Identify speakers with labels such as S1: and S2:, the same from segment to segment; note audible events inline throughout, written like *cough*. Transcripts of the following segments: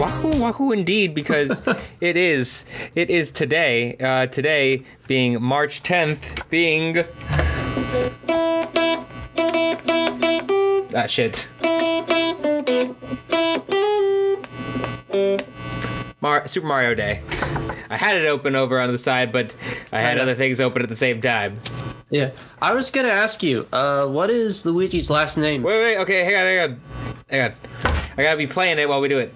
S1: Wahoo, wahoo, indeed, because it is. It is today. Uh, today being March 10th, being. Ah, shit. Mar- Super Mario Day. I had it open over on the side, but I had other things open at the same time.
S2: Yeah, I was gonna ask you, uh, what is Luigi's last name?
S1: Wait, wait, okay, hang on, hang on. Hang on. I gotta be playing it while we do it.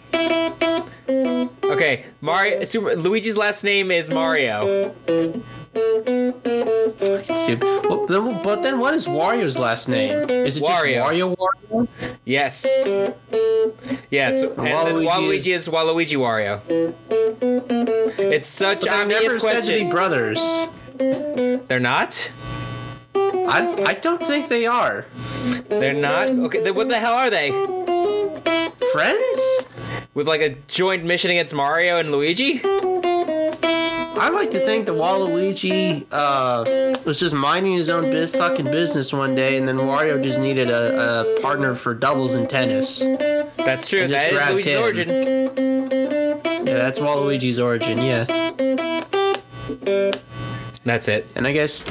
S1: Okay, Mario. Super, Luigi's last name is Mario.
S2: Dude, what- then- But then, what is Wario's last name? Is it
S1: Wario.
S2: just Wario Wario?
S1: Yes. Yes. And then
S2: Waluigi
S1: Waluigi is Waluigi Wario. It's such
S2: They're never
S1: obvious
S2: said to
S1: question.
S2: be brothers.
S1: They're not.
S2: I I don't think they are
S1: They're not. Okay. Then what the hell are they?
S2: friends.
S1: With like a joint mission against Mario and Luigi?
S2: I like to think that Waluigi uh, was just minding his own bi- fucking business one day, and then Wario just needed a, a partner for doubles in tennis. Yeah,
S1: That's true.
S2: just
S1: That is
S2: grabbed
S1: Luigi's
S2: him.
S1: origin.
S2: that's Waluigi's origin. Yeah,
S1: That's it.
S2: and I guess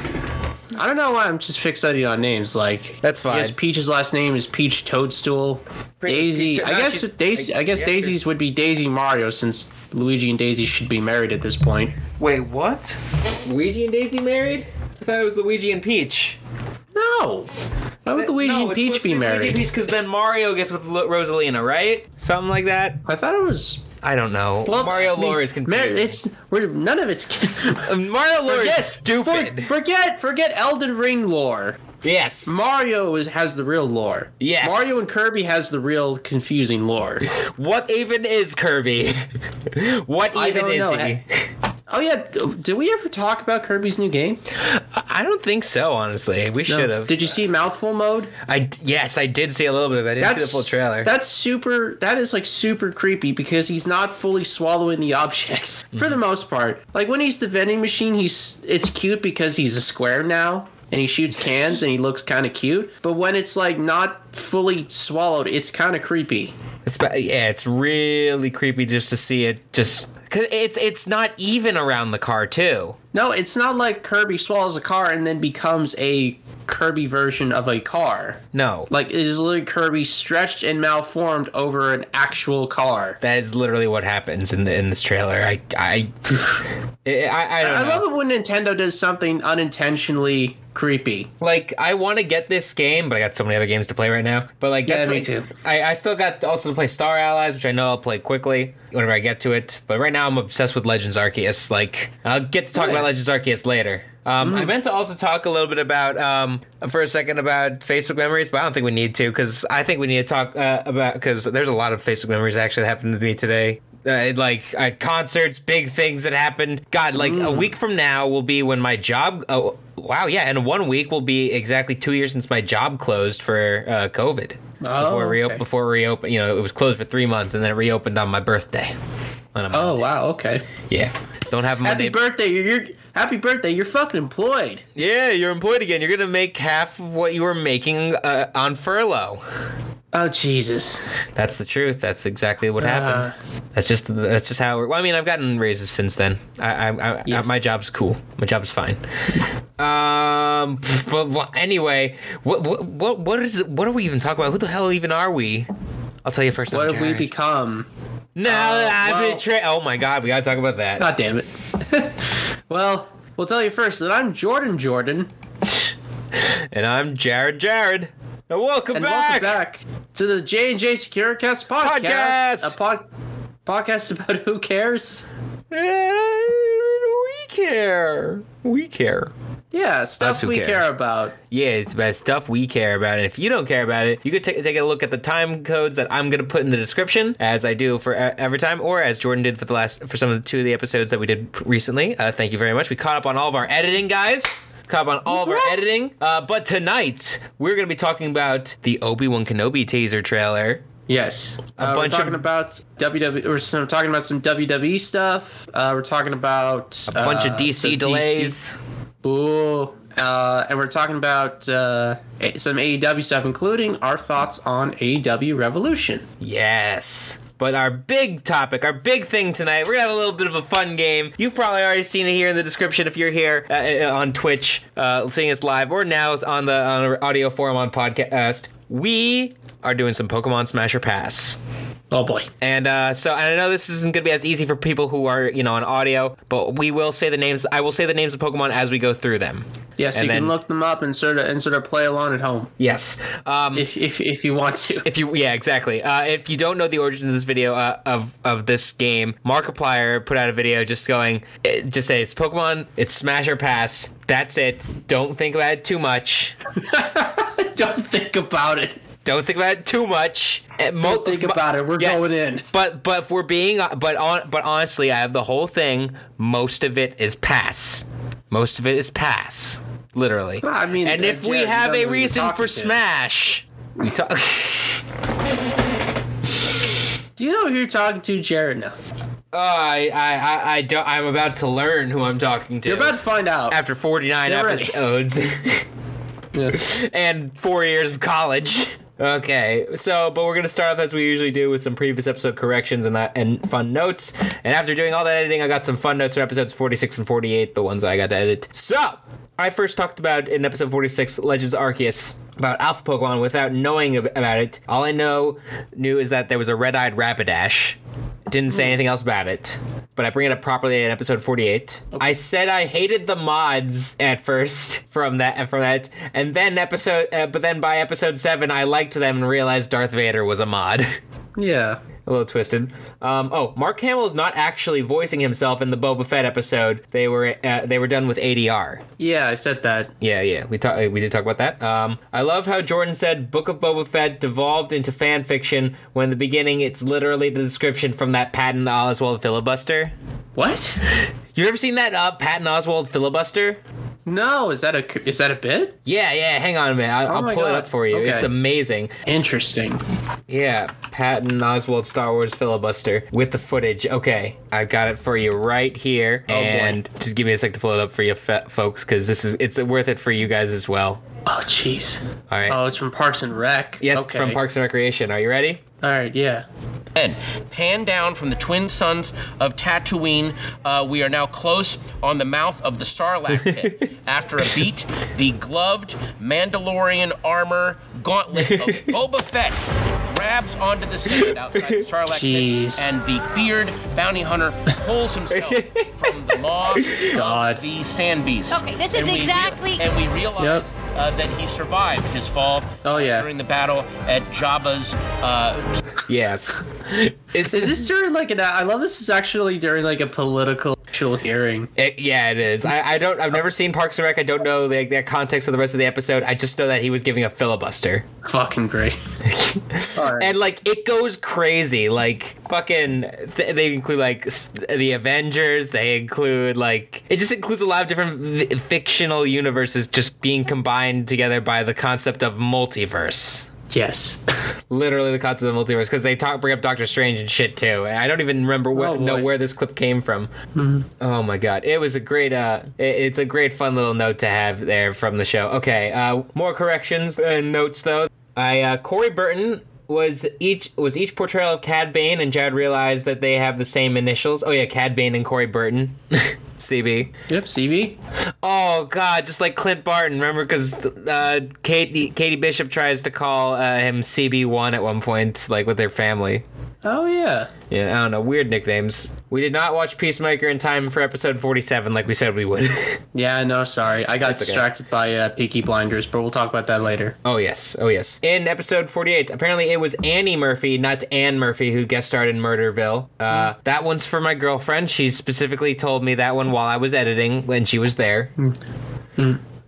S2: I don't know why I'm just fixated on names. Like
S1: That's fine.
S2: I guess Peach's last name is Peach Toadstool.
S1: Pe-
S2: Daisy.
S1: Peach-
S2: I
S1: no,
S2: guess
S1: she-
S2: Daisy. I guess
S1: yeah,
S2: Daisy's would be Daisy Mario since Luigi and Daisy should be married at this point.
S1: Wait, what? Luigi and Daisy married? I thought it was Luigi and Peach.
S2: No. Why would Luigi
S1: No,
S2: and
S1: it's
S2: Peach
S1: supposed
S2: be
S1: to Luigi
S2: married?
S1: and Peach because then Mario gets with Lo- Rosalina, right? Something like that.
S2: I thought it was.
S1: I don't know.
S2: Well,
S1: Mario
S2: I mean,
S1: lore is
S2: Mar-
S1: confused.
S2: it's we're, none of it's. *laughs*
S1: Uh, Mario lore is
S2: Yes,
S1: stupid.
S2: forget, forget Elden Ring lore.
S1: yes.
S2: Mario is, has the real lore.
S1: Yes.
S2: Mario and Kirby has the real
S1: *laughs*
S2: confusing lore.
S1: What even is Kirby? *laughs* what
S2: I
S1: even
S2: don't
S1: is
S2: know.
S1: he?
S2: oh yeah, did we ever talk about Kirby's new game?
S1: I don't think so. Honestly, we
S2: No.
S1: should have.
S2: Did you see Mouthful Mode?
S1: I yes, I did see a little bit of it. I didn't see the full trailer.
S2: That's super. That is like super creepy because he's not fully swallowing the objects *laughs* for
S1: Mm-hmm.
S2: the most part. Like when he's the vending machine, he's it's cute because he's a square now and he shoots cans and he looks kind of cute. But when it's like not fully swallowed, it's kind of creepy.
S1: It's, ba- yeah, it's really creepy just to see it. Just cause it's it's not even around the car too.
S2: No, it's not like Kirby swallows a car and then becomes a Kirby version of a car.
S1: No,
S2: Like it is literally Kirby stretched and malformed over an actual car.
S1: that is literally what happens in the in this trailer. I I *sighs* I, I, I don't
S2: I
S1: know.
S2: love it when Nintendo does something unintentionally creepy.
S1: like I want to get this game, but I got so many other games to play right now. But like,
S2: Yeah,
S1: that's
S2: me
S1: like-
S2: too.
S1: I, I still got also to play Star Allies, which I know I'll play quickly whenever I get to it. But right now I'm obsessed with Legends Arceus. Like I'll get to talk
S2: Yeah.
S1: about Legends Arceus later. Um, I meant to also talk a little bit about um, for a second about Facebook memories, but I don't think we need to because I think we need to talk uh, about because there's a lot of Facebook memories actually that happened to me today. Uh, it, like uh, concerts, big things that happened. God, like a week from now will be when my job. Oh, wow, yeah, and one week will be exactly two years since my job closed for uh, COVID.
S2: Oh,
S1: before it reop-
S2: okay.
S1: before it reopened, you know, it was closed for three months, and then it reopened on my birthday. On a Monday.
S2: Oh wow, okay.
S1: yeah. Don't have Monday.
S2: Happy birthday, you're, you're happy birthday, you're fucking employed.
S1: yeah, you're employed again. You're gonna make half of what you were making uh, on furlough.
S2: Oh Jesus.
S1: That's the truth. That's exactly what happened. That's just that's just how. We're, well, I mean, I've gotten raises since then. I, I, I
S2: Yes.
S1: my job's cool. My job's fine. um, but, well, anyway, what what what what is what are we even talking about? Who the hell even are we? I'll tell you first.
S2: What
S1: I'm
S2: have we
S1: Jared.
S2: become?
S1: Now that I've
S2: well-
S1: betrayed. Oh my god, we gotta talk about that.
S2: Oh, God damn it. *laughs* well, we'll tell you first that I'm Jordan Jordan,
S1: And I'm Jared. Jared. And welcome
S2: and
S1: back.
S2: welcome back to the J and J Securecast podcast.
S1: Podcast!
S2: A pod- podcast about who cares.
S1: Eh, we care. We care.
S2: Yeah, stuff
S1: Us who
S2: we
S1: care.
S2: care about.
S1: Yeah, it's about stuff we care about. And if you don't care about it, you could take, take a look at the time codes that I'm going to put in the description, as I do for uh, every time, or as Jordan did for the last, for some of the two of the episodes that we did p- recently. Uh, thank you very much. We caught up on all of our editing, guys. Caught up on all of our editing. Uh, but tonight, we're going to be talking about the Obi Wan Kenobi teaser trailer.
S2: Yes, uh,
S1: bunch
S2: we're
S1: of-
S2: talking about WWE. We're some- talking about some WWE stuff. Uh, we're talking about
S1: A bunch
S2: uh,
S1: of DC
S2: the
S1: delays.
S2: Ooh. Uh, and we're talking about uh, a- some AEW stuff, including our thoughts on AEW E Revolution.
S1: Yes. But our big topic, our big thing tonight, we're gonna have a little bit of a fun game. You've probably already seen it here in the description if you're here uh, on Twitch, uh, seeing us live, or now on the on our audio forum on podcast. We are doing some Pokemon Smash or Pass.
S2: Oh boy.
S1: And uh, so and I know this isn't going to be as easy for people who are, you know, on audio, but we will say the names. I will say the names of Pokemon as we go through them.
S2: Yeah, so
S1: And
S2: you
S1: then-
S2: can look them up and sort of and sort of play along at home
S1: Yes. Um,
S2: if if if you want to. *laughs*
S1: if you, yeah, exactly. Uh, if you don't know the origins of this video uh, of of this game, Markiplier put out a video just going, it just say it's Pokemon, it's Smash or Pass. That's it. Don't think about it too much.
S2: Don't think about it.
S1: Don't think about it too much. Eh, Don't
S2: think about it. We're going in.
S1: But but if we're being but on but honestly, I have the whole thing. Most of it is pass. Most of it is pass. Literally.
S2: Well, I mean,
S1: and
S2: that-
S1: if we
S2: yeah, you
S1: have
S2: don't
S1: a
S2: know who you're
S1: reason
S2: talking
S1: for
S2: to.
S1: Smash, we *laughs* talk.
S2: Do you know who you're talking to, Jared? No.
S1: Oh, I, I, I, I don't, I'm about to learn who I'm talking to.
S2: You're about to find out.
S1: after 49
S2: Get ready.
S1: episodes
S2: Yeah.
S1: *laughs* and four years of college. Okay, so but we're gonna start off as we usually do with some previous episode corrections and uh, and fun notes. And after doing all that editing, I got some fun notes for episodes 46 and 48, the ones that I got to edit. So I first talked about in episode 46, Legends Arceus, about Alpha Pokemon without knowing ab- about it. All I know knew is that there was a red-eyed Rapidash. Didn't say anything else about it, but I bring it up properly in episode 48. I said I hated the mods at first from that from that, and then episode, uh, but then by episode seven, I liked them and realized Darth Vader was a mod. *laughs*
S2: Yeah.
S1: a little twisted. Um, oh, Mark Hamill is not actually voicing himself in the Boba Fett episode. They were uh, they were done with ADR.
S2: Yeah, I said that.
S1: Yeah, yeah, we talk, we did talk about that. Um, I love how Jordan said Book of Boba Fett devolved into fan fiction when in the beginning it's literally the description from that Patton Oswald filibuster.
S2: What?
S1: You ever seen that uh, Patton Oswald filibuster?
S2: No, is that a is that a bit?
S1: Yeah, yeah. Hang on a minute. I'll,
S2: Oh
S1: I'll
S2: my
S1: pull it
S2: God.
S1: up for you.
S2: Okay.
S1: It's amazing.
S2: Interesting.
S1: Yeah, Patton Oswald Star Wars filibuster with the footage. Okay, I've got it for you right here.
S2: Oh,
S1: and just give me a sec to pull it up for you, fe- folks, because this is it's worth it for you guys as well.
S2: Oh jeez.
S1: All right.
S2: Oh, it's from Parks and Rec.
S1: yes, it's
S2: okay.
S1: from Parks and Recreation. Are you ready?
S2: All right, yeah.
S3: men, hand down from the twin sons of Tatooine. Uh, we are now close on the mouth of the Sarlacc
S2: *laughs*
S3: pit. After a beat, the gloved Mandalorian armor
S2: *laughs*
S3: gauntlet of Boba Fett grabs onto the sand outside the Sarlacc
S2: Jeez.
S3: pit, and the feared bounty hunter pulls himself
S2: *laughs*
S3: from the maw
S2: God.
S3: of the sand beast.
S4: Okay, this is
S3: we real-
S4: exactly-
S3: and we realize uh, that he survived his fall
S2: Oh, yeah.
S3: during the battle at Jabba's uh,
S1: Yes. It's,
S2: *laughs* Is this during like an? I love this is actually during like a political actual hearing.
S1: it- yeah, it is. I, I don't. I've never seen Parks and Rec. I don't know the, the context of the rest of the episode. I just know that he was giving a filibuster,
S2: Fucking great. All right.
S1: and like it goes crazy. Like fucking, th- they include like s- the Avengers. They include like it just includes a lot of different f- fictional universes just being combined together by the concept of multiverse.
S2: yes. *laughs*
S1: Literally the concept of multiverse because they talk bring up Doctor Strange and shit too. And I don't even remember where,
S2: Oh, boy. Mm-hmm.
S1: know where this clip came from. Oh my god, it was a great uh, it- it's a great fun little note to have there from the show. Okay, uh, more corrections and notes though. I uh, Corey Burton was each was each portrayal of Cad Bane and Jared realized that they have the same initials. Oh yeah, Cad Bane and Corey Burton. *laughs* CB.
S2: Yep. CB.
S1: Oh God, just like Clint Barton, remember? Because uh, Katie Katie Bishop tries to call uh, him CB one at one point, like with their family.
S2: Oh yeah.
S1: Yeah, I don't know, weird nicknames. We did not watch Peacemaker in time for episode forty seven, like we said we would. *laughs*
S2: Yeah. No, sorry. I got
S1: okay.
S2: distracted by uh, Peaky Blinders, but we'll talk about that later.
S1: oh yes, oh yes. In episode forty eight, apparently it was Annie Murphy, not Anne Murphy, who guest starred in Murderville. Uh, That one's for my girlfriend. She specifically told me that one while I was editing when she was there.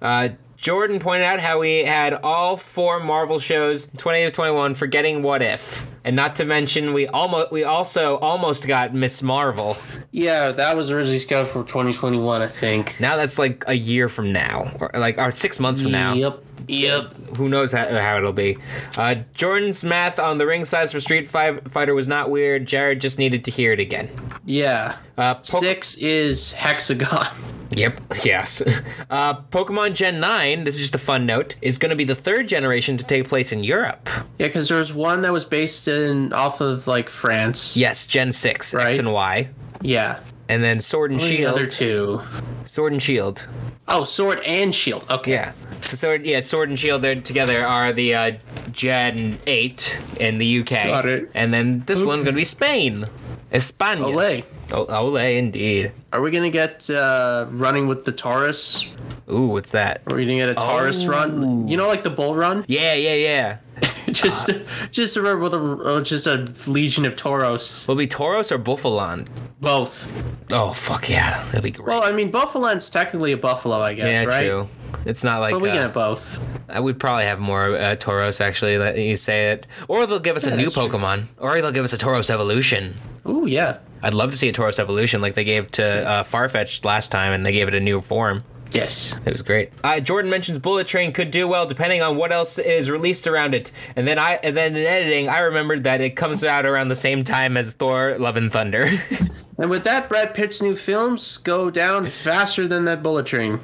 S1: Uh, Jordan pointed out how we had all four Marvel shows, 20 of 21, forgetting What If. And not to mention, we almost we also almost got Miss Marvel.
S2: Yeah, that was originally scheduled for 2021, I think.
S1: Now that's like a year from now, or like or six months from now.
S2: Yep. Yep.
S1: Who knows how, how it'll be? Uh, Jordan's math on the ring size for Street Fi- Fighter was not weird. Jared just needed to hear it again.
S2: Yeah.
S1: Uh, Poke-
S2: Six is hexagon. *laughs*
S1: Yep. *laughs* Yes. Uh, Pokemon Gen 9, this is just a fun note, is going to be the third generation to take place in Europe.
S2: Yeah, because there was one that was based in off of like France.
S1: Yes, Gen 6, X
S2: Right.
S1: and Y.
S2: Yeah.
S1: And then Sword and
S2: What are The
S1: Shield.
S2: other two.
S1: Sword and Shield.
S2: Oh, sword and shield. Okay.
S1: Yeah. So Sword, yeah, Sword and Shield they're together are the uh, Gen 8 in the UK.
S2: Got it.
S1: And then this one's going to be Spain. España.
S2: Olay.
S1: O- Olay, indeed.
S2: Are we gonna get uh, running with the Taurus?
S1: Ooh, what's that?
S2: Are we gonna get a Taurus run? You know, like the bull run. Ah.
S1: Yeah, yeah, yeah.
S2: *laughs* just, just remember with a uh, just a legion of Tauros.
S1: Will it be Tauros or Buffalon?
S2: Both.
S1: Oh, fuck yeah. That'll be great.
S2: Well, I mean, Buffalo's technically a buffalo, I guess,
S1: yeah,
S2: right?
S1: true. It's not like
S2: But we
S1: uh,
S2: can have both.
S1: I would probably have more uh, Tauros actually. That you say it, or they'll give us a
S2: Yeah,
S1: new
S2: that's true.
S1: Pokemon, or they'll give us a Tauros evolution.
S2: Ooh, yeah.
S1: I'd love to see a Tauros evolution, like they gave to uh, Farfetch last time, and they gave it a new form.
S2: Yes.
S1: It was great. Uh, Jordan mentions Bullet Train could do well depending on what else is released around it, and then I and then in editing I remembered that it comes out around the same time as Thor: Love and Thunder. *laughs*
S2: And with that, Brad Pitt's new films go *laughs* down faster than that bullet train.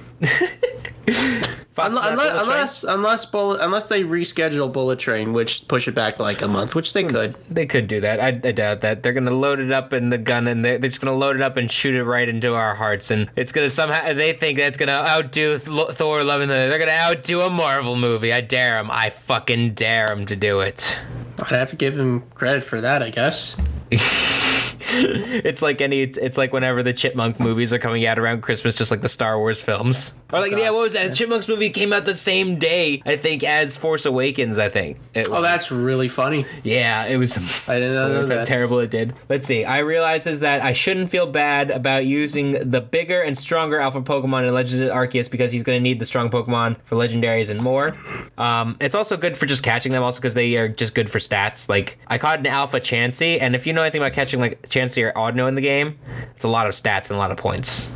S1: Fast
S2: Unless,
S1: Lap Bullet Train?
S2: unless, unless, bullet, unless they reschedule bullet train, which push it back like a month, which they could.
S1: They could do that. I, I doubt that. They're gonna load it up in the gun, and they're, they're just gonna load it up and shoot it right into our hearts, and it's gonna somehow. They think that's gonna outdo Th- Thor: Love and Thunder. They're gonna outdo a Marvel movie. I dare them. I fucking dare them to do it.
S2: I'd have to give him credit for that, I guess.
S1: It's like any. It's like whenever the Chipmunk movies are coming out around Christmas, just like the Star Wars films. Or
S2: Oh,
S1: like, yeah, what was that? Chipmunks movie came out the same day, I think, as Force Awakens. I think. It
S2: Oh,
S1: was.
S2: that's really funny.
S1: Yeah, it was.
S2: I did not
S1: it
S2: know
S1: was how
S2: that.
S1: terrible it did. Let's see. I realize is that I shouldn't feel bad about using the bigger and stronger Alpha Pokemon in Legend of Arceus because he's going to need the strong Pokemon for legendaries and more. Um, it's also good for just catching them, also because they are just good for stats. Like I caught an Alpha Chansey, and if you know anything about catching like Chansey or Audino in the game, it's a lot of stats and a lot of points.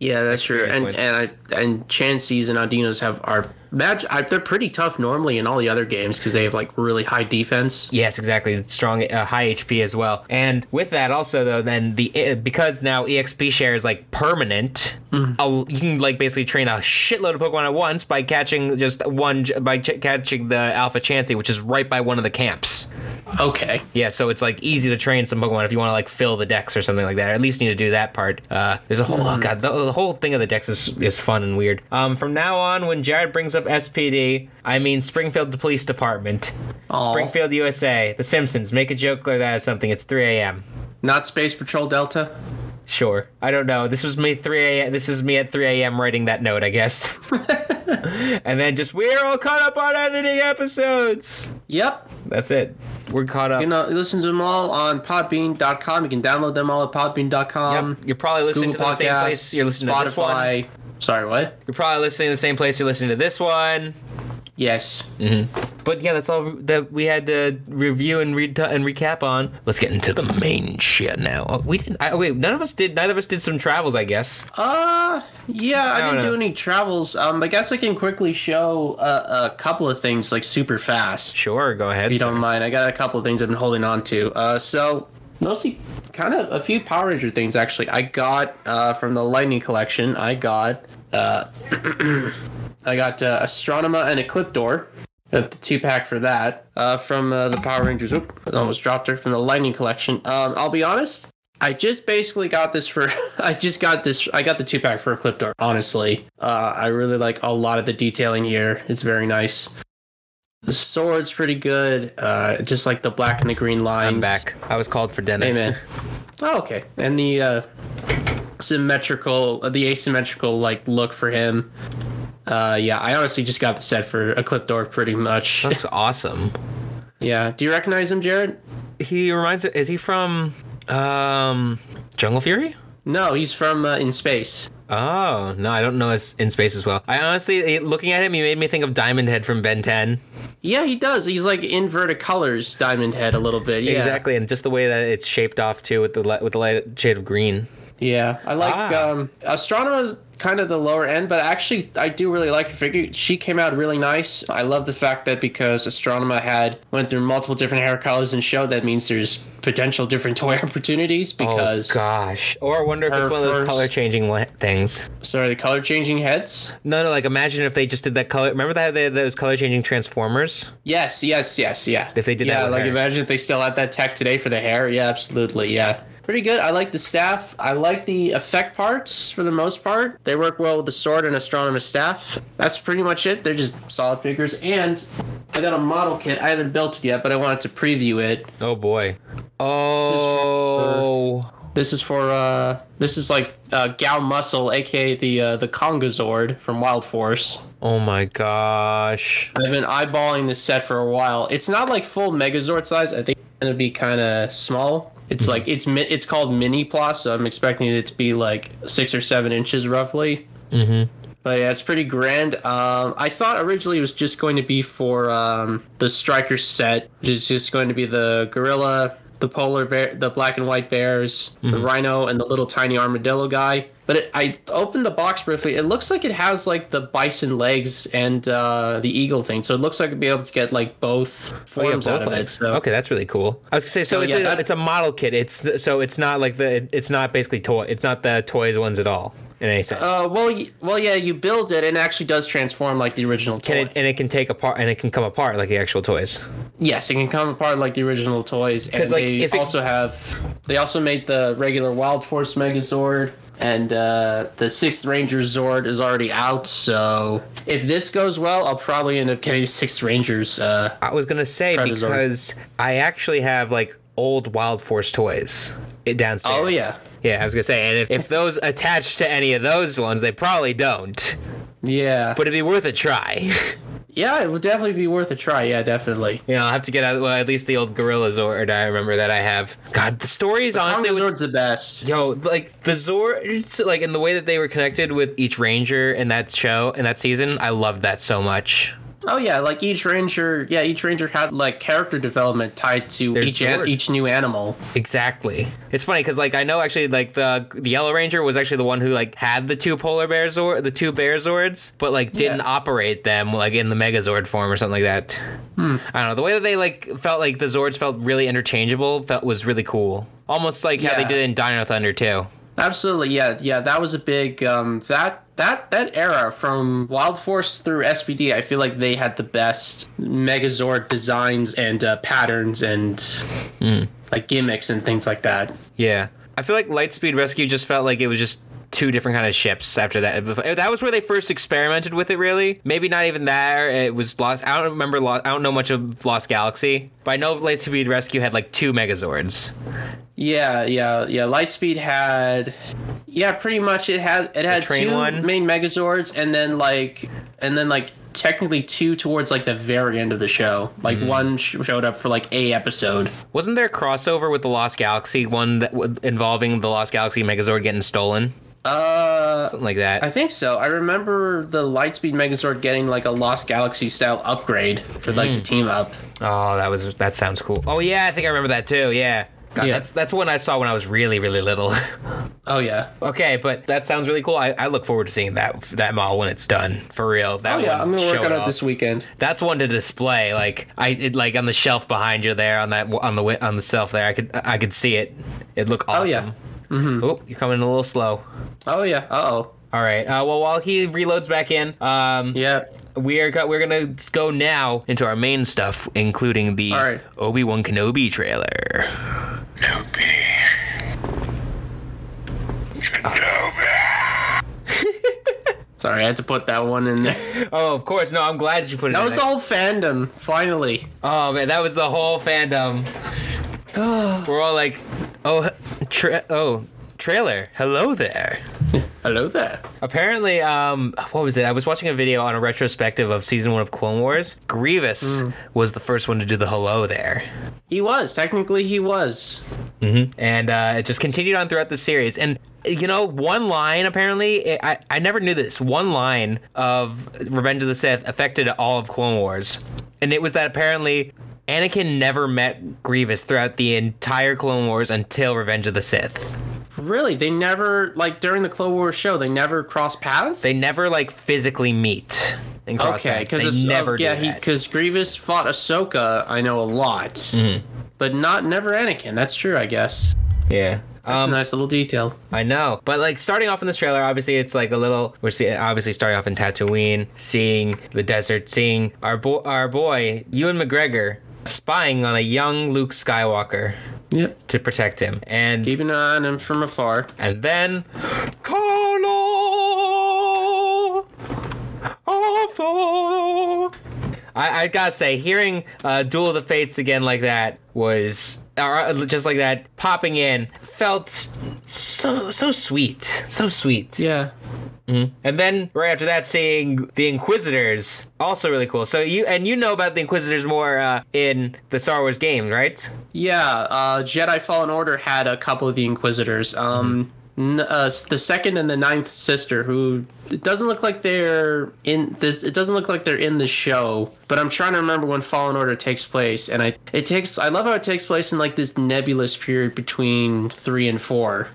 S2: Yeah, that's true. And
S1: points.
S2: and I and Chanseys and Audinos have are match. I, they're pretty tough normally in all the other games because they have like really high defense.
S1: Yes, exactly. Strong, uh, high HP as well. And with that, also though, then the uh, because now EXP share is like permanent. a- you can like basically train a shitload of Pokemon at once by catching just one by ch- catching the Alpha Chansey, which is right by one of the camps.
S2: Okay.
S1: Yeah, so it's like easy to train some Pokemon if you want to like fill the decks or something like that. Or at least need to do that part. Uh, there's a whole oh god, the, the whole thing of the decks is, is fun and weird. Um, from now on, when Jared brings up SPD, I mean Springfield Police Department,
S2: Aw.
S1: Springfield, USA, The Simpsons. Make a joke like that or something. It's 3 a.m.
S2: Not Space Patrol Delta.
S1: Sure, I don't know. This was me 3 a.m. This is me at 3 a.m. writing that note, I
S2: *laughs*
S1: guess. and then just we're all caught up on editing episodes.
S2: Yep.
S1: That's it. We're caught up.
S2: You know, listen to them all on Podbean.com. You can download them all at Podbean.com.
S1: Yep, Um, You're probably listening
S2: Google
S1: to the same
S2: Podcasts,
S1: place. You're listening to this one.
S2: Spotify. Sorry, what?
S1: You're probably listening to the same place. You're listening to this one.
S2: Yes.
S1: But yeah, that's all that we had to review and read and recap on. Let's get into the main shit now. Oh, we didn't. I, wait, none of us did. Neither of us did some travels, I guess.
S2: Uh, yeah, I
S1: No,
S2: didn't
S1: no.
S2: do any travels. Um, I guess I can quickly show a, a couple of things like super fast.
S1: Sure, go ahead.
S2: If you don't mind, I got a couple of things I've been holding on to. Uh, so mostly kind of a few Power Ranger things actually. I got uh, from the Lightning Collection. I got uh, *clears throat* I got uh, Astronema and Ecliptor. Got the two pack for that uh, from uh, the Power Rangers. Oop, I almost dropped her from the Lightning Collection. Um, I'll be honest. I just basically got this for. *laughs* I just got this. I got the two pack for Ecliptor. Honestly, uh, I really like a lot of the detailing here. It's very nice. The sword's pretty good. Uh, just like the black and the green lines.
S1: I'm back. I was called for dinner. *laughs*
S2: Hey man. Oh, okay. And the uh, symmetrical, the asymmetrical like look for him. Uh, yeah, I honestly just got the set for Ecliptor pretty much.
S1: Looks awesome.
S2: yeah. Do you recognize him, Jared?
S1: He reminds. me. Is he from um Jungle Fury?
S2: No, he's from uh, in space.
S1: Oh no, I don't know. It's in space as well. I honestly, looking at him, he made me think of Diamond Head from Ben Ten.
S2: Yeah, he does. He's like inverted colors, Diamond Head a little bit. Yeah.
S1: Exactly, and just the way that it's shaped off too, with the li- with the light shade of green.
S2: Yeah, I like
S1: Ah.
S2: um, Astronomer's kind of the lower end, but actually, I do really like her figure. She came out really nice. I love the fact that because Astronomer had went through multiple different hair colors and showed, that means there's potential different *laughs* toy opportunities because
S1: oh gosh! Or I wonder if
S2: Her
S1: it's one of those
S2: first-
S1: color changing things.
S2: sorry, the color changing heads.
S1: No, no. Like imagine if they just did that color. Remember that they had those color changing transformers?
S2: Yes, yes, yes, yeah.
S1: If they did that
S2: yeah,
S1: with
S2: like
S1: hair.
S2: imagine if they still had that tech today for the hair. Yeah, absolutely, yeah. Pretty good. I like the staff. I like the effect parts for the most part. They work well with the sword and astronomer's staff. That's pretty much it. They're just solid figures. And I got a model kit. I haven't built it yet, but I wanted to preview it.
S1: Oh boy! Oh,
S2: This is for uh, this is like uh, Gal Muscle, aka the uh, the Congozord from Wild Force.
S1: oh my gosh!
S2: I've been eyeballing this set for a while. It's not like full Megazord size. I think it's gonna be kind of small. It's like it's mi- it's called Mini Plus. So I'm expecting it to be like six or seven inches roughly. Mm-hmm. But yeah, it's pretty grand. Um, I thought originally it was just going to be for um, the Striker set. It's just going to be the gorilla, the polar bear, the black and white bears, the rhino, and the little tiny armadillo guy. But it, I opened the box briefly. It looks like it has like the bison legs and uh, the eagle thing. So it looks like it'd be able to get like both
S1: Oh, yeah,
S2: forms
S1: both
S2: out of it.
S1: legs.
S2: So
S1: Okay, that's really cool. I was gonna say, so,
S2: So,
S1: it's,
S2: yeah,
S1: a,
S2: that-
S1: it's a model kit. It's so it's not like the it's not basically toy. It's not the toys ones at all in any sense.
S2: Uh, well, y- well, yeah, you build it and it actually does transform like the original toy.
S1: can it, and it can take apart and it can come apart like the actual toys.
S2: yes, it can come apart like the original toys. And
S1: 'Cause, like,
S2: they
S1: if it-
S2: also have, they also made the regular Wild Force Megazord and uh, the Sixth Ranger Zord is already out. So if this goes well, I'll probably end up getting Sixth Rangers. Uh,
S1: I was gonna say
S2: Predazord.
S1: because I actually have like old Wild Force toys it downstairs.
S2: oh yeah,
S1: yeah. I was gonna say, and if, if those attach to any of those ones, they probably don't.
S2: yeah,
S1: But it'd be worth a try. *laughs*
S2: yeah, it would definitely be worth a try. Yeah, definitely.
S1: you know, I'll have to get out well, at least the old Gorilla Zord. I remember that I have. God, the stories honestly.
S2: Honestly,
S1: with-
S2: Zord's the best.
S1: Yo, like the Zords, like in the way that they were connected with each Ranger in that show in that season, I loved that so much.
S2: Oh yeah, like each ranger, yeah, each ranger had like character development tied to
S1: There's
S2: each an-
S1: Zord.
S2: each new animal.
S1: Exactly. It's funny because like I know actually like the the Yellow Ranger was actually the one who like had the two polar bears or the two bear zords, but like didn't
S2: Yeah.
S1: operate them like in the Megazord form or something like that. I don't know. The way that they like felt like the Zords felt really interchangeable felt was really cool. Almost like how they
S2: Yeah.
S1: did in Dino Thunder too.
S2: Absolutely, yeah, yeah. That was a big um, that that that era from Wild Force through SPD. I feel like they had the best Megazord designs and uh, patterns and
S1: Hmm.
S2: like gimmicks and things like that.
S1: Yeah, I feel like Lightspeed Rescue just felt like it was just two different kind of ships after that. Bef- eh, That was where they first experimented with it, really. Maybe not even there. It was Lost. I don't remember. Lost, I don't know much of Lost Galaxy, but I know Lightspeed Rescue had like two Megazords.
S2: Yeah, yeah, yeah. Lightspeed had, yeah, pretty much it had it had
S1: train
S2: two
S1: one?
S2: main Megazords, and then like and then like technically two towards like the very end of the show. Like
S1: Hmm.
S2: one sh- showed up for like a episode.
S1: Wasn't there a crossover with the Lost Galaxy one that w- involving the Lost Galaxy Megazord getting stolen,
S2: Uh,
S1: something like that?
S2: I think so. I remember the Lightspeed Megazord getting like a Lost Galaxy style upgrade for like the
S1: Hmm.
S2: team up.
S1: oh, that was that sounds cool. Oh yeah, I think I remember that too. Yeah. God,
S2: Yeah.
S1: That's that's one I saw when I was really really little. *laughs*
S2: Oh yeah.
S1: Okay, but that sounds really cool. I, I look forward to seeing that that model when it's done for real. That
S2: Oh yeah,
S1: one,
S2: I'm gonna work
S1: show
S2: on
S1: it
S2: it
S1: off.
S2: this weekend.
S1: That's one to display. Like I it, like on the shelf behind you there on that on the wi- on the shelf there. I could I could see it. It look awesome.
S2: yeah. Mm-hmm.
S1: Oh, you're coming a little slow.
S2: Oh yeah. Uh oh.
S1: All right. Uh, well, while he reloads back in, um,
S2: Yeah.
S1: we are go- we're gonna go now into our main stuff, including the
S2: All right.
S1: Obi Wan Kenobi trailer.
S2: Sorry, I had to put that one
S1: *laughs*
S2: in there.
S1: Oh, of course. No, I'm glad you put it.
S2: That
S1: in
S2: was
S1: there.
S2: all fandom. Finally.
S1: Oh man, that was the whole fandom. We're all like, oh, tra- oh, trailer. Hello there.
S2: Hello there.
S1: Apparently, um, what was it? I was watching a video on a retrospective of season one of Clone Wars. Grievous was the first one to do the hello there,
S2: He was. Technically, he was.
S1: and uh, it just continued on throughout the series. And you know, one line apparently, I I- I never knew this. One line of Revenge of the Sith affected all of Clone Wars, and it was that apparently. Anakin never met Grievous throughout the entire Clone Wars until Revenge of the Sith.
S2: Really, they never like during the Clone Wars show. They never crossed paths.
S1: They never like physically meet. In
S2: okay, because it's
S1: never
S2: oh, yeah,
S1: do
S2: he
S1: that. Mm-hmm.
S2: because Grievous fought Ahsoka. I know a lot, but not never Anakin. That's true, I guess.
S1: Yeah.
S2: That's
S1: Um,
S2: a nice little detail.
S1: I know, but like starting off in this trailer, obviously it's like a little. We're see, obviously starting off in Tatooine, seeing the desert, seeing our boy, our boy Ewan McGregor spying on a young Luke Skywalker
S2: Yep.
S1: to protect him, and
S2: Keep an eye on him from afar.
S1: and then Carlo. Awful. I, I gotta say, hearing uh, Duel of the Fates again like that was, or uh, just like that, popping in felt s- so so sweet, so sweet.
S2: Yeah.
S1: And then right after that, seeing the Inquisitors, also really cool. So you and you know about the Inquisitors more uh, in the Star Wars game, right?
S2: Yeah, uh, Jedi Fallen Order had a couple of the Inquisitors. Um, n- uh, s- the second and the ninth sister, who it doesn't look like they're in. This, it doesn't look like they're in the show. But I'm trying to remember when Fallen Order takes place, and I it takes. I love how it takes place in like this nebulous period between three and four.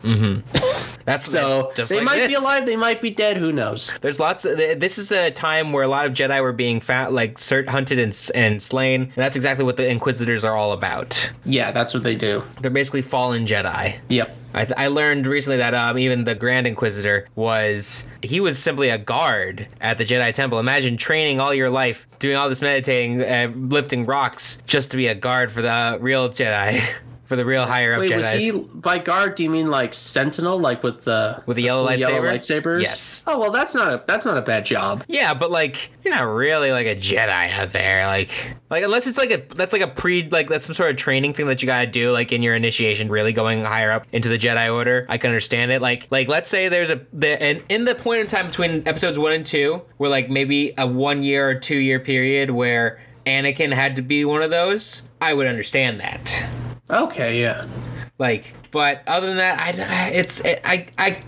S1: That's
S2: So
S1: just
S2: they
S1: like
S2: might be
S1: this.
S2: alive, they might be dead. Who knows?
S1: There's lots. Of, th- this is a time where a lot of Jedi were being fat, like ser- hunted and, s- and slain, and that's exactly what the Inquisitors are all about.
S2: Yeah, that's what they do.
S1: They're basically fallen Jedi.
S2: Yep.
S1: I, th- I learned recently that um, even the Grand Inquisitor was he was simply a guard at the Jedi Temple. Imagine training all your life, doing all this meditating, uh, lifting rocks, just to be a guard for the uh, real Jedi, *laughs* for the real higher up
S2: Wait, was
S1: Jedi's.
S2: he by guard? Do you mean like Sentinel, like with the
S1: With the yellow lightsaber?
S2: lightsabers?
S1: Yes.
S2: Oh well, that's not a that's not a bad job.
S1: Yeah, but like you're not really like a Jedi out there, like like unless it's like a that's like a pre like that's some sort of training thing that you gotta do like in your initiation, really going higher up into the Jedi Order. I can understand it. Like like let's say there's a the, and in the point in time between episodes one and two, where like maybe a one year or two year period where Anakin had to be one of those, I would understand that.
S2: Okay, yeah.
S1: Like, but other than that, I it's I I.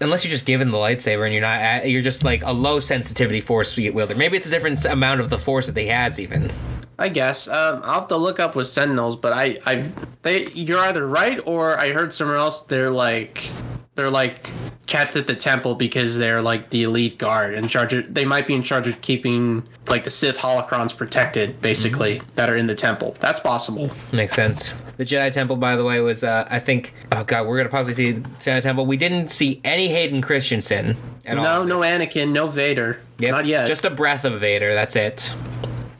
S1: Unless you're just given the lightsaber and you're not, you're just like a low sensitivity force wielder. Maybe it's a different amount of the force that he has, even.
S2: I guess um, I'll have to look up with Sentinels, but I I they you're either right or I heard somewhere else they're like they're like kept at the temple because they're like the elite guard in charge. Of, they might be in charge of keeping like the Sith holocrons protected, basically
S1: Mm-hmm.
S2: that are in the temple. That's possible.
S1: Makes sense. The Jedi Temple, by the way, was uh, I think. Oh God, we're gonna possibly see the Jedi Temple. We didn't see any Hayden Christensen at all.
S2: No, no Anakin, no Vader,
S1: Yep,
S2: not yet.
S1: Just a breath of Vader. That's it.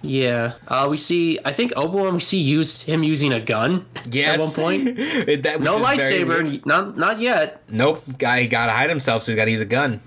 S2: Yeah, uh, we see. I think Obi Wan. We see used him using a gun
S1: Yes.
S2: at
S1: *laughs*
S2: one point.
S1: It- that-
S2: No
S1: which is very weird.
S2: lightsaber. Not not yet.
S1: Nope. Guy he gotta hide himself, so he's gotta use a gun.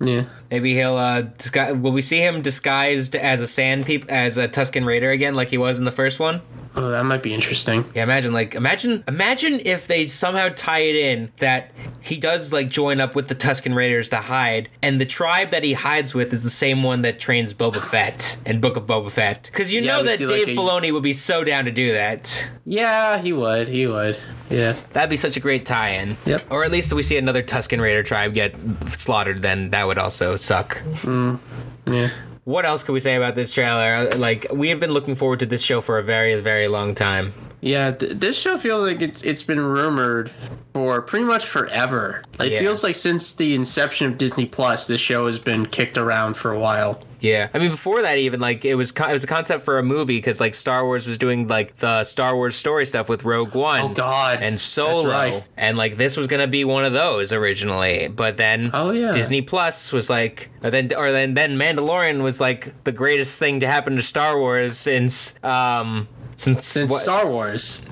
S2: Yeah.
S1: Maybe he'll uh disguise. Will we see him disguised as a sand peep as a Tuscan Raider again, like he was in the first one?
S2: Oh, that might be interesting.
S1: Yeah, imagine like imagine imagine if they somehow tie it in that he does like join up with the Tuscan Raiders to hide, and the tribe that he hides with is the same one that trains Boba Fett and Book of Boba Fett. Because you
S2: Yeah,
S1: know
S2: we
S1: that
S2: see, like,
S1: Dave
S2: a-
S1: Filoni would be so down to do that.
S2: Yeah, he would. He would. Yeah.
S1: That'd be such a great tie-in.
S2: Yep.
S1: Or at least we see another Tuscan Raider tribe get slaughtered. Then that would also suck.
S2: Hmm. Yeah.
S1: What else can we say about this trailer? Like we have been looking forward to this show for a very, very long time.
S2: Yeah. Th- this show feels like it's it's been rumored for pretty much forever. Like,
S1: Yeah.
S2: It feels like since the inception of Disney Plus, this show has been kicked around for a while.
S1: Yeah, I mean before that even like it was con- it was a concept for a movie because like Star Wars was doing like the Star Wars story stuff with Rogue One.
S2: Oh, God.
S1: Mm. and
S2: *laughs* That's
S1: Solo,
S2: right.
S1: and like this was gonna be one of those originally, but then
S2: Oh, yeah.
S1: Disney Plus was like or then or then then Mandalorian was like the greatest thing to happen to Star Wars since um since,
S2: Since
S1: what-
S2: Star Wars.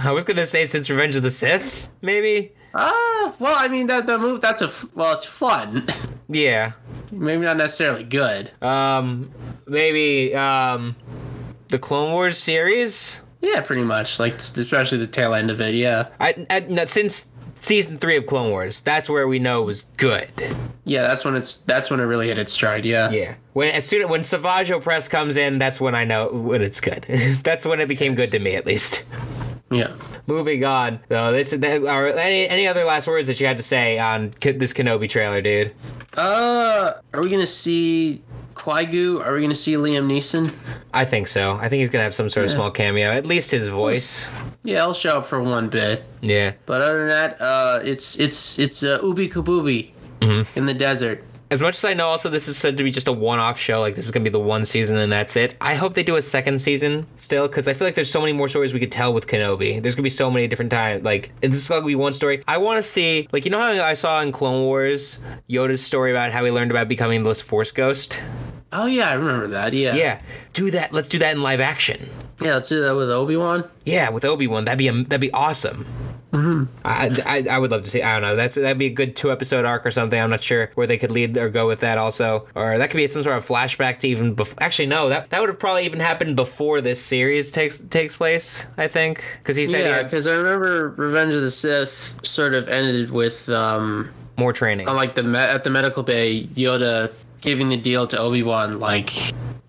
S1: I was gonna say since Revenge of the Sith maybe
S2: Ah, well, I mean that the move. That's a f- well, it's fun. *laughs*
S1: yeah
S2: Maybe not necessarily good.
S1: um maybe um the Clone Wars series
S2: Yeah, pretty much. Like especially the tail end of it. Yeah,
S1: I, I no, since season three of Clone Wars, that's where we know it was good.
S2: yeah. That's when it's that's when it really hit its stride. Yeah.
S1: Yeah. When as soon when Savage Press comes in, that's when I know when it's good. *laughs* that's when it became good to me, at least. *laughs*
S2: Yeah. Movie.
S1: Moving on, though. This that, are any any other last words that you had to say on K- this Kenobi trailer, dude?
S2: Uh, are we gonna see Qui Gon? Are we gonna see Liam Neeson?
S1: I think so. I think he's gonna have some sort of
S2: Yeah.
S1: small cameo, at least his voice.
S2: Yeah, I'll show up for one bit.
S1: Yeah.
S2: But other than that, uh, it's it's it's uh, Ubi Kabubi in the desert.
S1: As much as I know, also this is said to be just a one-off show. Like this is gonna be the one season and that's it. I hope they do a second season still, because I feel like there's so many more stories we could tell with Kenobi. There's gonna be so many different times. Like this is gonna be one story. I want to see, like you know how I saw in Clone Wars Yoda's story about how he learned about becoming this Force ghost.
S2: Oh yeah, I remember that. Yeah.
S1: Yeah, do that. Let's do that in live action.
S2: Yeah, let's do that with Obi Wan.
S1: Yeah, with Obi Wan, that'd be a, that'd be awesome. Mm-hmm. I, I I would love to see. I don't know. That's that'd be a good two episode arc or something. I'm not sure where they could lead or go with that. Also, or that could be some sort of flashback to even. Bef- Actually, no. That that would have probably even happened before this series takes takes place. I think because he said he
S2: Yeah,
S1: had
S2: because I remember Revenge of the Sith sort of ended with um,
S1: more training.
S2: on like the me- at the medical bay, Yoda giving the deal to Obi Wan, like,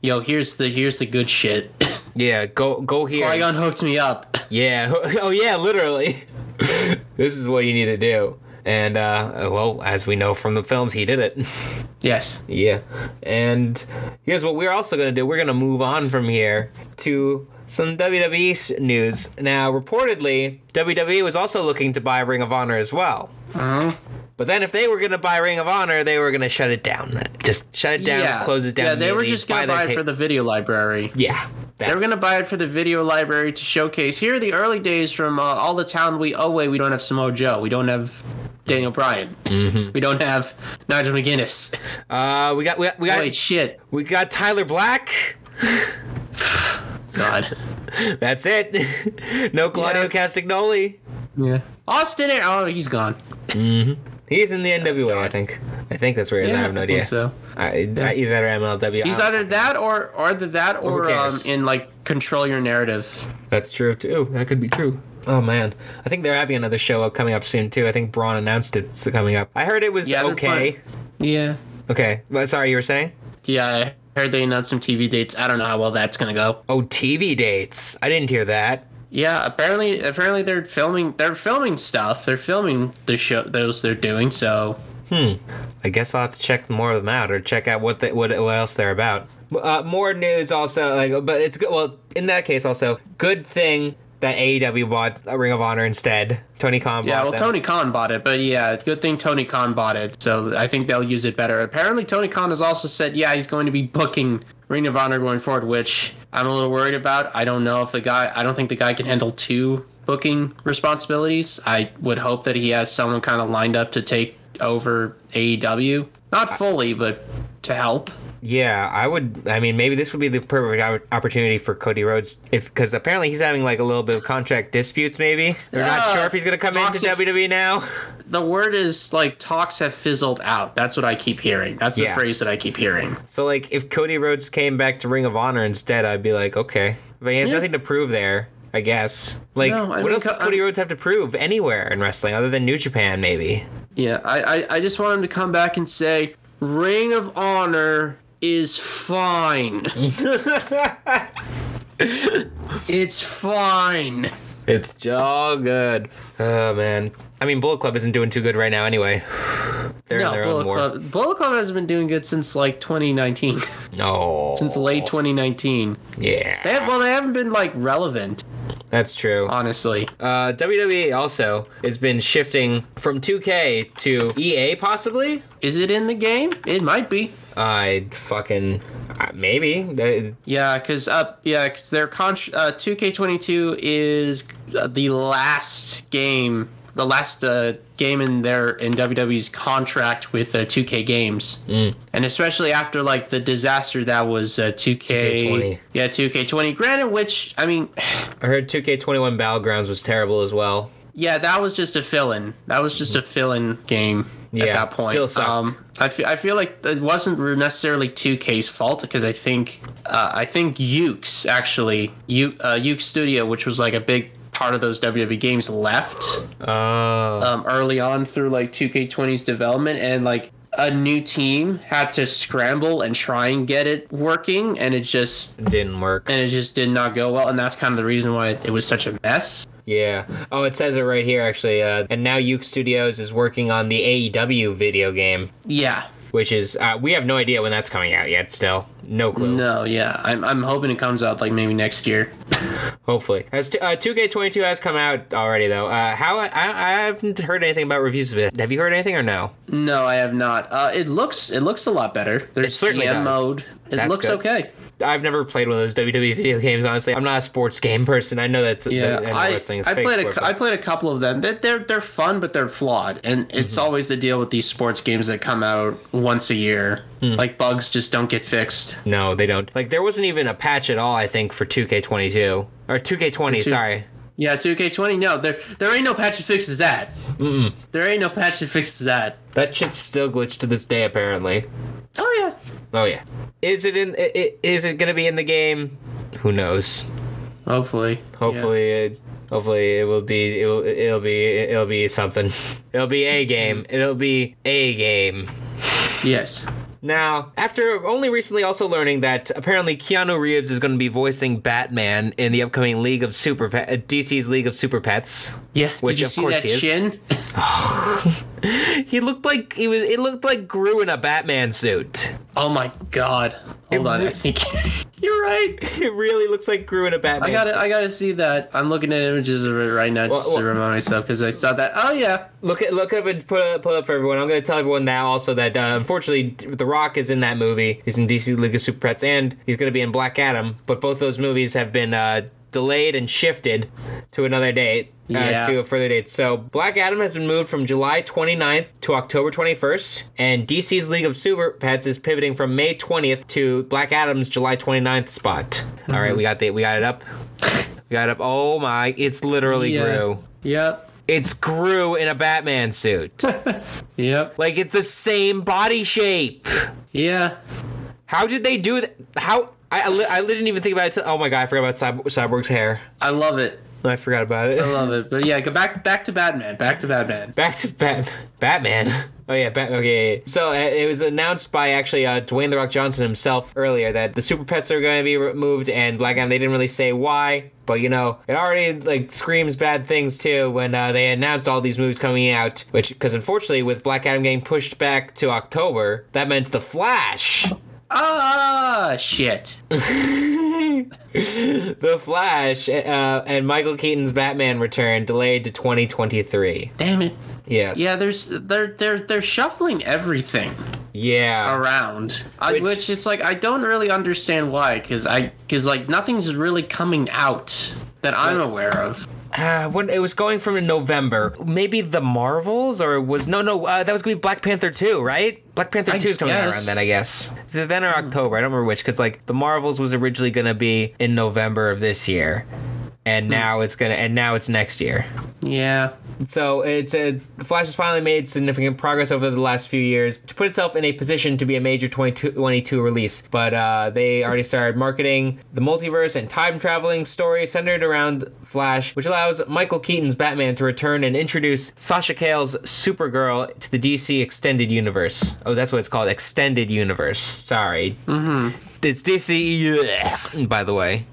S2: yo, here's the here's the good shit. *laughs*
S1: yeah, go go here.
S2: Qui Gon hooked me up.
S1: Yeah. *laughs* Oh, yeah, literally. *laughs* this is what you need to do. And, uh, well, as we know from the films, he did it.
S2: yes.
S1: yeah. And here's what we're also going to do we're going to move on from here to some WWE s- news. Now, reportedly, WWE was also looking to buy Ring of Honor as well.
S2: Uh-huh.
S1: But then, if they were going to buy Ring of Honor, they were going to shut it down. Just shut it down,
S2: yeah.
S1: close it down.
S2: Yeah, they were
S1: immediately,
S2: just gonna
S1: their
S2: buy it
S1: tape-
S2: for the video library.
S1: Yeah. That-
S2: They were gonna buy it for the video library to showcase. Here are the early days from uh, all the town we oh wait we don't have Samoa Joe, we don't have Daniel Bryan,
S1: Mm-hmm.
S2: we don't have Nigel McGuinness.
S1: uh, we got we got we got,
S2: wait, shit,
S1: we got Tyler Black.
S2: God.
S1: That's it. *laughs* no Claudio
S2: Yeah.
S1: Castagnoli.
S2: *laughs* Yeah. Austin, Aer- oh, he's gone.
S1: He's in the NWA, I think. I think that's where he is. I have no
S2: think
S1: idea.
S2: So
S1: I, I- either MLW.
S2: he's
S1: I-
S2: either that or or either that or um,
S1: cares?
S2: in like control your narrative.
S1: That's true too. That could be true. Oh man, I think they're having another show up coming up soon too. I think Braun announced it's coming up. I heard it was
S2: Yeah, they're
S1: okay.
S2: Yeah.
S1: Okay, well, sorry, you were saying?
S2: Yeah, I heard they announced some TV dates. I don't know how well that's gonna go.
S1: Oh, TV dates. I didn't hear that.
S2: Yeah, apparently, apparently they're filming. They're filming stuff. They're filming the show. Those they're doing. So
S1: I guess I'll have to check more of them out or check out what the, what what else they're about. Uh, more news also, like, but it's good. Well, in that case, also good thing that AEW bought uh, Ring of Honor instead. Tony Khan.
S2: yeah,
S1: bought
S2: well,
S1: them.
S2: Tony Khan bought it, but yeah, it's a good thing Tony Khan bought it. So I think they'll use it better. Apparently, Tony Khan has also said, yeah, he's going to be booking Ring of Honor going forward, which I'm a little worried about. I don't know if the guy. I don't think the guy can handle two booking responsibilities. I would hope that he has someone kind of lined up to take over AEW, not fully, but to help.
S1: Yeah, I would. I mean, maybe this would be the perfect op- opportunity for Cody Rhodes, if because apparently he's having like a little bit of contract disputes. Maybe they're not
S2: Yeah.
S1: sure if he's gonna come into
S2: Toxic-
S1: WWE now.
S2: the word is like talks have fizzled out. That's what I keep hearing. That's
S1: Yeah.
S2: the phrase that I keep hearing.
S1: So like, if Cody Rhodes came back to Ring of Honor instead, I'd be like, okay, but he has
S2: Yeah.
S1: nothing to prove there. I guess. Like,
S2: No, I
S1: what
S2: mean,
S1: else does
S2: co-
S1: Cody
S2: I-
S1: Rhodes have to prove anywhere in wrestling other than New Japan? Maybe.
S2: Yeah, I, I, I just want him to come back and say, Ring of Honor is fine.
S1: *laughs*
S2: it's fine.
S1: It's all good. Oh man. I mean, Bullet Club isn't doing too good right now. Anyway, *sighs* they're in
S2: No,
S1: their
S2: Bullet
S1: own war.
S2: Club. Bullet Club has been doing good since like 2019,
S1: No.
S2: *laughs* since late 2019.
S1: Yeah.
S2: They, well, they haven't been like relevant,
S1: That's true.
S2: honestly.
S1: Uh, WWE also has been shifting from 2K to EA, possibly.
S2: Is it in the game? It might be.
S1: I fucking uh, maybe They-
S2: Yeah, because up, yeah, because their contr uh, 2K22 is uh, the last game, the last uh, game in their in WWE's contract with uh, 2K Games, mm. and especially after like the disaster that was uh, 2K,
S1: 2K20.
S2: yeah, 2K20. Granted, which I mean,
S1: I heard 2K21 Battlegrounds was terrible as well.
S2: yeah, that was just a fill-in. That was just a fill-in game
S1: Mm-hmm. Yeah,
S2: at that point.
S1: still
S2: Um,
S1: sucked.
S2: I feel I feel like it wasn't necessarily 2K's fault because I think uh, I think Ukes actually U, uh, Ukes Studio, which was like a big part of those WWE games, left
S1: Oh,
S2: um, early on through like 2K20's development and like. A new team had to scramble and try and get it working, and it just
S1: it didn't work.
S2: and it just did not go well. And that's kind of the reason why it was such a mess.
S1: Yeah. Oh, it says it right here actually. Uh, and now Uke Studios is working on the AEW video game,
S2: Yeah,
S1: which is uh, we have no idea when that's coming out yet. Still, No clue.
S2: No, yeah, I'm, I'm hoping it comes out like maybe next year.
S1: Hopefully, as t- uh, 2K22 has come out already though. Uh, how I, I haven't heard anything about reviews of it. Have you heard anything or no?
S2: No, I have not. Uh, it looks it looks a lot better. There's
S1: It certainly
S2: GM
S1: does.
S2: mode. It
S1: That's
S2: looks
S1: good.
S2: okay.
S1: I've never played one of those WWE video games. Honestly, I'm not a sports game person. I know that's
S2: Yeah,
S1: that- and
S2: I,
S1: wrestling is
S2: I
S1: fake
S2: played
S1: sport,
S2: a,
S1: but-
S2: I played a couple of them. They- They're they're fun, but they're flawed, and it's
S1: Mm-hmm.
S2: always the deal with these sports games that come out once a year.
S1: Hmm.
S2: Like bugs just don't get fixed.
S1: No, they don't. Like there wasn't even a patch at all. I think for 2K22 or 2K20. Sorry.
S2: Yeah, 2K20. No, there there ain't no patch that fixes that. Mm-mm. There ain't no patch that fixes that.
S1: That shit's still glitched to this day, apparently.
S2: Oh yeah,
S1: Oh yeah. Is it in? i- i- Is it gonna be in the game? Who knows?
S2: hopefully.
S1: Hopefully, it, hopefully it will be. It'll, it'll be. It'll be something. *laughs* It'll be a game. It'll be a game.
S2: Yeah. Yes.
S1: Now, after only recently also learning that apparently Keanu Reeves is going to be voicing Batman in the upcoming League of Super Pet, uh, DC's League of Super Pets, *laughs*
S2: Yeah.
S1: Which,
S2: Did you
S1: of
S2: see
S1: course,
S2: that
S1: he is.
S2: chin? *laughs*
S1: he looked like he was. It looked like Gru in a Batman suit. *laughs*
S2: Oh my god. Hold on, I think *laughs* you're right.
S1: It really looks like Gru in a Batman.
S2: I gotta,
S1: suit.
S2: I gotta see that. I'm looking at images of it right now just
S1: Well,
S2: to
S1: well-
S2: remind myself because I saw that. Oh yeah,
S1: Look it look up and put up, put up for everyone. I'm going to tell everyone now also that uh, unfortunately The Rock is in that movie. He's in DC League of Super Pets and he's going to be in Black Adam. But both those movies have been uh, delayed and shifted to another date. Uh,
S2: Yeah.
S1: To a further date. So, Black Adam has been moved from July 29th to October 21st, and DC's League of Super Pets is pivoting from May 20th to Black Adam's July 29th spot. All right,
S2: Mm-hmm.
S1: we got the we got it up. We got it up. Oh my, it's literally
S2: yeah,
S1: Gru.
S2: yep,
S1: It's Gru in a Batman suit.
S2: yep,
S1: Like it's the same body shape.
S2: yeah.
S1: How did they do that? How I, I, li- I didn't even think about it. till- oh my god, I forgot about Cyb- Cyborg's hair.
S2: I love it.
S1: I forgot about
S2: I
S1: it.
S2: love it. But yeah, go back, back to Batman. Back to Batman.
S1: Back to Bat- Batman. Oh yeah, Bat- okay. yeah, yeah. So uh, it was announced by actually uh, Dwayne the Rock Johnson himself earlier that the Super Pets are going to be removed and Black Adam. They didn't really say why, but you know it already like screams bad things too when uh, they announced all these movies coming out. Which because unfortunately with Black Adam getting pushed back to October, that meant the Flash. *laughs*
S2: Ah, shit.
S1: The Flash uh, and Michael Keaton's Batman return delayed to 2023.
S2: Damn it.
S1: Yes.
S2: Yeah, there's they're they're they're shuffling everything
S1: Yeah.
S2: around, I,
S1: Which-
S2: which, is like I don't really understand why, because I because like nothing's really coming out that I'm aware of.
S1: Uh, when it was going from November, maybe the Marvels or it was no no uh, that was gonna be Black Panther two, right? Black Panther two is coming out
S2: guess.
S1: around then, I guess. So then or October, I don't remember which, because like the Marvels was originally gonna be in November of this year, and now it's gonna and now it's next year.
S2: Yeah.
S1: So it's a the Flash has finally made significant progress over the last few years to put itself in a position to be a major 2022 release. But uh, they already started marketing the multiverse and time traveling story centered around Flash, which allows Michael Keaton's Batman to return and introduce Sasha Cale's Supergirl to the DC Extended Universe. Oh, that's what it's called, Extended Universe. Sorry, it's DC, by the way.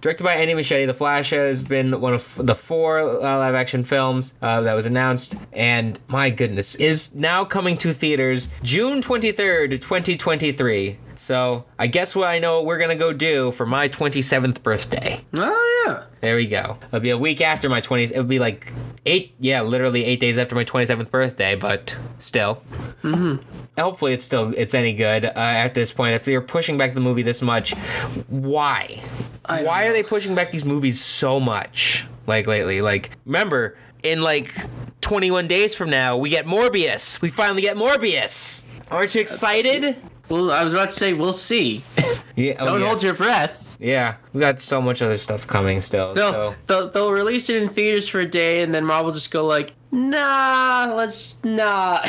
S1: Directed by Andy Machete, The Flash has been one of the four uh, live action films uh, that was announced, and my goodness, is now coming to theaters June 23rd, 2023. So, I guess what I know what we're gonna go do for my 27th birthday.
S2: Oh yeah.
S1: There we go. It'll be a week after my 20s. It'll be like eight, yeah, literally eight days after my 27th birthday, but still. Mm-hmm. Hopefully, it's still it's any good uh, at this point. If you're pushing back the movie this much, why?
S2: don't
S1: Why are they pushing back these movies so much? Like lately, like remember in like 21 days from now, we get Morbius. We finally get Morbius. Aren't you excited?
S2: Well, I was about to say
S1: *laughs*
S2: we'll see.
S1: Yeah. Oh,
S2: Uh, Don't
S1: yeah.
S2: hold your breath.
S1: yeah. We got so much other stuff coming still.
S2: They'll,
S1: so.
S2: they'll they'll release it in theaters for a day, and then Marvel just go like, Nah, let's nah.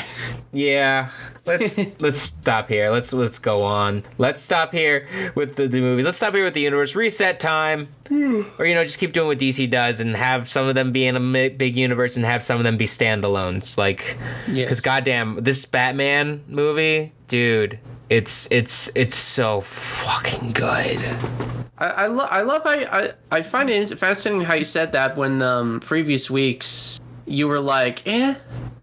S1: Yeah. Let's let's stop here. Let's let's go on. Let's stop here with the, the movies. Let's stop here with the universe. Reset time. or you know, just keep doing what DC does and have some of them be in a mi- big universe and have some of them be standalones. Like
S2: Yes.
S1: cuz goddamn, this Batman movie, dude, it's it's it's so fucking good.
S2: *laughs* I I, lo- I love I, I I find it fascinating how you said that when um previous weeks you were like eh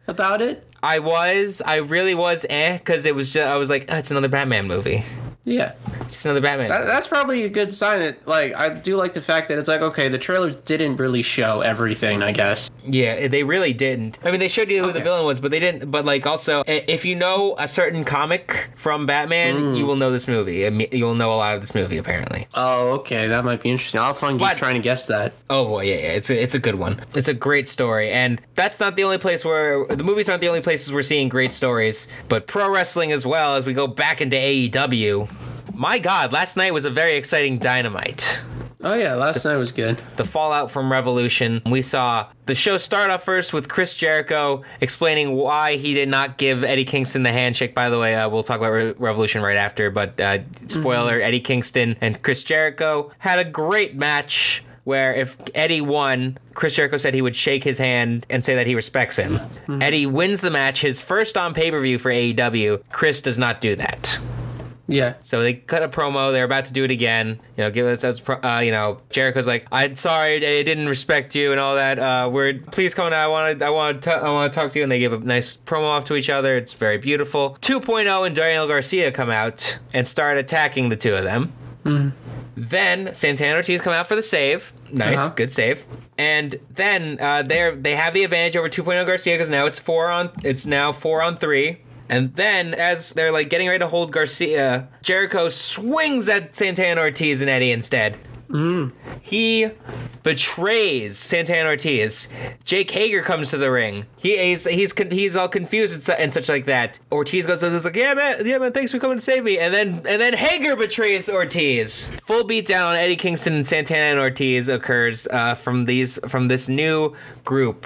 S2: about it.
S1: I was, I really was eh cuz it was just I was like, oh, it's another Batman movie.
S2: Yeah,
S1: Just another Batman.
S2: That- That's probably a good sign. It like I do like the fact that it's like okay, the trailer didn't really show everything. I guess
S1: Yeah, eh, they really didn't. I mean, they showed you who the
S2: Okay.
S1: villain was, but they didn't. But like, also, i- if you know a certain comic from Batman, you will know this movie. I mean, You'll know a lot of this movie, apparently.
S2: Oh, okay, that might be interesting. I'll fun
S1: What?
S2: geek trying to guess that.
S1: Oh boy, yeah, yeah, it's a, it's a good one. It's a great story, and that's not the only place where the movies aren't the only places we're seeing great stories, but pro wrestling as well. As we go back into AEW, my God, last night was a very exciting dynamite.
S2: Oh yeah, last night was good.
S1: the fallout from Revolution. We saw the show start off first with Chris Jericho explaining why he did not give Eddie Kingston the handshake. By the way, uh, we'll talk about Re- Revolution right after, but uh, spoiler Eddie Kingston and Chris Jericho had a great match. Where if Eddie won, Chris Jericho said he would shake his hand and say that he respects him. Eddie wins the match, his first on pay per view for AEW. Chris does not do that.
S2: Yeah,
S1: So they cut a promo. They're about to do it again. You know, give us, us pro- uh, you know, Jericho's like, "I'm sorry, I didn't respect you and all that." Uh, we're please come on. I want to, I want to, I want to talk to you. And they give a nice promo off to each other. It's very beautiful. 2.0 and Daniel Garcia come out and start attacking the two of them. Then Santana Ortiz come out for the save. Nice,
S2: Uh-huh.
S1: good save. And then uh, they they have the advantage over 2.0 Garcia because now it's four on it's now four on three. And then as they're like getting ready to hold Garcia, Jericho swings at Santana Ortiz and Eddie instead. He betrays Santana Ortiz. Jake Hager comes to the ring. He, he's he's con- he's all confused and, su- and such like that. Ortiz goes up and is like, "Yeah, man, yeah, man, thanks for coming to save me." And then and then Hager betrays Ortiz. Full beatdown on Eddie Kingston and Santana and Ortiz occurs uh, from these from this new group.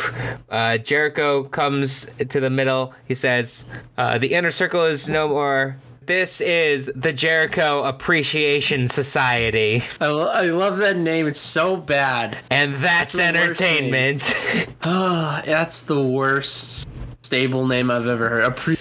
S1: Uh, Jericho comes to the middle. He says, uh, "The inner circle is no more." This is the Jericho Appreciation Society. *laughs*
S2: I, lo- I love that name. It's so bad.
S1: And that's
S2: the worst name.
S1: entertainment. *laughs*
S2: Ah, that's the worst stable name I've ever heard. A pre-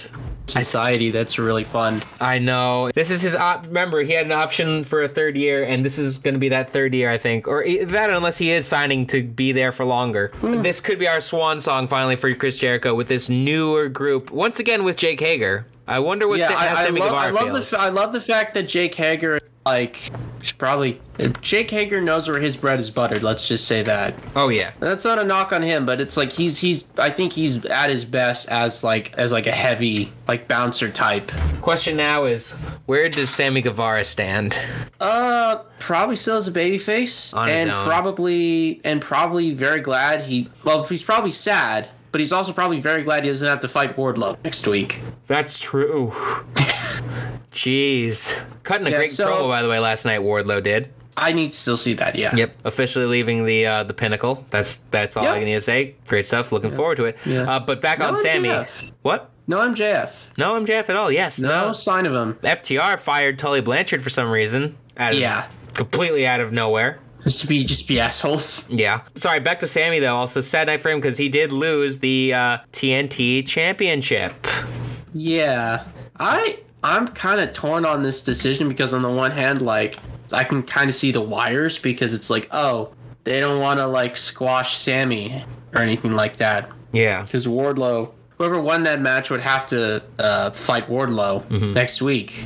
S2: society that's really fun.
S1: I know. This is his op. Remember, he had an option for a third year, and this is going to be that third year, I think. Or e- that, unless he is signing to be there for longer.
S2: Hmm.
S1: This could be our swan song finally for Chris Jericho with this newer group. Once again with Jake Hager. I wonder what
S2: Yeah,
S1: Sa- how
S2: I, I,
S1: Sammy
S2: love, I
S1: Guevara
S2: love the
S1: feels.
S2: fa- I love the fact that Jake Hager like should probably Jake Hager knows where his bread is buttered. Let's just say that.
S1: oh yeah.
S2: And that's not a knock on him, but it's like he's he's I think he's at his best as like as like a heavy like bouncer type.
S1: Question now is, where does Sammy Guevara stand?
S2: Uh, probably still as a babyface,
S1: On his
S2: and
S1: own.
S2: probably and probably very glad he. Well, he's probably sad, but he's also probably very glad he doesn't have to fight Wardlow next week.
S1: That's true. *laughs* Jeez, cutting a
S2: Yeah,
S1: great
S2: so-
S1: promo by the way last night. Wardlow did.
S2: I need to still see that. Yeah.
S1: Yep, *laughs* officially leaving the uh, the pinnacle. That's that's all
S2: Yeah.
S1: I need to say. Great stuff. Looking forward to it.
S2: Yeah.
S1: Uh, but back
S2: No
S1: on Sammy.
S2: MJF.
S1: What?
S2: No MJF.
S1: No MJF at all. Yes.
S2: No sign of him.
S1: FTR fired Tully Blanchard for some reason. Out of,
S2: Yeah.
S1: Completely out of nowhere.
S2: Just to be just be assholes.
S1: Yeah. Sorry. Back to Sammy though. Also sad night for him because he did lose the uh, TNT Championship.
S2: Yeah. I I'm kind of torn on this decision because on the one hand, like I can kind of see the wires because it's like oh they don't want to like squash Sammy or anything like that.
S1: Yeah.
S2: because Wardlow, whoever won that match would have to uh, fight Wardlow
S1: Mm-hmm.
S2: next week,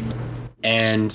S2: and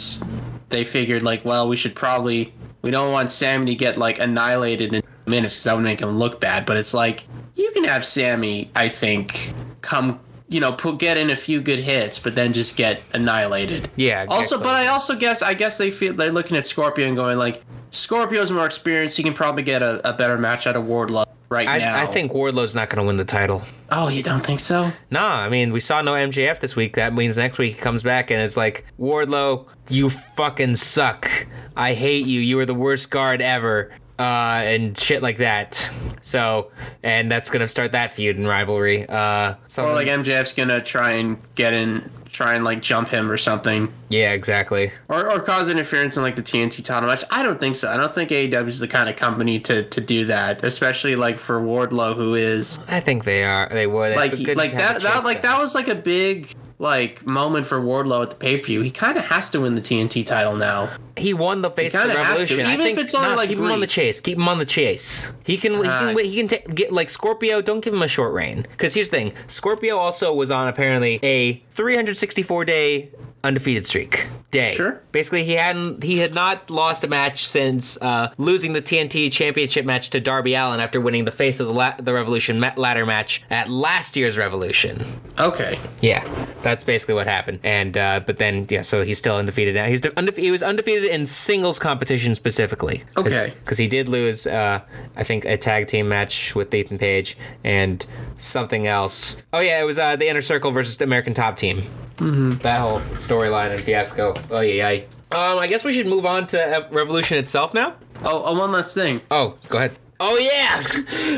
S2: they figured like, well, we should probably we don't want Sammy to get like annihilated in minutes because that would make him look bad. But it's like you can have Sammy, I think, come you know put, get in a few good hits, but then just get annihilated.
S1: Yeah.
S2: Also,
S1: exactly.
S2: but I also guess I guess they feel they're looking at Scorpio and going like. Scorpio's more experienced. He can probably get a, a better match out of Wardlow right now.
S1: I, I think Wardlow's not going to win the title.
S2: Oh, you don't think so?
S1: Nah, I mean, we saw no MJF this week. That means next week he comes back and it's like, Wardlow, you fucking suck. I hate you. You were the worst guard ever. Uh, and shit like that. So, and that's gonna start that feud and rivalry. Uh,
S2: Or
S1: something-
S2: like MJF's gonna try and get in, try and like jump him or something,
S1: yeah, exactly.
S2: or or cause interference in like the TNT title match. I don't think so. I don't think AEW is the kind of company to to do that, especially like for Wardlow, who is
S1: I think they are. They would. It's
S2: like
S1: a
S2: he-
S1: good
S2: like
S1: time
S2: that
S1: to
S2: that
S1: chase
S2: like
S1: them.
S2: that was like a big like moment for Wardlow at the pay per view. He kind of has to win the TNT title now.
S1: He won the face of the
S2: kinda has to,
S1: revolution. I
S2: even if
S1: think
S2: it's only,
S1: nah,
S2: like,
S1: keep him on the
S2: brief.
S1: chase. Keep him on the chase. He can. he
S2: Ah.
S1: can. He can ta- get like Scorpio. Don't give him a short reign. Because here's the thing. Scorpio also was on apparently a 364 day undefeated streak. Day.
S2: Sure.
S1: Basically, he hadn't he had not lost a match since uh, losing the TNT Championship match to Darby Allen after winning the Face of the La- the Revolution ma- ladder match at last year's Revolution.
S2: Okay.
S1: Yeah, that's basically what happened. And uh, but then yeah, so he's still undefeated now. He's undefe- he was undefeated in singles competition specifically.
S2: Okay.
S1: because he did lose, uh, I think, a tag team match with Ethan Page and something else. Oh yeah, it was uh, the Inner Circle versus the American Top Team. Mm-hmm. That whole storyline and fiasco. Oh yeah, yeah. Um, I guess we should move on to uh, Revolution itself now.
S2: Oh, oh, one
S1: *laughs*
S2: last thing.
S1: Oh, go ahead. Oh yeah.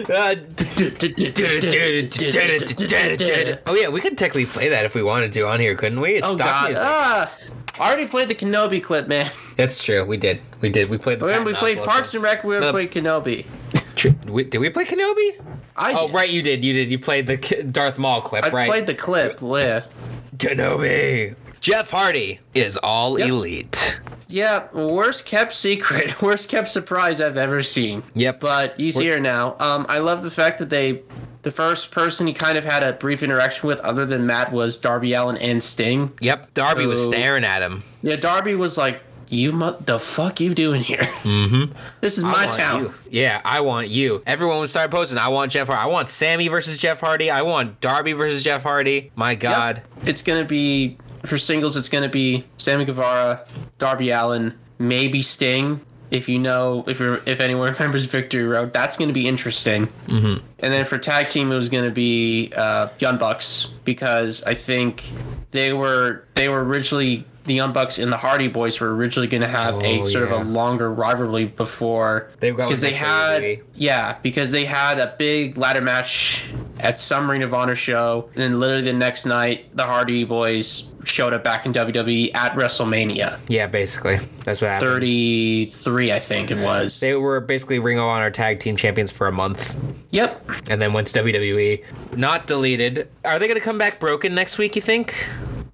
S1: *laughs* uh, Oh yeah, we could technically play that if we wanted to on here, couldn't we? It's
S2: Oh
S1: stock
S2: god.
S1: music.
S2: Ah, I already played the Kenobi clip, man.
S1: That's true. We did. We did. We played the.
S2: When
S1: Patton
S2: we played
S1: Oswalt
S2: Parks
S1: one.
S2: Oh, and Rec, we
S1: No.
S2: played Kenobi.
S1: Tr- we- did we play Kenobi?
S2: I
S1: Oh
S2: did.
S1: right, you did. You did. You played the K- Darth Maul clip,
S2: I
S1: right?
S2: played the clip. Yeah.
S1: Kenobi. Jeff Hardy is all elite.
S2: Yeah, worst kept secret, *laughs* worst kept surprise I've ever seen.
S1: Yep.
S2: But he's
S1: We're-
S2: here now. Um, I love the fact that they, the first person he kind of had a brief interaction with other than Matt was Darby Allen and Sting.
S1: Yep. Darby was
S2: Oh.
S1: staring at him.
S2: Yeah, Darby was like, "You mu- the fuck you doing here? Mm-hmm. *laughs* This is
S1: I
S2: my
S1: want
S2: town."
S1: you. Yeah, I want you. Everyone would start posting. I want Jeff Hardy. I want Sammy versus Jeff Hardy. I want Darby versus Jeff Hardy. My
S2: Yep.
S1: God.
S2: It's gonna be for singles. It's gonna be Sammy Guevara, Darby Allen, maybe Sting. If you know, if you're, if anyone *laughs* remembers Victory Road, that's gonna be interesting. Mm-hmm. And then for tag team, it was gonna be uh, Young Bucks because I think they were they were originally the Young Bucks and the Hardy Boys were originally gonna have a
S1: Oh,
S2: sort
S1: yeah.
S2: of a longer rivalry before
S1: They got
S2: because
S1: with
S2: they
S1: Victory Road.
S2: had yeah because they had a big ladder match at some Ring of Honor show and then literally the next night the Hardy Boys showed up back in WWE at WrestleMania
S1: Yeah, basically. That's what happened.
S2: 33 I think it was
S1: They were basically Ring of Honor tag team champions for a month,
S2: yep
S1: and then went to WWE. Not deleted. Are they going to come back broken next week? You think?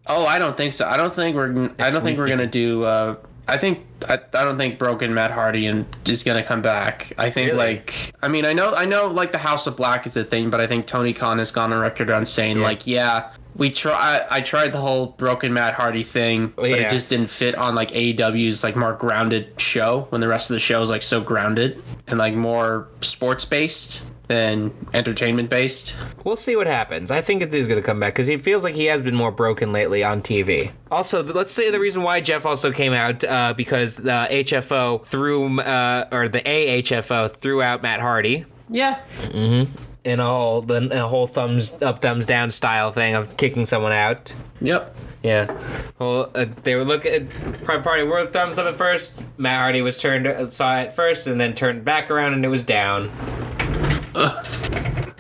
S2: oh I don't think so I don't think we're I don't
S1: week
S2: think we're
S1: you
S2: gonna do uh I think I, I don't think Broken Matt Hardy and is gonna come back. I think
S1: Really?
S2: like I mean I know I know like the House of Black is a thing, but I think Tony Khan has gone on record on saying like yeah we try I tried the whole Broken Matt Hardy thing, but
S1: Oh, yeah.
S2: it just didn't fit on like AEW's like more grounded show when the rest of the show is like so grounded and like more sports based than entertainment based.
S1: We'll see what happens. I think it is going to come back because he feels like he has been more broken lately on TV. Also, th- let's say the reason why Jeff also came out uh, because the HFO threw uh, or the AHFO threw out Matt Hardy
S2: Yeah,
S1: in a whole the in a whole thumbs up, thumbs down style thing of kicking someone out.
S2: yep.
S1: Yeah. Well, uh, they were looking at Private Party were thumbs up at first. Matt Hardy was turned uh, saw it first and then turned back around and it was down.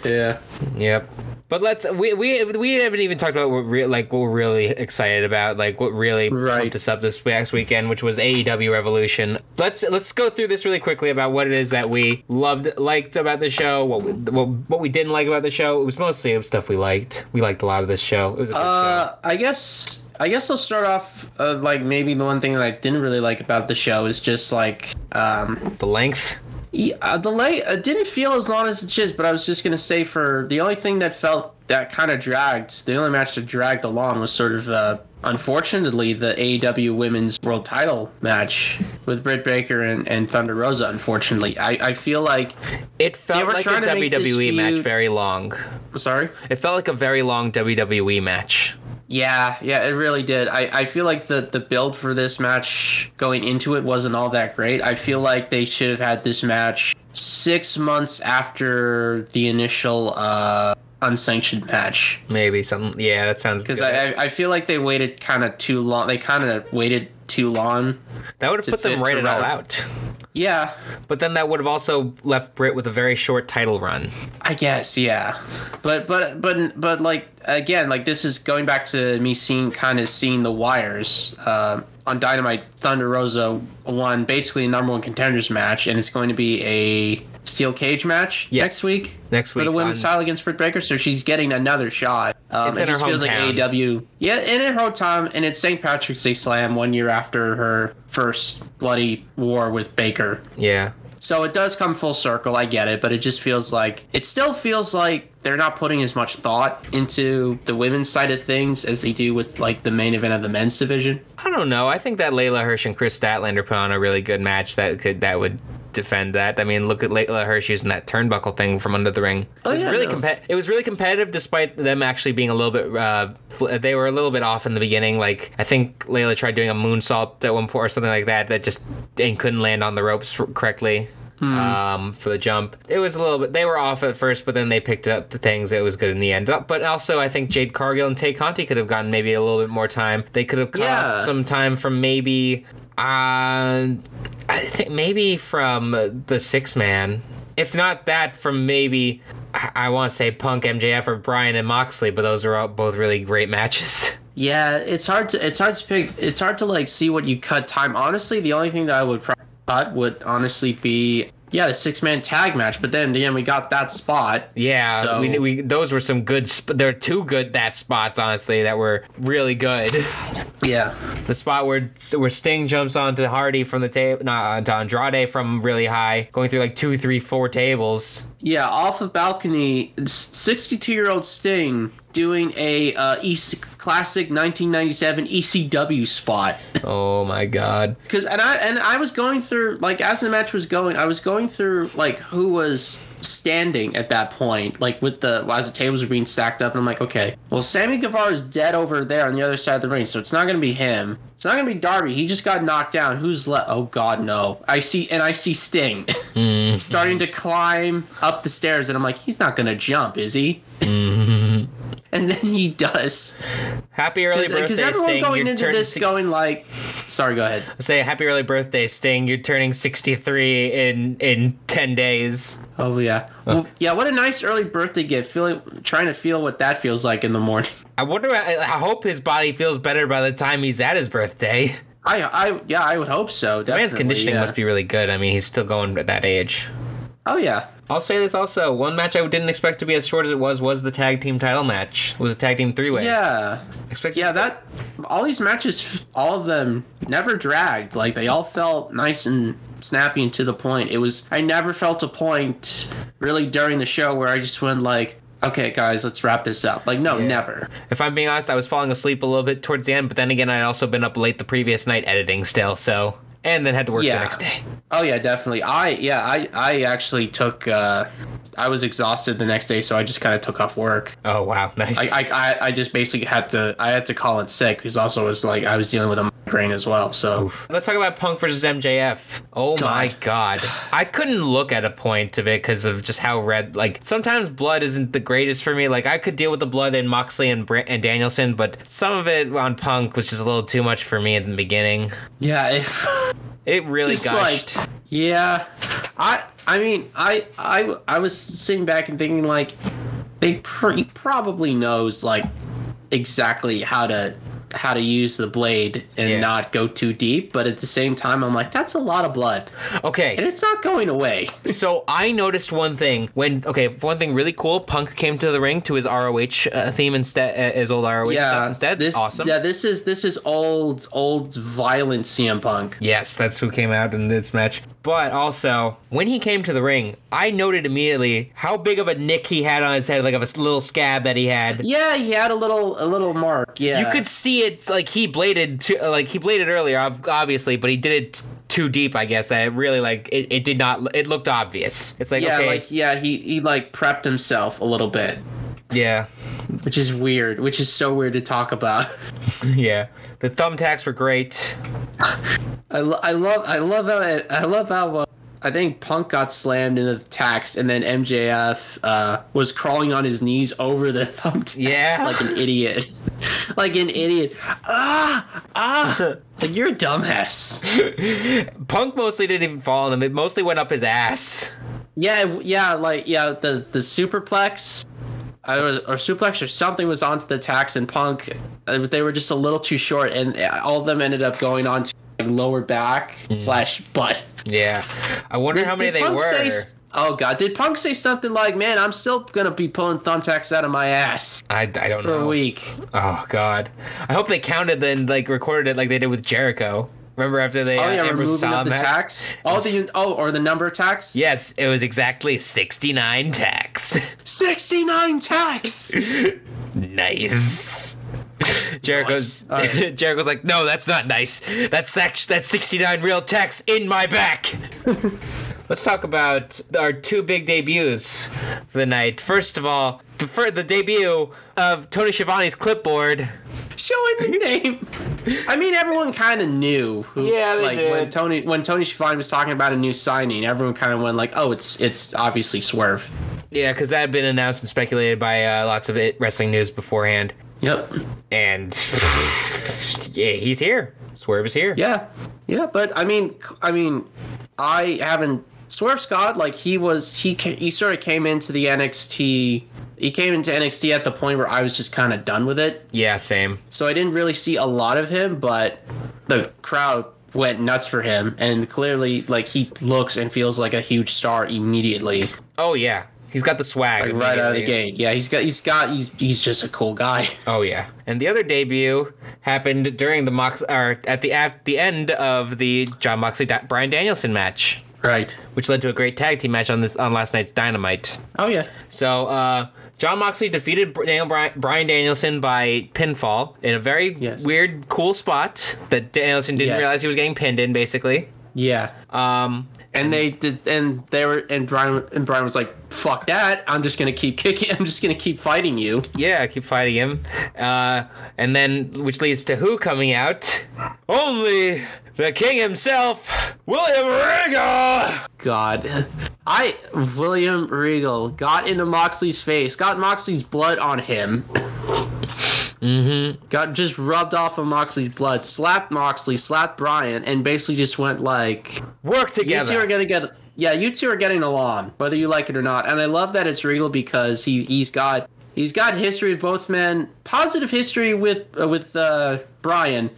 S2: Yeah.
S1: Yep. But let's we we we haven't even talked about what re- like what we're really excited about, like what really
S2: Right.
S1: pumped us up this past weekend, which was AEW Revolution. Let's let's go through this really quickly about what it is that we loved, liked about the show, what we, what, what we didn't like about the show. It was mostly stuff we liked. We liked a lot of this show. It was a good show.
S2: Uh, I guess I guess I'll start off uh, like maybe the one thing that I didn't really like about the show is just like um
S1: The length.
S2: yeah, uh, the lay it didn't feel as long as it is, but I was just gonna say for the only thing that felt that kind of dragged the only match that dragged along was sort of uh unfortunately the AEW Women's World Title match with Britt Baker and, and Thunder Rosa. Unfortunately, I I feel like
S1: It felt
S2: were
S1: like a
S2: trying to make this
S1: WWE match,
S2: feud-
S1: very long.
S2: sorry.
S1: It felt like a very long WWE match.
S2: Yeah, yeah, it really did. I, I feel like the, the build for this match going into it wasn't all that great. I feel like they should have had this match six months after the initial uh, unsanctioned match.
S1: Maybe something. Yeah, that sounds good.
S2: Because I, I, I feel like they waited kind of too long. They kind of waited too long.
S1: that would have
S2: to
S1: put them
S2: fit
S1: right
S2: to
S1: at all
S2: Raw.
S1: out.
S2: Yeah,
S1: But then that would have also left Britt with a very short title run.
S2: I guess, yeah. But but but but like again, like this is going back to me seeing kind of seeing the wires uh, on Dynamite. Thunder Rosa won basically a number one contenders match, and it's going to be a steel cage match
S1: Yes.
S2: next week.
S1: Next
S2: for
S1: week
S2: the women's
S1: on-
S2: title against Britt Baker, so she's getting another shot. Um,
S1: It's
S2: it
S1: in her
S2: just feels like
S1: hometown.
S2: AEW, yeah, in her hometown, and it's St. Patrick's Day Slam one year after her first bloody war with Baker.
S1: Yeah.
S2: So it does come full circle. I get it, but it just feels like it still feels like they're not putting as much thought into the women's side of things as they do with like the main event of the men's division.
S1: I don't know. I think that Layla Hirsch and Chris Statlander put on a really good match that could that would defend that. I mean, look at Layla Hirsch using that turnbuckle thing from under the ring.
S2: Oh,
S1: it was
S2: yeah,
S1: really
S2: no.
S1: compe- It was really competitive, despite them actually being a little bit. Uh, fl- they were a little bit off in the beginning. Like I think Layla tried doing a moonsault at one point or something like that that just and couldn't land on the ropes f- correctly. Um, for the jump, it was a little bit. They were off at first, but then they picked up things. It was good in the end. Uh, But also, I think Jade Cargill and Tay Conti could have gotten maybe a little bit more time. They could have caught
S2: Yeah.
S1: some time from maybe uh, I think maybe from uh, the six man. If not that, from maybe I, I want to say Punk, MJF, or Brian and Moxley, but those are all both really great matches. *laughs*
S2: Yeah, it's hard to it's hard to pick. It's hard to like see what you cut time. Honestly, the only thing that I would pro- cut would honestly be yeah the six man tag match. But then again, we got that spot.
S1: Yeah,
S2: So-
S1: we, we those were some good. Sp- there are two good that spots honestly that were really good. *sighs*
S2: Yeah,
S1: The spot where where Sting jumps onto Hardy from the table, not onto Andrade from really high, going through like two, three, four tables.
S2: yeah. Off the balcony, sixty two year old Sting doing a uh, EC, classic nineteen ninety seven ECW spot.
S1: Oh my god.
S2: Because and I and I was going through like as the match was going, I was going through like who was standing at that point, like with the well, as the tables were being stacked up, and I'm like, okay, well, Sammy Guevara's dead over there on the other side of the ring, so it's not gonna be him. It's not gonna be Darby. He just got knocked down. Who's left? Oh God, no! I see and I see Sting *laughs* starting to climb up the stairs, and I'm like, he's not gonna jump, is he? and then he does
S1: Happy
S2: *laughs*
S1: early birthday,
S2: because uh, everyone
S1: Sting.
S2: going
S1: You're
S2: into
S1: turning
S2: this
S1: six-
S2: going like, sorry, go ahead.
S1: say happy early birthday, Sting. You're turning 63 in in 10 days.
S2: Oh yeah, well, yeah. What a nice early birthday gift. Feeling, trying to feel what that feels like in the morning. *laughs*
S1: I wonder. I, I hope his body feels better by the time he's at his birthday.
S2: I, I, yeah, I would hope so.
S1: The
S2: Definitely,
S1: man's conditioning
S2: yeah.
S1: must be really good. I mean, he's still going at that age.
S2: Oh yeah,
S1: I'll say this also. One match I didn't expect to be as short as it was was the tag team title match. It was a tag team three way.
S2: yeah,
S1: Expect
S2: yeah. That all these matches, all of them, never dragged. Like they all felt nice and snappy and to the point. It was. I never felt a point really during the show where I just went like, okay, guys, let's wrap this up. Like no, never.
S1: If I'm being honest, I was falling asleep a little bit towards the end, but then again, I'd also been up late the previous night editing still. So and then had to work the
S2: Yeah.
S1: next day.
S2: Oh yeah, definitely. I yeah, I I actually took. uh I was exhausted the next day, so I just kind of took off work.
S1: Oh wow, nice.
S2: I, I I- I just basically had to I had to call in sick because also was like I was dealing with a migraine as well. So
S1: Let's talk about Punk versus MJF. Oh my god. I couldn't look at a point of it because of just how red. Like, sometimes blood isn't the greatest for me. Like, I could deal with the blood in Moxley and, Br- and Danielson, but some of it on Punk was just a little too much for me in the beginning.
S2: yeah, it,
S1: It really
S2: just like
S1: gushed.
S2: yeah, I I mean I I I was sitting back and thinking like they pre- probably knows like exactly how to how to use the blade and
S1: Yeah.
S2: not go too deep, but at the same time I'm like that's a lot of blood and
S1: okay,
S2: it's not
S1: *laughs*
S2: going away.
S1: so I noticed one thing when okay, one thing really cool. Punk came to the ring to his ROH uh, theme instead, uh, his old ROH stuff instead.
S2: *laughs* This,
S1: awesome.
S2: Yeah, this is this is old old violent CM Punk.
S1: Yes, that's who came out in this match. But also, when he came to the ring, I noted immediately how big of a nick he had on his head, like of a s- little scab that he had.
S2: Yeah, he had a little a little mark. Yeah,
S1: You could see it, like he bladed, to, like he bladed earlier, ob- obviously, but he did it t- too deep. I guess I really like it. It did not. It looked obvious. It's like
S2: Yeah,
S1: okay,
S2: like yeah, he he like prepped himself a little bit,
S1: yeah, *laughs*
S2: which is weird. Which is so weird to talk about. *laughs*
S1: yeah. The thumbtacks were great.
S2: I, lo- I love I love how it, I love how. Uh, I think Punk got slammed into the tax, and then MJF uh, was crawling on his knees over the *laughs* thumbtacks
S1: Yeah.
S2: like an idiot, *laughs* like an idiot. Ah,
S1: *laughs*
S2: ah! Like you're a dumbass.
S1: Punk mostly didn't even fall on them. It mostly went up his ass.
S2: Yeah, it- yeah, like yeah, the the superplex, I was, or suplex or something was onto the tax and Punk. uh, They were just a little too short, and uh, all of them ended up going on to like, lower back slash butt.
S1: Yeah, I wonder how many
S2: Did
S1: they
S2: Punk
S1: were.
S2: say s- oh god, did Punk say something like, "Man, I'm still gonna be pulling thumbtacks out of my ass
S1: I, I don't
S2: for
S1: know.
S2: a week"?
S1: Oh God! I hope they counted then, like recorded it like they did with Jericho, Remember after they
S2: Oh yeah,
S1: uh, Amber
S2: removing
S1: saw
S2: up the
S1: Max?
S2: tax. Oh, the oh, or the number of tax.
S1: Yes, it was exactly 69 tax. *laughs*
S2: Sixty nine tax.
S1: nice.
S2: *laughs*
S1: Jericho's
S2: All
S1: *laughs*
S2: right.
S1: Jericho's like, no, that's not nice. That's sac- that's 69 real tax in my
S2: *laughs*
S1: back. Let's talk about our two big debuts for the night. First of all, the, fir- the debut of Tony Schiavone's clipboard.
S2: Showing *laughs* the name. I mean, everyone kind of knew. Who,
S1: Yeah, they
S2: like when
S1: did.
S2: Tony when Tony Schiavone was talking about a new signing, everyone kind of went like, "Oh, it's it's obviously Swerve."
S1: Yeah, because that had been announced and speculated by uh, lots of it- wrestling news beforehand.
S2: Yep.
S1: And yeah, he's here. Swerve is here.
S2: Yeah, yeah, but I mean, I mean, I haven't Swerve Scott like he was he ca- he sort of came into the NXT. He came into NXT at the point where I was just kind of done with it,
S1: yeah same.
S2: so I didn't really see a lot of him. But the crowd went nuts for him, and clearly, like he looks and feels like a huge star immediately,
S1: Oh yeah, he's got the swag
S2: like right out of the
S1: immediately.
S2: gate. Yeah, he's got he's got he's he's just a cool guy. *laughs*
S1: Oh yeah, and the other debut happened during the Mox or at the at the end of the John Moxley da- Brian Danielson match,
S2: Right.
S1: which led to a great tag team match on this on last night's Dynamite.
S2: Oh yeah.
S1: So uh, John Moxley defeated Br- Daniel Bry- Brian Danielson by pinfall in a very
S2: Yes.
S1: weird, cool spot that Danielson didn't
S2: Yes.
S1: realize he was getting pinned in, basically.
S2: Yeah.
S1: Um,
S2: And they did, and they were, and Brian and Brian was like, "Fuck that! I'm just gonna keep kicking. *laughs* I'm just gonna keep fighting you."
S1: yeah, keep fighting him, uh, and then which leads to who coming out? Only the king himself, William Regal.
S2: God, I William Regal got into Moxley's face, got Moxley's blood on him. mm-hmm. Got just rubbed off of Moxley's blood, slapped Moxley, slapped Brian, and basically just went like,
S1: Work
S2: "You two are
S1: together.
S2: gonna get." Yeah, you two are getting along, whether you like it or not. And I love that it's Regal because he he's got he's got history with both men, positive history with uh, with uh, Brian.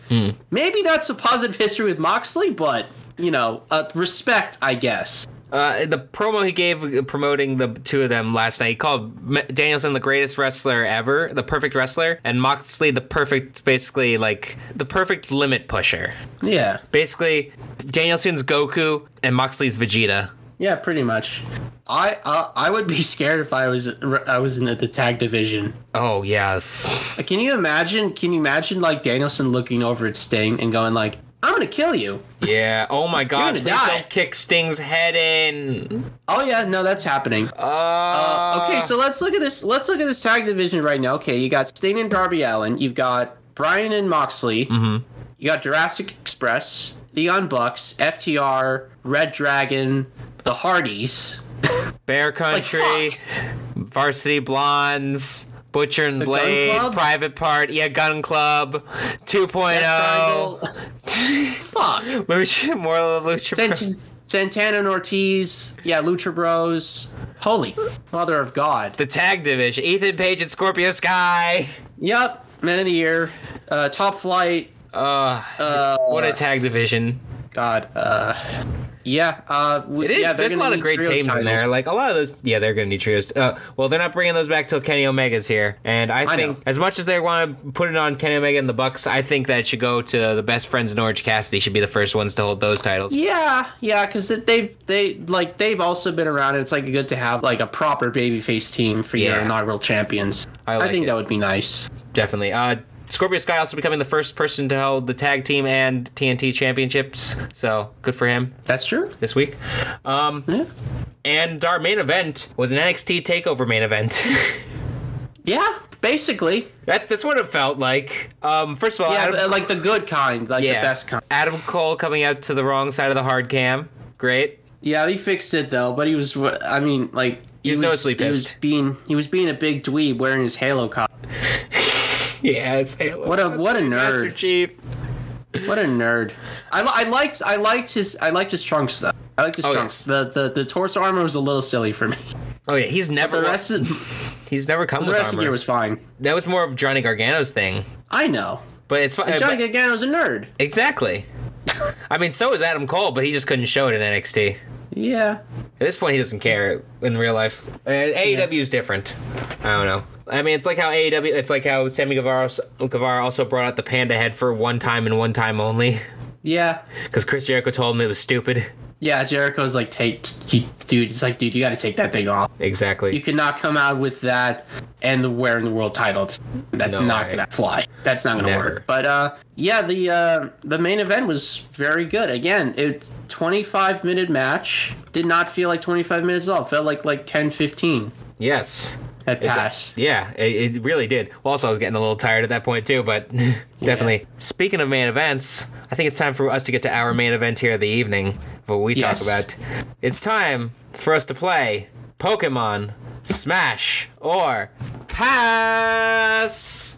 S2: Maybe not so positive history with Moxley, but you know, uh, respect, I guess.
S1: Uh, the promo he gave uh, promoting the two of them last night, he called M- Danielson the greatest wrestler ever, the perfect wrestler, and Moxley the perfect, basically like the perfect limit pusher.
S2: Yeah,
S1: Basically, Danielson's Goku and Moxley's Vegeta.
S2: yeah, pretty much. I uh, I would be *laughs* scared if I was I was in the tag division.
S1: Oh yeah,
S2: Uh, Can you imagine? Can you imagine like Danielson looking over at Sting and going like, "I'm gonna kill you."
S1: yeah. Oh my God!
S2: gonna
S1: Please
S2: die.
S1: don't kick Sting's head in.
S2: Oh yeah, no, that's happening.
S1: Uh,
S2: okay, so let's look at this. Let's look at this tag division right now. Okay, you got Sting and Darby Allen. You've got Brian and Moxley. You got Jurassic Express, Leon Bucks, FTR, Red Dragon, the Hardys,
S1: Bear Country,
S2: fuck.
S1: Varsity Blondes, Butcher and
S2: Gun
S1: Blade,
S2: Club?
S1: Private Part, yeah, Gun Club, 2.0,
S2: Triangle. Fuck.
S1: *laughs* Lucha, more Lucha. Pro-
S2: Sant- Santana and Ortiz. Yeah, Lucha Bros. Holy mother of God.
S1: the tag division, Ethan Page and Scorpio Sky.
S2: Yep, man of the year. Uh, top flight.
S1: Uh,
S2: Uh,
S1: what a tag division!
S2: God. Uh, yeah. Uh, w-
S1: It is.
S2: yeah, they're
S1: there's a
S2: gonna
S1: lot of
S2: need
S1: great
S2: trios
S1: teams in
S2: titles.
S1: there. Like a lot of those. Yeah, they're gonna need trios. Uh, well, they're not bringing those back till Kenny Omega's here, and I,
S2: I
S1: think
S2: know.
S1: as much as they want to put it on Kenny Omega and the Bucks, I think that it should go to the best friends in Orange Cassidy. Should be the first ones to hold those titles.
S2: Yeah, yeah, because they've they like they've also been around. And it's like good to have like a proper babyface team for your
S1: Yeah.
S2: inaugural champions.
S1: I
S2: I,
S1: like
S2: think
S1: it.
S2: that would be nice.
S1: Definitely. Uh, Scorpio Sky also becoming the first person to hold the tag team and TNT championships. So good for him
S2: That's true.
S1: this week. Um,
S2: Yeah.
S1: and our main event was an NXT Takeover main event. *laughs*
S2: Yeah, basically.
S1: that's that's what it felt like. Um, first of all,
S2: Yeah,
S1: Adam,
S2: but, like the good kind, like
S1: yeah,
S2: the best kind.
S1: Adam Cole coming out to the wrong side of the hard cam. Great.
S2: Yeah, he fixed it though, but he was. I mean, like he,
S1: was noticeably
S2: he was
S1: pissed.
S2: being he was being a big dweeb wearing his Halo cop.
S1: Yes.
S2: What a what a nerd!
S1: Chief.
S2: What a nerd! I, li- I liked I liked his I liked his trunks though. I liked his
S1: Oh,
S2: trunks. The, the the torso armor was a little silly for me.
S1: Oh yeah, he's never
S2: The rest of the
S1: he's never come with
S2: rest of
S1: armor.
S2: the year was fine.
S1: that was more of Johnny Gargano's thing.
S2: I know.
S1: But it's fine. uh,
S2: Johnny Gargano's a nerd. *laughs*
S1: Exactly. I mean, so is Adam Cole, but he just couldn't show it in NXT.
S2: Yeah.
S1: At this point, he doesn't care in real life. Uh, AEW is different. I don't know. I mean, it's like how AEW, it's like how Sammy Guevara, Guevara also brought out the panda head for one time and one time only.
S2: Yeah.
S1: Because Chris Jericho told him it was stupid.
S2: Yeah, Jericho's like, take, he, dude, it's like, dude, you gotta take that thing off.
S1: Exactly.
S2: You cannot come out with that and the wear in the world title. That's
S1: No,
S2: not
S1: I-
S2: gonna fly. That's not gonna
S1: Never.
S2: work. But uh, yeah, the uh, the main event was very good. Again, it's 25 minute match. Did not feel like 25 minutes at all. Felt like like 10, 15
S1: yes.
S2: at pass.
S1: Yeah, it, it really did. Well, also, I was getting a little tired at that point too, but *laughs* definitely. Speaking of main events, I think it's time for us to get to our main event here of the evening. What we
S2: Yes.
S1: talk about. It's time for us to play Pokemon Smash or Pass.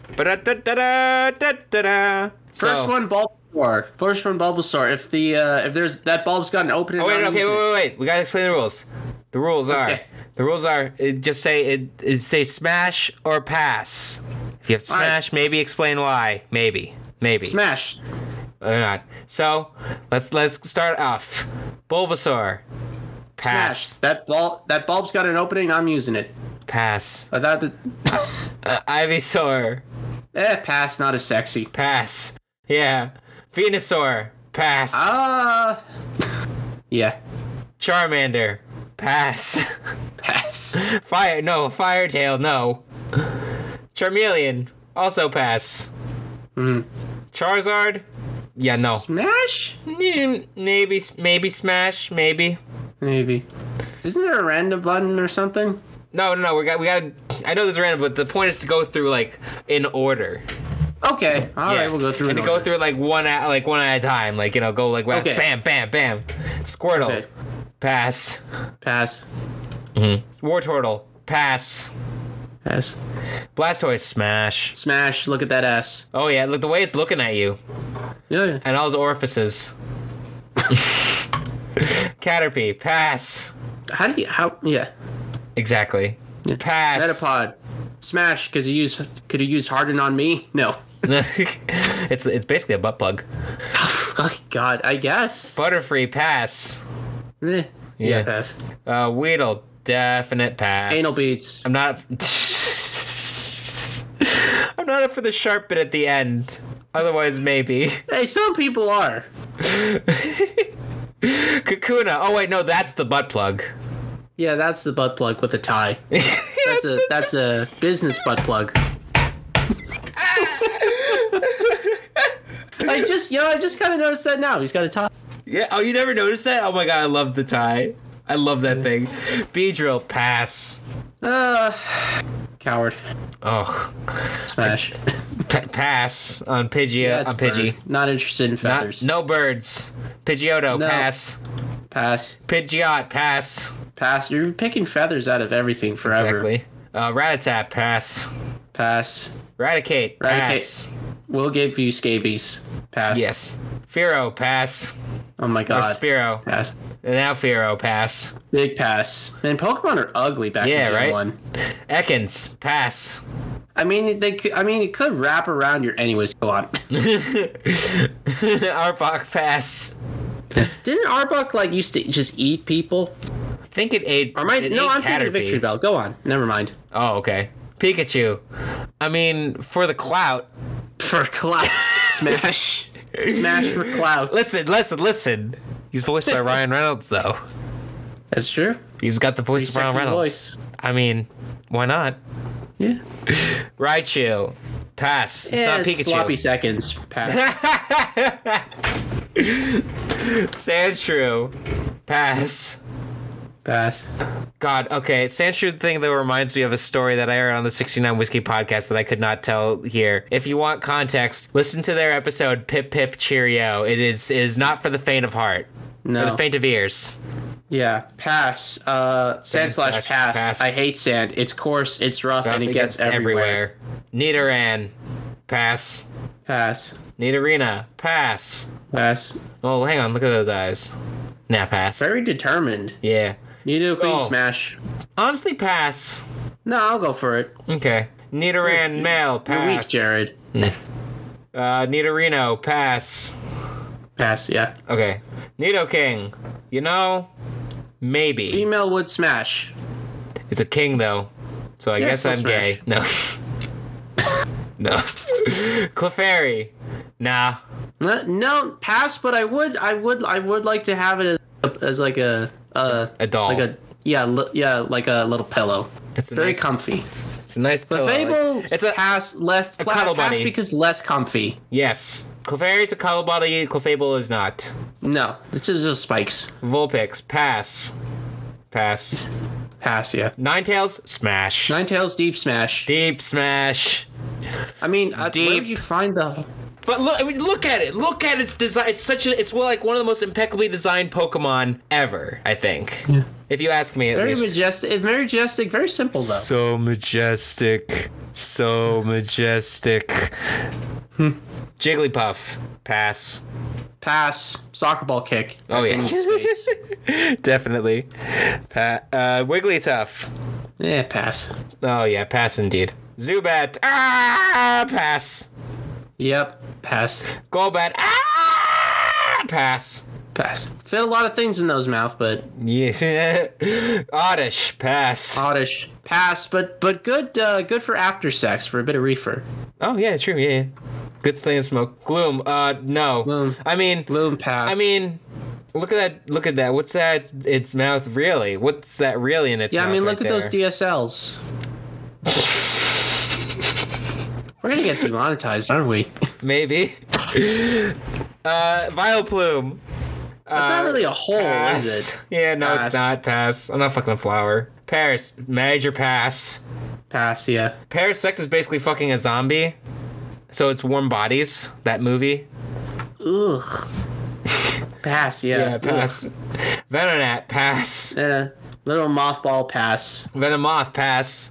S1: Ba-da-da-da-da-da-da-da.
S2: First
S1: So-
S2: one Bulbasaur. First one Bulbasaur. If the uh, if there's that bulb's got an opening.
S1: Oh, wait,
S2: on it,
S1: okay,
S2: you
S1: wait,
S2: can-
S1: wait, wait. We gotta explain the rules. The rules are
S2: Okay.
S1: the rules are it just say it, it say smash or pass. If you have to
S2: All right.
S1: smash, maybe explain why. Maybe, maybe
S2: Smash.
S1: or not. So let's let's start off. Bulbasaur, pass,
S2: Smash. That ball that bulb's got an opening. I'm using it.
S1: pass.
S2: Without the
S1: Uh, Ivysaur,
S2: eh, pass. Not as sexy.
S1: pass. Yeah, Venusaur, pass.
S2: Ah. *laughs* yeah.
S1: Charmander, pass. *laughs*
S2: Pass.
S1: Fire, no, Firetail, no. Charmeleon, also pass.
S2: Hmm.
S1: Charizard, yeah, no.
S2: *laughs* Smash?
S1: Mm, Maybe, maybe Smash, maybe.
S2: Maybe. Isn't there a random button or something?
S1: No, no, no. We got, we got. I know this is random, but the point is to go through like in order.
S2: Okay. All
S1: Yeah.
S2: right, we'll go through
S1: and
S2: in
S1: to go
S2: order.
S1: through like one at like one at a time. Like you know, go like
S2: Okay.
S1: bam, bam, bam. Squirtle,
S2: Okay.
S1: pass.
S2: Pass.
S1: Wartortle, pass.
S2: Pass.
S1: Blastoise, smash.
S2: Smash. Look at that ass.
S1: Oh yeah, look the way it's looking at you.
S2: Yeah.
S1: and all his orifices. Caterpie, pass.
S2: How do you? How? Yeah.
S1: Exactly. Pass.
S2: Metapod. Smash. Cause you use. Could you use harden on me? No. *laughs*
S1: *laughs* it's it's basically a butt plug.
S2: Oh, God. I guess.
S1: Butterfree, pass.
S2: Eh.
S1: Yeah.
S2: Yeah. Pass.
S1: Uh, Weedle, definite pass.
S2: Anal beats.
S1: I'm not. *laughs* I'm not up for the sharp bit at the end. Otherwise, maybe. *laughs*
S2: Hey, some people are.
S1: Kakuna. Oh wait, no, that's the butt plug.
S2: Yeah, that's the butt plug with a tie. That's
S1: *laughs* that's
S2: a that's a business butt plug. I just you know I just kind of noticed that now. He's got a tie.
S1: Yeah. Oh, you never noticed that? Oh my god, I love the tie. I love that thing. Beedrill, pass.
S2: Uh, coward.
S1: Oh, *laughs*
S2: Smash.
S1: P- pass on Pidgey.
S2: That's
S1: on Pidgey.
S2: bird. Not interested in
S1: Not,
S2: feathers.
S1: no birds. Pidgeotto,
S2: No.
S1: pass.
S2: Pass.
S1: Pidgeot, pass.
S2: Pass. You're picking feathers out of everything forever.
S1: Exactly. Uh, Ratatat, pass.
S2: Pass.
S1: Radicate, pass.
S2: We'll give you scabies. Pass.
S1: Yes. Firo, pass.
S2: Oh my
S1: Or
S2: god.
S1: Spiro.
S2: Pass.
S1: And now Firo, pass.
S2: Big pass. Man, Pokemon are ugly back
S1: Yeah,
S2: in Gen
S1: right?
S2: One.
S1: Ekans, pass. *laughs*
S2: I mean, they. Could, I mean, it could wrap around your. Anyways, go *laughs* on.
S1: Arbok, pass.
S2: Didn't Arbuck like used to just eat people?
S1: I think it ate.
S2: Or am I,
S1: it
S2: no,
S1: ate
S2: I'm thinking
S1: Caterpie.
S2: of Victory Bell. Go on. Never mind.
S1: Oh, okay. Pikachu. I mean, for the clout.
S2: For clout, *laughs* smash, smash for clout.
S1: Listen, listen, listen. He's voiced
S2: *laughs*
S1: by Ryan Reynolds, though.
S2: That's true.
S1: He's got the voice of
S2: Pretty
S1: Ryan
S2: sexy
S1: Reynolds.
S2: voice.
S1: I mean, why not?
S2: Yeah.
S1: Raichu, pass. It's
S2: yeah
S1: not Pikachu.
S2: Sloppy seconds. *laughs* Pass.
S1: Sandshrew, pass.
S2: pass.
S1: God, okay. Sandshrew thing though reminds me of a story that I heard on the 69 Whiskey podcast that I could not tell here. If you want context, listen to their episode Pip Pip Cheerio. It is it is not for the faint of heart. For
S2: No.
S1: the faint of ears.
S2: Yeah. Pass. Uh, sand slash
S1: slash
S2: pass.
S1: pass.
S2: I hate sand. It's coarse. It's rough, and it gets everywhere.
S1: everywhere. Nidoran, pass.
S2: Pass.
S1: Nidorina, pass.
S2: Pass.
S1: Oh, hang on. Look at those eyes. Nah, pass.
S2: Very determined.
S1: yeah.
S2: Nido Queen
S1: Oh.
S2: smash.
S1: Honestly, pass.
S2: No, I'll go for it.
S1: Okay. Nidoran, male,
S2: You're
S1: pass.
S2: weak, Jared.
S1: Uh, Nidorino, pass.
S2: Pass. Yeah.
S1: Okay. Nido King. You know, maybe.
S2: Female would smash.
S1: It's a king, though. So I
S2: Yeah,
S1: guess
S2: so
S1: I'm gay. *laughs* No. no. Clefairy. Nah.
S2: Uh, No, pass. But I would, I would, I would like to have it as, as like a, uh,
S1: A doll.
S2: like a yeah, li- yeah, like a little pillow.
S1: It's a
S2: very
S1: nice-
S2: comfy.
S1: It's a nice
S2: But
S1: pillow.
S2: Fable
S1: Like, it's a
S2: pass less
S1: a
S2: pla-
S1: cuddle
S2: pass
S1: bunny.
S2: because less comfy.
S1: yes. Clefairy's a color body. Clefable is not.
S2: No, it's just, just spikes.
S1: Vulpix pass. Pass.
S2: Pass, yeah.
S1: Ninetales smash.
S2: Ninetales deep smash.
S1: Deep smash.
S2: I mean, uh, where
S1: Deep.
S2: would you find the?
S1: But look, I mean, look at it. Look at its design. It's such a. It's well, like one of the most impeccably designed Pokemon ever. I think. If you ask me, at
S2: Very
S1: least.
S2: majestic. Very majestic. Very simple though.
S1: so majestic. So majestic. Jigglypuff.
S2: *laughs*
S1: Pass.
S2: Pass. Soccer ball kick.
S1: Oh, yeah. *laughs*
S2: In space.
S1: Definitely. Pa- uh, Wigglytuff.
S2: yeah. Pass.
S1: Oh yeah, pass indeed. Zubat. Ah, pass.
S2: Yep. Pass.
S1: Golbat. Ah, pass.
S2: Pass. Fit a lot of things in those mouth, but
S1: Yeah. *laughs* Oddish. Pass.
S2: oddish. Pass, but but good uh, good for after sex for a bit of reefer.
S1: Oh yeah, true. Yeah, yeah. Good slaying smoke. Gloom. Uh, no.
S2: Gloom.
S1: I mean,
S2: Bloom pass.
S1: I mean, look at that. Look at that. What's that? Its, its mouth really? What's that really in its
S2: yeah,
S1: mouth?
S2: I mean,
S1: right
S2: look at those
S1: there?
S2: DSLs. We're gonna get demonetized, aren't we? That's
S1: Maybe. *laughs* uh, Vileplume. Uh,
S2: not really a hole, Oh, is
S1: Pass.
S2: it?
S1: Yeah, no,
S2: Pass.
S1: it's not. Pass. I'm not fucking a flower. Paris, major pass.
S2: Pass. Yeah.
S1: Parasect is basically fucking a zombie. So it's Warm Bodies, that movie.
S2: Ugh. Pass. Yeah. *laughs*
S1: Yeah, Uh, pass. Venonat, pass.
S2: Ugh. And a little mothball pass.
S1: Venomoth, pass.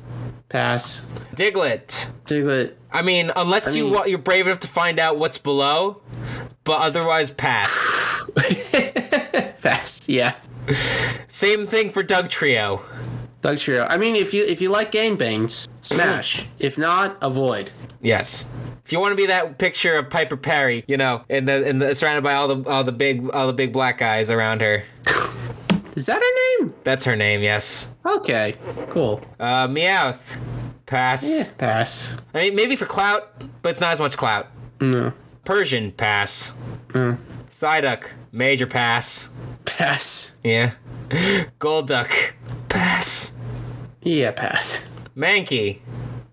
S2: Pass.
S1: Diglett.
S2: Diglett.
S1: I mean, unless you
S2: mean-
S1: wa- you're brave enough to find out what's below, but otherwise pass. *laughs*
S2: *laughs* Pass. Yeah.
S1: Same thing for Doug Trio.
S2: Doug Trio. I mean, if you if you like game bangs, smash. if not, avoid.
S1: Yes. If you want to be that picture of Piper Perry, you know, and the, and the, surrounded by all the all the big all the big black guys around her.
S2: Is that her name?
S1: That's her name. Yes.
S2: Okay. Cool.
S1: Uh, Meowth. Pass.
S2: Yeah. Pass.
S1: I mean, maybe for clout, but it's not as much clout.
S2: No.
S1: Persian pass. Psyduck, major pass.
S2: Pass.
S1: Yeah. Golduck, pass.
S2: Yeah. Pass.
S1: Mankey,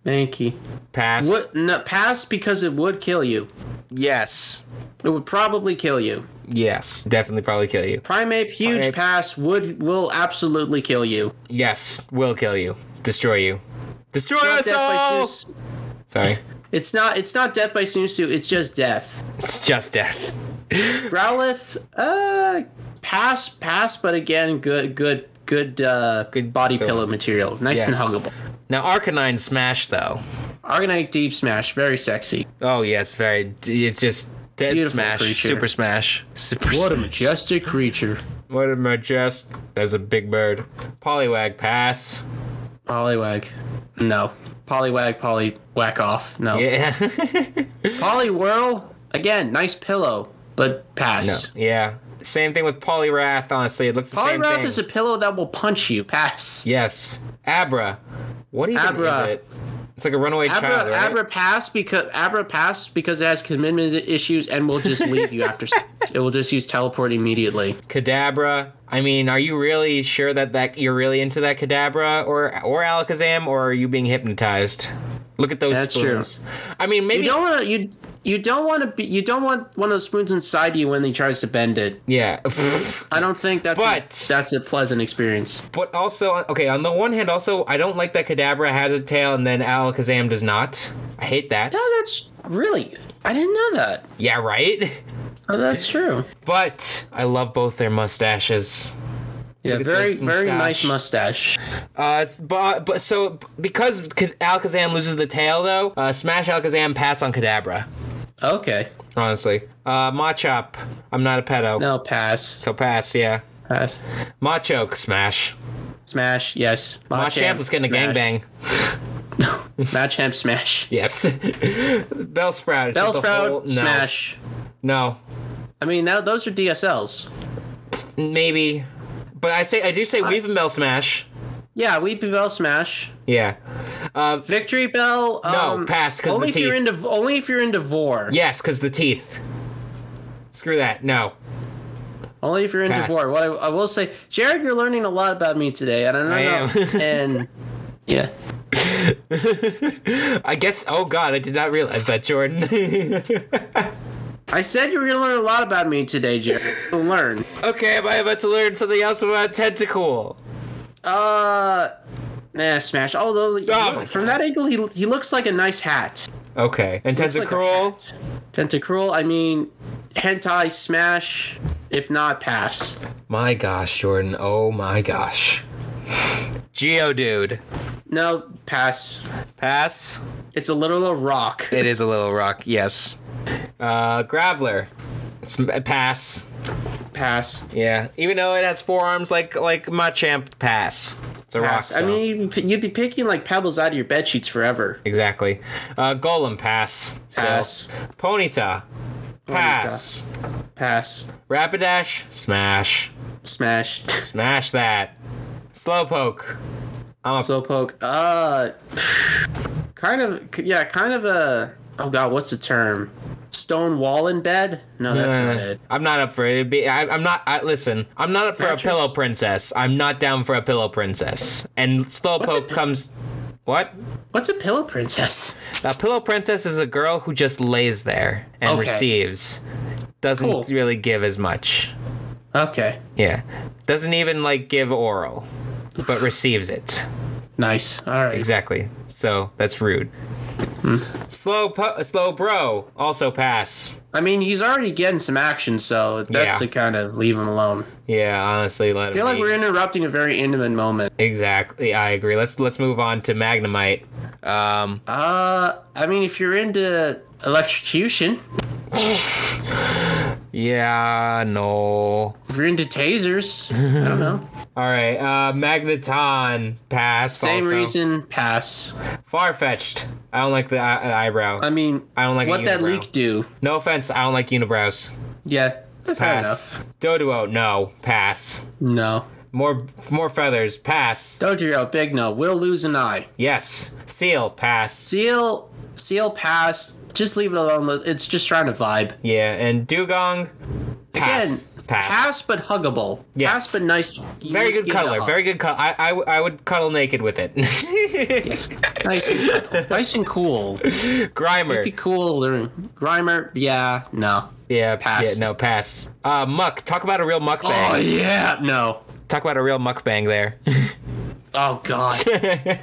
S2: Thank you.
S1: pass.
S2: What? No. Pass because it would kill you.
S1: Yes.
S2: It would probably kill you.
S1: Yes. Definitely probably kill you.
S2: Primeape, huge
S1: Primeape.
S2: pass would will absolutely kill you.
S1: Yes, will kill you. Destroy you. Destroy
S2: Not
S1: us
S2: death by
S1: all!
S2: Snoo-
S1: Sorry.
S2: It's not. It's not death by Snoosu. It's just death.
S1: It's just death.
S2: Growlithe, uh, pass, pass, but again, good, good, good, uh,
S1: Good
S2: good body
S1: pillow.
S2: pillow, material, nice and
S1: Yes.
S2: huggable.
S1: Now, Arcanine Smash, though.
S2: Argonite Deep Smash, very sexy.
S1: Oh, yes, very. It's just. Dead
S2: Beautiful
S1: Smash.
S2: creature.
S1: Super Smash. Super
S2: What a
S1: Smash.
S2: majestic creature.
S1: What a majest. There's a big bird. Polywag pass. *laughs*
S2: Poliwag, no. Poliwag, poly whack off, no.
S1: Yeah.
S2: Poliwhirl, again, nice pillow, but
S1: no.
S2: pass.
S1: Yeah. Same thing with Poliwrath, honestly. It looks the same
S2: Poliwrath
S1: thing.
S2: is a pillow that will punch you, pass.
S1: yes. Abra. What even
S2: Abra.
S1: is it? It's like a runaway child,
S2: Abra,
S1: right?
S2: Abra pass because Abra pass because it has commitment issues and will just leave you after.
S1: *laughs*
S2: It will just use teleport immediately.
S1: Kadabra. I mean, are you really sure that, that you're really into that Kadabra or or Alakazam, or are you being hypnotized? Look at those
S2: That's true.
S1: spoons. I mean, maybe.
S2: You don't want to. You you don't want to be. You don't want one of those spoons inside you when he tries to bend it.
S1: yeah. *laughs*
S2: I don't think that's.
S1: But-
S2: a, that's a pleasant experience.
S1: But also, okay, on the one hand, also, I don't like that Kadabra has a tail and then Alakazam does not. I hate that.
S2: No, that's really. I didn't know that.
S1: Yeah, right?
S2: Oh, that's true.
S1: But I love both their mustaches.
S2: Yeah,
S1: Look at
S2: very
S1: this
S2: very
S1: mustache.
S2: nice mustache.
S1: Uh, but, but so, because Ka- Alakazam loses the tail, though, uh, smash Alakazam, pass on Kadabra,
S2: Okay.
S1: honestly. Uh, Machop, I'm not a pedo.
S2: No pass.
S1: So pass, yeah.
S2: Pass.
S1: Machoke, smash.
S2: Smash. Yes.
S1: Machamp, let's get in a
S2: smash.
S1: gangbang. *laughs*
S2: Machamp smash.
S1: Yes. Bellsprout. it's just a
S2: Bellsprout
S1: whole- no.
S2: smash.
S1: No.
S2: I mean, that, those are DSLs.
S1: Maybe. But I say I do say Weeping Bell Smash.
S2: Yeah, Weepy Bell Smash,
S1: Yeah. Uh,
S2: Victory Bell.
S1: No,
S2: Um,
S1: pass, 'cause
S2: only
S1: the
S2: if you're
S1: teeth.
S2: into only if you're into Vor.
S1: yes, because the teeth. Screw that. No. *laughs*
S2: Only if you're into
S1: Pass.
S2: war. What I, I will say, Jared, you're learning a lot about me today, and I don't
S1: I
S2: know.
S1: am. *laughs*
S2: and yeah,
S1: I guess. Oh God, I did not realize that, Jordan. *laughs*
S2: I said you were gonna learn a lot about me today, Jared. You'll learn.
S1: okay, am I about to learn something else about tentacle?
S2: Uh, nah, smash. Although
S1: Ah, my
S2: from that angle, he he looks like a nice hat.
S1: Okay, and
S2: Looks like a
S1: tentacruel.
S2: hat. Tentacruel. I mean, hentai smash. If not, pass.
S1: my gosh, Jordan. Oh my gosh. Geodude.
S2: No, pass.
S1: Pass.
S2: It's a little a rock.
S1: It is a little rock. Yes. Uh, Graveler. It's uh, pass.
S2: Pass.
S1: Yeah. Even though it has four arms like like Machamp, pass. It's a
S2: Pass.
S1: rock.
S2: I
S1: so-
S2: mean, you'd be- you'd be picking like pebbles out of your bed sheets forever.
S1: Exactly. Uh, Golem pass. Still.
S2: Pass.
S1: Ponyta. Pass.
S2: Pass.
S1: Rapidash. Smash.
S2: Smash.
S1: Smash that. Slowpoke.
S2: Slowpoke. Uh, kind of. Yeah, kind of a. Oh god, what's the term? Stone wall in bed? No, that's not
S1: Uh,
S2: it.
S1: I'm not up for it. It'd be, I, I'm not. I, listen, I'm not up for
S2: Mattress?
S1: a pillow princess. I'm not down for a pillow princess. And Slowpoke
S2: pi-
S1: comes. What?
S2: What's a pillow princess? *laughs*
S1: A pillow princess is a girl who just lays there and
S2: Okay.
S1: receives. Doesn't
S2: Cool.
S1: really give as much.
S2: Okay,
S1: Yeah. Doesn't even like give oral, but receives it.
S2: nice. All right.
S1: Exactly. So that's rude.
S2: Hmm.
S1: Slow, po- slow, bro. Also pass.
S2: I mean, he's already getting some action, so that's
S1: Yeah.
S2: to kind of leave him alone.
S1: Yeah, honestly, let
S2: I feel
S1: him
S2: like
S1: be.
S2: we're interrupting a very intimate moment.
S1: exactly. I agree. Let's let's move on to Magnemite. Um,
S2: Uh, I mean, if you're into electrocution,
S1: yeah, no.
S2: if you're into tasers, I don't know.
S1: *laughs* All right, uh, Magneton pass.
S2: Same
S1: also.
S2: reason, pass.
S1: Far fetched. I don't like the eye- eyebrow.
S2: I mean,
S1: I don't like a
S2: what that
S1: unibrow.
S2: leak do.
S1: no offense. I don't like unibrows.
S2: Yeah, fair
S1: Pass.
S2: enough.
S1: Doduo. No. Pass.
S2: No.
S1: More more feathers. Pass.
S2: Dodrio, big no. Will lose an eye.
S1: Yes. Seal. Pass.
S2: Seal, seal, pass. Just leave it alone. It's just trying to vibe.
S1: Yeah, and dugong. Pass.
S2: Again,
S1: pass.
S2: pass, but huggable.
S1: Yes.
S2: Pass, but nice.
S1: Very good
S2: Give it a
S1: color.
S2: hug.
S1: Very good color. I, I, w- I would cuddle naked with it.
S2: nice and cool. nice and cool. Be
S1: *laughs* Grimer.
S2: cool. or- Grimer, yeah, no.
S1: Yeah,
S2: Pass.
S1: pass. Yeah, no, pass. Uh, muck. Talk about a real
S2: Oh
S1: mukbang.
S2: yeah, no.
S1: Talk about a real mukbang there. *laughs*
S2: Oh god. yeah,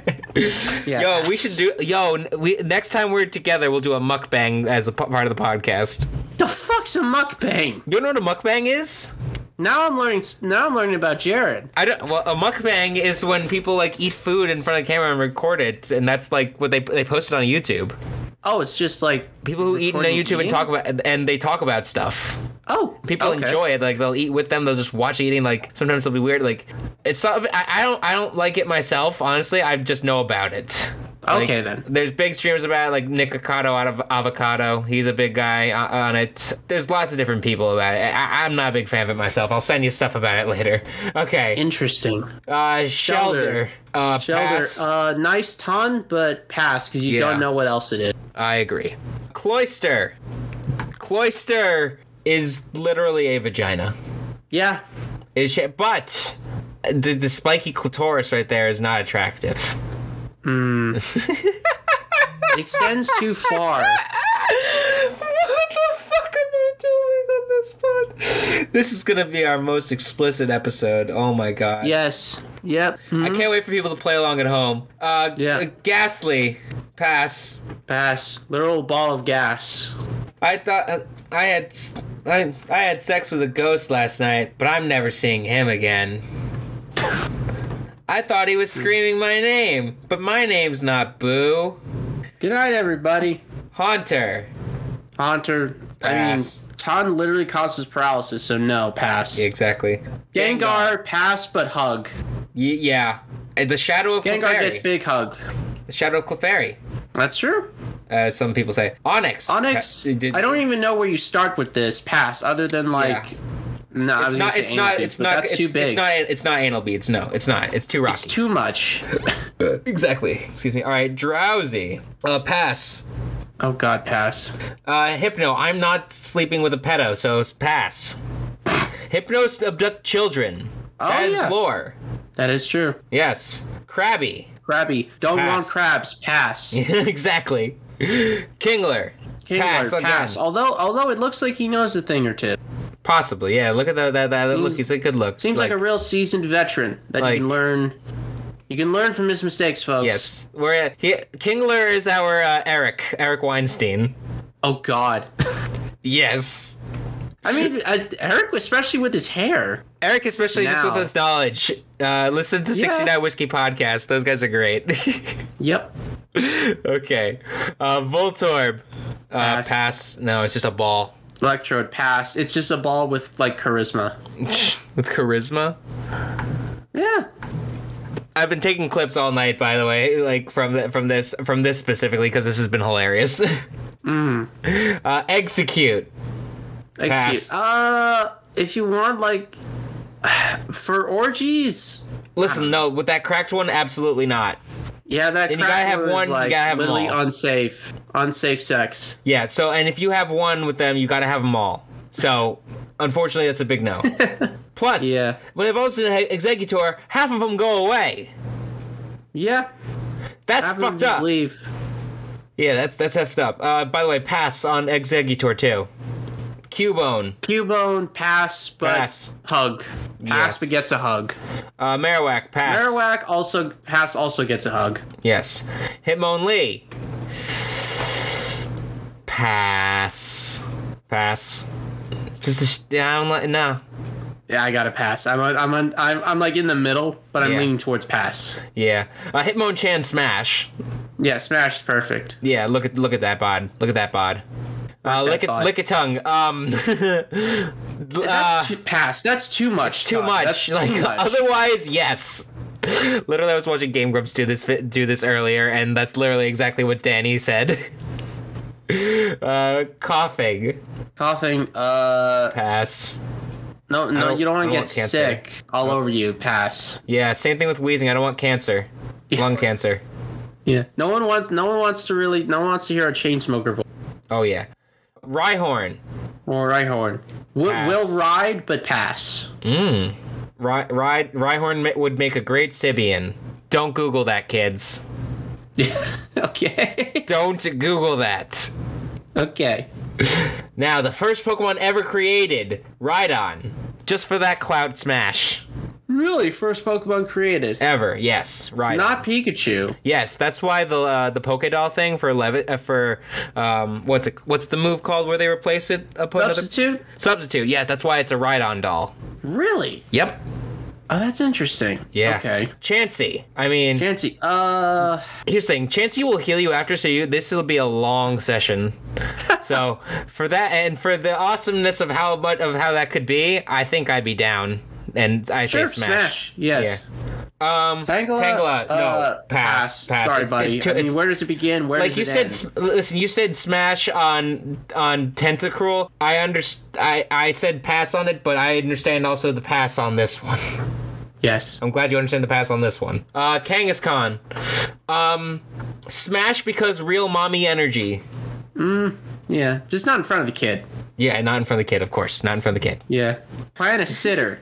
S1: yo, we should do. Yo, n- we next time we're together, we'll do a mukbang as a p- part of the podcast.
S2: The fuck's a mukbang?
S1: You don't know what a mukbang is?
S2: Now I'm learning. Now I'm learning about Jared.
S1: I don't. Well, a mukbang is when people like eat food in front of the camera and record it, and that's like what they they post it on YouTube.
S2: Oh, it's just like
S1: People who eat on
S2: Recording
S1: YouTube and
S2: eating?
S1: talk about and they talk about stuff.
S2: oh,
S1: people
S2: okay.
S1: enjoy it. Like they'll eat with them. They'll just watch eating. Like sometimes they'll be weird. Like it's some. I, I don't. I don't like it myself. Honestly, I just know about it. Like,
S2: Okay, then.
S1: There's big streamers about it, like Nick Ocado out of Avocado. He's a big guy o- on it. There's lots of different people about it. I, I'm not a big fan of it myself. I'll send you stuff about it *laughs* later. Okay.
S2: Interesting.
S1: Uh, Shelter. Uh,
S2: Shelter,
S1: pass.
S2: uh, nice ton, but pass because you
S1: Yeah.
S2: don't know what else it is.
S1: I agree. Cloister. Cloister is literally a vagina.
S2: Yeah,
S1: Is she, but the, the spiky clitoris right there is not attractive.
S2: it extends too far.
S1: *laughs* What the fuck am I doing on this pod? This is gonna be our most explicit episode. Oh my god.
S2: Yes. Yep.
S1: I can't wait for people to play along at home. Uh,
S2: Mm-hmm. Yeah.
S1: g- Ghastly. Pass.
S2: Pass. Literal ball of gas.
S1: I thought uh, I had s- I, I had sex with a ghost last night, but I'm never seeing him again. I thought he was screaming my name, but my name's not Boo.
S2: Good night, everybody.
S1: Haunter.
S2: Haunter.
S1: Pass.
S2: I mean, ton literally causes paralysis, so no pass.
S1: Exactly.
S2: Gengar, pass but hug.
S1: Y- yeah. Uh, The Shadow of
S2: Gengar
S1: Clefairy.
S2: gets big hug.
S1: The Shadow of Clefairy.
S2: That's true.
S1: Uh, some people say Onyx.
S2: Onyx.
S1: Uh, did-
S2: I don't even know where you start with this pass, other than like. No, I
S1: It's
S2: was
S1: not.
S2: gonna
S1: It's
S2: say
S1: not.
S2: anal
S1: It's
S2: beads, but
S1: not.
S2: That's
S1: It's,
S2: too big.
S1: it's not. It's not anal beads. No, it's not. It's too rocky.
S2: It's too much.
S1: exactly. Excuse me. All right. Drowsy. Uh, pass.
S2: Oh God, pass.
S1: Uh, Hypno, I'm not sleeping with a pedo, so it's pass. Hypnos abduct children. That is
S2: yeah.
S1: lore.
S2: That is true.
S1: Yes. Krabby.
S2: Crabby. Don't
S1: Pass.
S2: want crabs.
S1: *laughs*
S2: Pass.
S1: exactly. Kingler.
S2: Kingler,
S1: pass.
S2: pass.
S1: again.
S2: Although, although it looks like he knows a thing or two.
S1: Possibly, yeah. Look at that. That, that
S2: Seems-
S1: look. He's a good look.
S2: Seems like, a real seasoned veteran that
S1: Like-
S2: you can learn. You can learn from his mistakes, folks.
S1: Yes, we're at, he, Kingler is our uh, Eric Eric Weinstein.
S2: Oh God.
S1: Yes, *laughs*
S2: I mean, I, Eric, especially with his hair.
S1: Eric, especially just
S2: Now.
S1: with his knowledge. Uh, listen to Sixty Nine
S2: Yeah.
S1: Whiskey podcast. Those guys are great. *laughs*
S2: Yep.
S1: okay, uh, Voltorb. Uh, pass.
S2: Pass.
S1: No, it's just a ball
S2: Electrode pass. It's just a ball with like charisma.
S1: with charisma.
S2: Yeah.
S1: I've been taking clips all night, by the way, like from the, from this from this specifically because this has been hilarious. *laughs* Uh, execute. Pass.
S2: Excuse. Uh, if you want, like, *sighs* for orgies.
S1: Listen, no, with that cracked one, absolutely not.
S2: Yeah, that
S1: Then you
S2: crap
S1: gotta have
S2: was,
S1: one, you
S2: like
S1: gotta have 'em
S2: literally
S1: all.
S2: unsafe, unsafe sex.
S1: Yeah, so and if you have one with them, you got to have them all. So, unfortunately, that's a big
S2: *laughs*
S1: no. Plus,
S2: Yeah.
S1: when it votes in an executor, half of them go away.
S2: Yeah,
S1: That's
S2: half of them
S1: fucked
S2: just
S1: up.
S2: Leave.
S1: Yeah, that's that's effed up. Uh, by the way, pass on executor too. Cubone,
S2: Cubone pass, but
S1: Pass.
S2: hug.
S1: Yes.
S2: Pass, but gets a hug.
S1: uh, Marowak, pass.
S2: Marowak also pass, also gets a hug.
S1: Yes. Hitmon Lee. Pass. Pass. Just a sh- yeah, I'm like, no.
S2: Yeah, I got to pass. I'm on, I'm on, I'm I'm like in the middle, but I'm
S1: Yeah.
S2: leaning towards pass.
S1: Yeah. Uh, Hitmon Chan smash.
S2: Yeah, smash is perfect.
S1: Yeah, look at look at that bod. Look at that bod. Uh,
S2: that
S1: lick it,
S2: bod.
S1: lick a tongue. Um, *laughs* uh,
S2: That's too, pass. That's too much.
S1: too
S2: Todd.
S1: much. *laughs*
S2: That's too
S1: like
S2: much.
S1: otherwise, yes. literally, I was watching Game Grumps do this fi- do this earlier, and that's literally exactly what Danny said. *laughs* uh, coughing.
S2: Coughing. Uh,
S1: Pass.
S2: no,
S1: I
S2: no,
S1: don't-
S2: you don't
S1: I
S2: want
S1: don't
S2: to
S1: want
S2: get
S1: cancer.
S2: sick all over you. Pass.
S1: Yeah, same thing with wheezing. I don't want cancer.
S2: Yeah.
S1: Lung cancer.
S2: Yeah. No one wants. No one wants to really. No one wants to hear a chain smoker voice.
S1: Oh yeah. Rhyhorn.
S2: Or Rhyhorn. W-
S1: Pass.
S2: will ride, but pass. *laughs*
S1: Rhy Rhy Rhyhorn ma- would make a great Sibian. Don't Google that, kids.
S2: okay.
S1: Don't Google that.
S2: okay.
S1: Now, the first Pokemon ever created, Rhydon. Just for that Cloud Smash.
S2: Really, first Pokemon created.
S1: Ever, yes, Rhydon.
S2: Not Pikachu.
S1: yes, that's why the uh, the Pokédoll thing for Levitt uh, for um what's it what's the move called where they replace it? Uh, put another-
S2: Substitute?
S1: substitute. Yeah, that's why it's a Rhydon doll.
S2: Really?
S1: Yep.
S2: Oh, that's interesting.
S1: Yeah.
S2: Okay.
S1: Chansey. I mean,
S2: Fancy. Uh,
S1: here's the thing. Chansey will heal you after, so you this will be a long session.
S2: *laughs*
S1: so for that and for the awesomeness of how much of how that could be, I think I'd be down. And I
S2: sure,
S1: say
S2: smash. Yes. Um, Tangela.
S1: Tangela, no.
S2: uh,
S1: Pass, pass.
S2: Sorry,
S1: It's-
S2: buddy.
S1: it's too-
S2: I mean,
S1: it's-
S2: where does it begin? Where
S1: like
S2: does
S1: you
S2: it
S1: said
S2: end?
S1: s- listen you said smash on on tentacruel i underst- i i said pass on it but i understand also the pass on this one *laughs*
S2: yes.
S1: i'm glad you understand the pass on this one uh kangaskhan um smash because real mommy energy
S2: Yeah. Just not in front of the kid.
S1: yeah not in front of the kid of course not in front of the kid
S2: Yeah. Plan a sitter.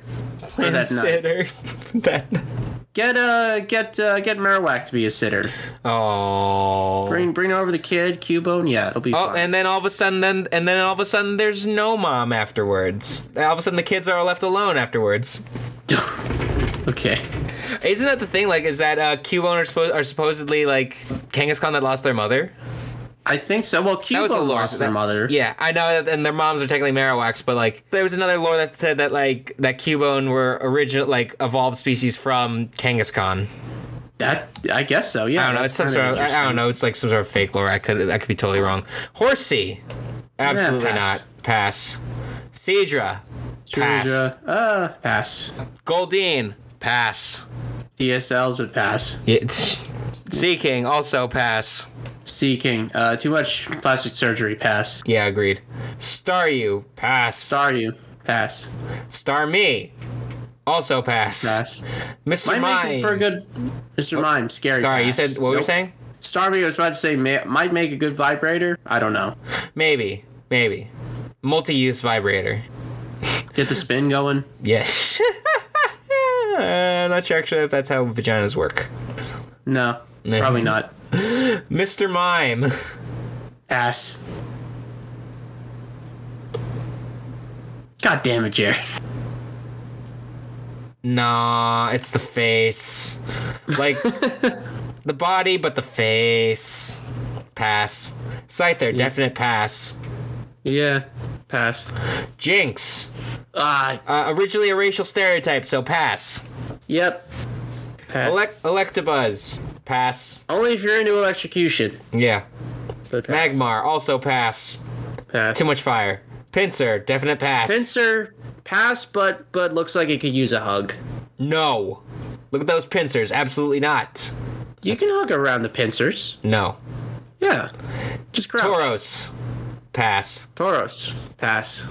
S2: Plan that night.
S1: Consider that
S2: Get uh get uh get Marowak to be a sitter.
S1: oh
S2: Bring bring over the kid, Cubone, yeah, it'll be
S1: Oh,
S2: fine.
S1: and then all of a sudden, then and then all of a sudden, there's no mom afterwards. All of a sudden, the kids are left alone afterwards.
S2: *laughs* okay.
S1: Isn't that the thing? Like, is that uh, Cubone are, suppo- are supposedly like Kangaskhan that lost their mother?
S2: I think so. Well
S1: That was the
S2: Cubone
S1: lore.
S2: lost their
S1: That-
S2: mother.
S1: Yeah, I know, that, and their moms are technically Marowaks, but like, there was another lore that said that like that Cubone were original, like evolved species from Kangaskhan.
S2: That I guess so, yeah.
S1: I don't know.
S2: that's
S1: It's some
S2: kinda
S1: sort of, uh, I- I
S2: interesting.
S1: don't know. It's like some sort of fake lore. I could I could be totally wrong. Horsey, absolutely
S2: pass.
S1: not. Pass. Cedra, pass.
S2: Georgia, Uh pass.
S1: Goldeen, pass.
S2: DSLs but pass.
S1: Yeah, Sea King also pass.
S2: Sea King, uh too much plastic surgery, pass.
S1: Yeah, agreed. Staryu, pass.
S2: Star you, pass.
S1: Star me. Also pass.
S2: Pass.
S1: Mr.
S2: Might
S1: Mime.
S2: make it for a good Mr. Mime, scary.
S1: Oh, Sorry, you
S2: pass.
S1: said what were you
S2: Nope.
S1: saying?
S2: Starmie was about to say ma- might make a good vibrator. I don't know.
S1: Maybe, maybe. Multi-use vibrator.
S2: Get the spin going.
S1: Yes. *laughs* Uh, not sure actually if that's how vaginas work.
S2: No,
S1: No.
S2: probably not.
S1: Mr. Mime.
S2: Ass. God damn it, Jerry.
S1: Nah, it's the face. Like the body, but the face. Pass. Scyther, definite pass.
S2: Yeah, pass.
S1: Jinx.
S2: Ah,
S1: Uh, originally a racial stereotype, so pass.
S2: yep. Pass.
S1: Elec- Electabuzz. Pass.
S2: Only if you're into electrocution.
S1: Yeah.
S2: But pass.
S1: Magmar, also pass.
S2: Pass.
S1: Too much fire. Pincer, definite pass.
S2: Pincer. Pass, but but looks like it could use a hug.
S1: No. Look at those pincers. Absolutely not.
S2: You can hug around the pincers.
S1: No.
S2: Yeah. Just grab.
S1: Tauros. Pass.
S2: Tauros. Pass.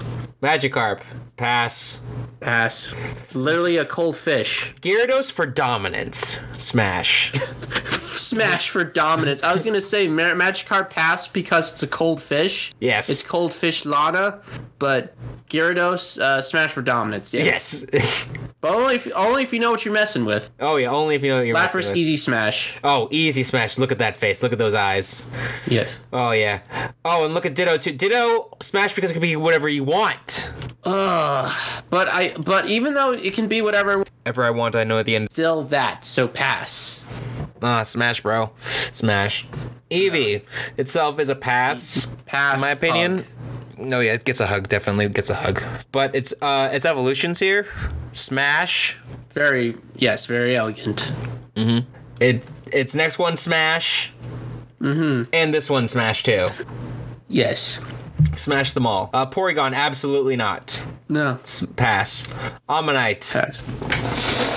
S1: Magikarp. Pass.
S2: Pass. Literally a cold fish.
S1: Gyarados for dominance. Smash.
S2: Smash for dominance. I was gonna say Mar- Magikarp pass because it's a cold fish.
S1: Yes.
S2: It's cold fish Lana, but Gyarados uh, smash for dominance. Yeah.
S1: yes.
S2: But only if only if you know what you're messing with.
S1: *laughs* oh yeah, only if you know what you're messing
S2: Lapras
S1: with.
S2: easy smash.
S1: Oh, easy smash. Look at that face. Look at those eyes. *laughs*
S2: Yes.
S1: Oh yeah. Oh, and look at Ditto too. Ditto smash because it can be whatever you want.
S2: Ugh. But I but even though it can be whatever,
S1: Ever I want, I know at the end.
S2: still that. So pass.
S1: Ah, smash, bro. Smash. Eevee itself is a pass.
S2: Pass.
S1: in my opinion.
S2: hug.
S1: No, yeah, it gets a hug. Definitely gets a hug. But it's uh, its evolutions here. Smash.
S2: Very yes, very elegant.
S1: It its next one smash. Mm-hmm. And this one smash too.
S2: Yes.
S1: Smash them all. Uh, Porygon, absolutely not.
S2: No.
S1: S- pass. Ammonite,
S2: Pass.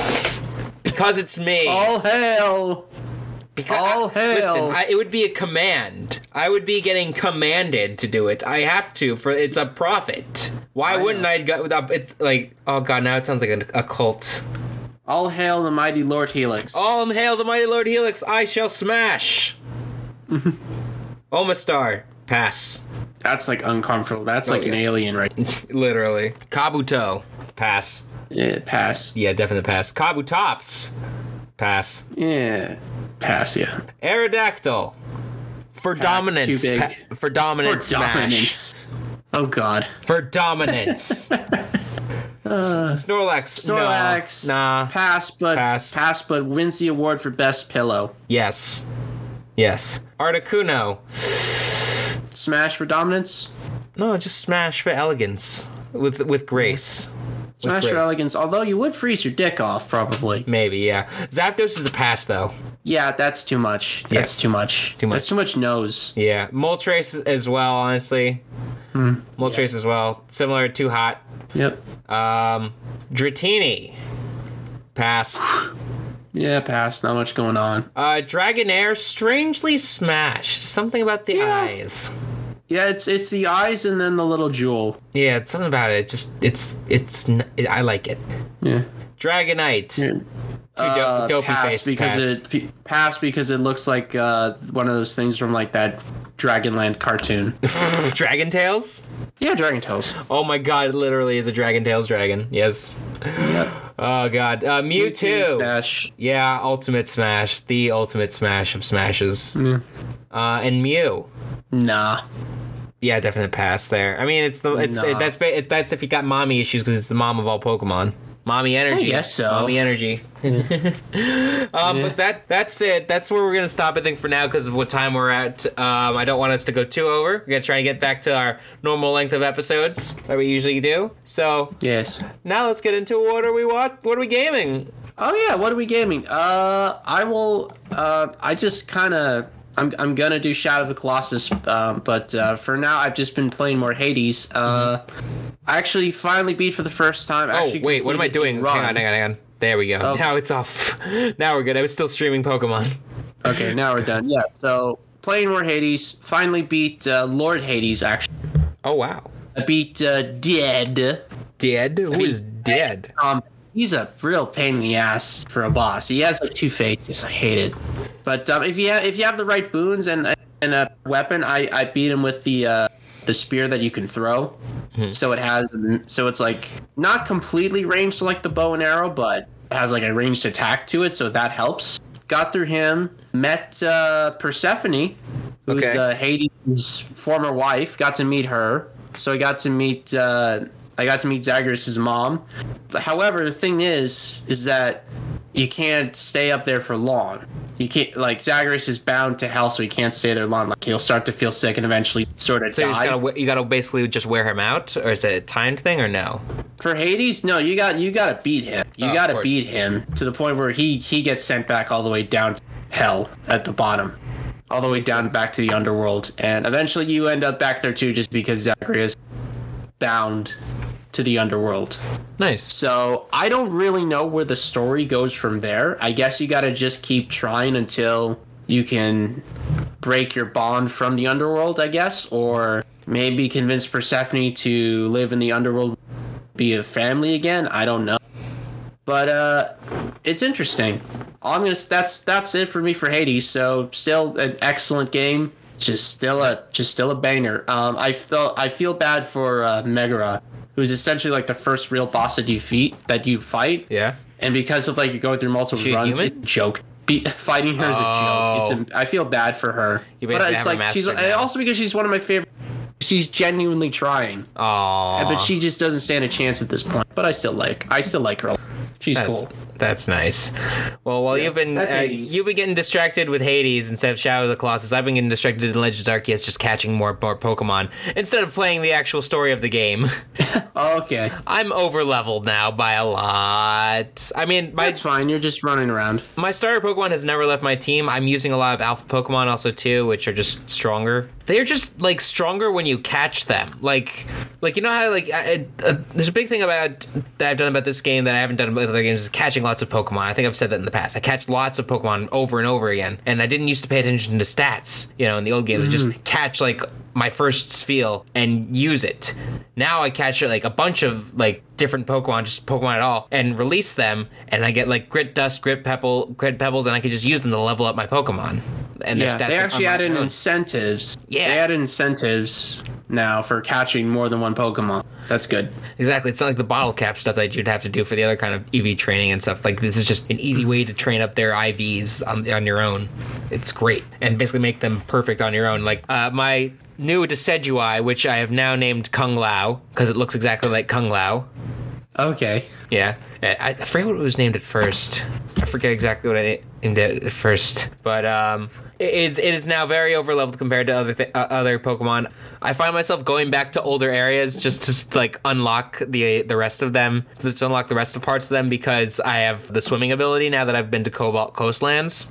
S1: because it's me.
S2: All hail.
S1: Beca-
S2: all
S1: I- Listen,
S2: hail.
S1: I, it would be a command. I would be getting commanded to do it. I have to for it's a profit. Why wouldn't I go? uh, It's like oh god, now it sounds like a, a cult.
S2: All hail the mighty Lord Helix.
S1: All hail the mighty Lord Helix! I shall smash. *laughs* Omastar, pass.
S2: That's like uncomfortable. That's
S1: Oh,
S2: like an
S1: yes. *laughs*
S2: alien right
S1: Literally. Kabuto, pass.
S2: Yeah, pass.
S1: Yeah, definite pass. Kabutops, pass.
S2: Yeah. Pass, yeah.
S1: Aerodactyl. For
S2: Pass,
S1: dominance.
S2: too big.
S1: pa- for dominance. smash.
S2: Oh god.
S1: For
S2: *laughs*
S1: dominance. S- Snorlax. no.
S2: Snorlax.
S1: Nah.
S2: Pass but
S1: Pass.
S2: pass. but wins the award for best pillow.
S1: yes. Yes. Articuno.
S2: Smash for dominance.
S1: No, just smash for elegance. With with grace. With
S2: Smash for
S1: grace.
S2: elegance, although you would freeze your dick off probably.
S1: Maybe, yeah. Zapdos is a pass though.
S2: Yeah, that's too much. That's
S1: Yes.
S2: too much.
S1: Too much.
S2: That's too much nose.
S1: Yeah. Moltres as well, honestly.
S2: Hmm.
S1: Moltres as well. Similar to hot.
S2: Yep.
S1: Um Dratini. Pass.
S2: Yeah, pass. Not much going on.
S1: Uh, Dragonair strangely smashed. Something about the eyes.
S2: Yeah, it's it's the eyes and then the little jewel.
S1: Yeah, it's something about it. Just it's it's. n- It, I like it.
S2: Yeah.
S1: Dragonite. Too
S2: Yeah.
S1: do-
S2: Uh,
S1: dopey
S2: pass
S1: face.
S2: because
S1: pass.
S2: it p- pass because it looks like uh, one of those things from like that
S1: *laughs*
S2: Dragonland cartoon.
S1: Dragon Tails.
S2: yeah, Dragon Tales.
S1: Oh my god! It literally is a Dragon Tails dragon. Yes. Oh god. Uh, Mewtwo.
S2: Smash.
S1: Yeah, ultimate smash. The ultimate smash of smashes. Uh, and Mew.
S2: Nah.
S1: Yeah, definite pass there. I mean, it's the it's it,
S2: Nah.
S1: that's ba- it, that's if you got mommy issues because it's the mom of all Pokemon. Mommy energy.
S2: guess so.
S1: Mommy energy. um, But that that's it. That's where we're gonna stop. I think for now because of what time we're at. Um, I don't want us to go too over. We're gonna try and get back to our normal length of episodes that we usually do. So
S2: Yes.
S1: now let's get into what are we what what are we gaming?
S2: Oh yeah, what are we gaming? Uh, I will. Uh, I just kind of. I'm, I'm gonna do Shadow of the Colossus, um, but uh, for now I've just been playing more Hades. Uh, I actually finally beat for the first time.
S1: Mm-hmm. Oh
S2: actually
S1: wait, what am I
S2: completed
S1: doing?
S2: a
S1: Hang on, hang on, hang on. There we go.
S2: Oh.
S1: Now it's off. *laughs* now we're good. I was still streaming Pokemon.
S2: Okay, now we're done. Yeah, so playing more Hades, finally beat uh, Lord Hades, actually.
S1: Oh wow.
S2: I beat uh, Dead.
S1: Dead? Who is dead?
S2: Um, he's a real pain in the ass for a boss. He has like two faces. I hate it. But um, if you have, if you have the right boons and and a weapon, I, I beat him with the uh, the spear that you can throw. So it has so it's like not completely ranged like the bow and arrow, but it has like a ranged attack to it, so that helps. Got through him, met uh, Persephone, who's
S1: Okay.
S2: uh, Hades' former wife. Got to meet her, so I got to meet uh, I got to meet Zagreus' mom. But however, the thing is, is that you can't stay up there for long. You can't like Zagreus is bound to hell, so he can't stay there long. Like he'll start to feel sick and eventually sort of
S1: So you
S2: die.
S1: just gotta, we- you gotta basically just wear him out, or is it a timed thing, or no?
S2: For Hades, no, you got you got to beat him. You
S1: Oh, of
S2: got to
S1: course.
S2: beat him to the point where he he gets sent back all the way down to hell at the bottom, all the way down back to the underworld, and eventually you end up back there too, just because Zacharias bound to the underworld.
S1: Nice.
S2: So I don't really know where the story goes from there. I guess you got to just keep trying until you can break your bond from the underworld, I guess, or maybe convince Persephone to live in the underworld, be a family again. I don't know, but uh, it's interesting. I'm gonna. That's that's it for me for Hades. So still an excellent game. Just still a just still a banger. Um, I felt I feel bad for uh, Megara, who's essentially like the first real boss that you feet that you fight,
S1: Yeah.
S2: and because of like you're going through multiple
S1: She a
S2: runs,
S1: human? Oh.
S2: it's a joke. Be, fighting her is a joke. It's a, I feel bad for her,
S1: You
S2: but
S1: basically
S2: it's
S1: have her
S2: like she's
S1: mastered
S2: and
S1: now.
S2: also because she's one of my favorite. She's genuinely trying,
S1: Aww.
S2: but she just doesn't stand a chance at this point. But I still like I still like her. She's
S1: That's,
S2: cool.
S1: that's nice. Well, while you've been
S2: that's
S1: uh,
S2: Hades.
S1: you've been getting distracted with Hades instead of Shadow of the Colossus, I've been getting distracted in Legends Arceus, just catching more, more Pokemon instead of playing the actual story of the game. *laughs*
S2: Oh, Okay.
S1: I'm over leveled now by a lot. I mean, my
S2: It's fine. You're just running around.
S1: my starter Pokemon has never left my team. I'm using a lot of alpha Pokemon also too, which are just stronger. They're just like stronger when you catch them. Like, like you know how like I, I, uh, there's a big thing about that I've done about this game that I haven't done about other games is catching lots of Pokemon. I think I've said that in the past. I catch lots of Pokemon over and over again, and I didn't used to pay attention to stats. You know, in the old games, I just catch like my first Spheal and use it. Now I catch like a bunch of like different Pokemon, just Pokemon at all, and release them, and I get like Grit Dust, Grit Pebble, Grit Pebbles, and I can just use them to level up my Pokemon. And their
S2: Yeah,
S1: stats
S2: they
S1: are
S2: actually
S1: on my
S2: added
S1: own.
S2: incentives.
S1: Yeah.
S2: they added incentives now for catching more than one Pokemon. That's good.
S1: exactly. It's not like the bottle cap stuff that you'd have to do for the other kind of EV training and stuff. Like this is just an easy way to train up their IVs on, on your own. It's great, and basically make them perfect on your own. Like uh, my new Decidueye, which I have now named Kung Lao because it looks exactly like Kung Lao.
S2: Okay,
S1: Yeah, Uh, I, I forget what it was named at first. I forget exactly what I named it at first, but um, it is it is now very overleveled compared to other th- uh, other Pokemon. I find myself going back to older areas just to s- like unlock the the rest of them, to unlock the rest of parts of them because I have the swimming ability now that I've been to Cobalt Coastlands.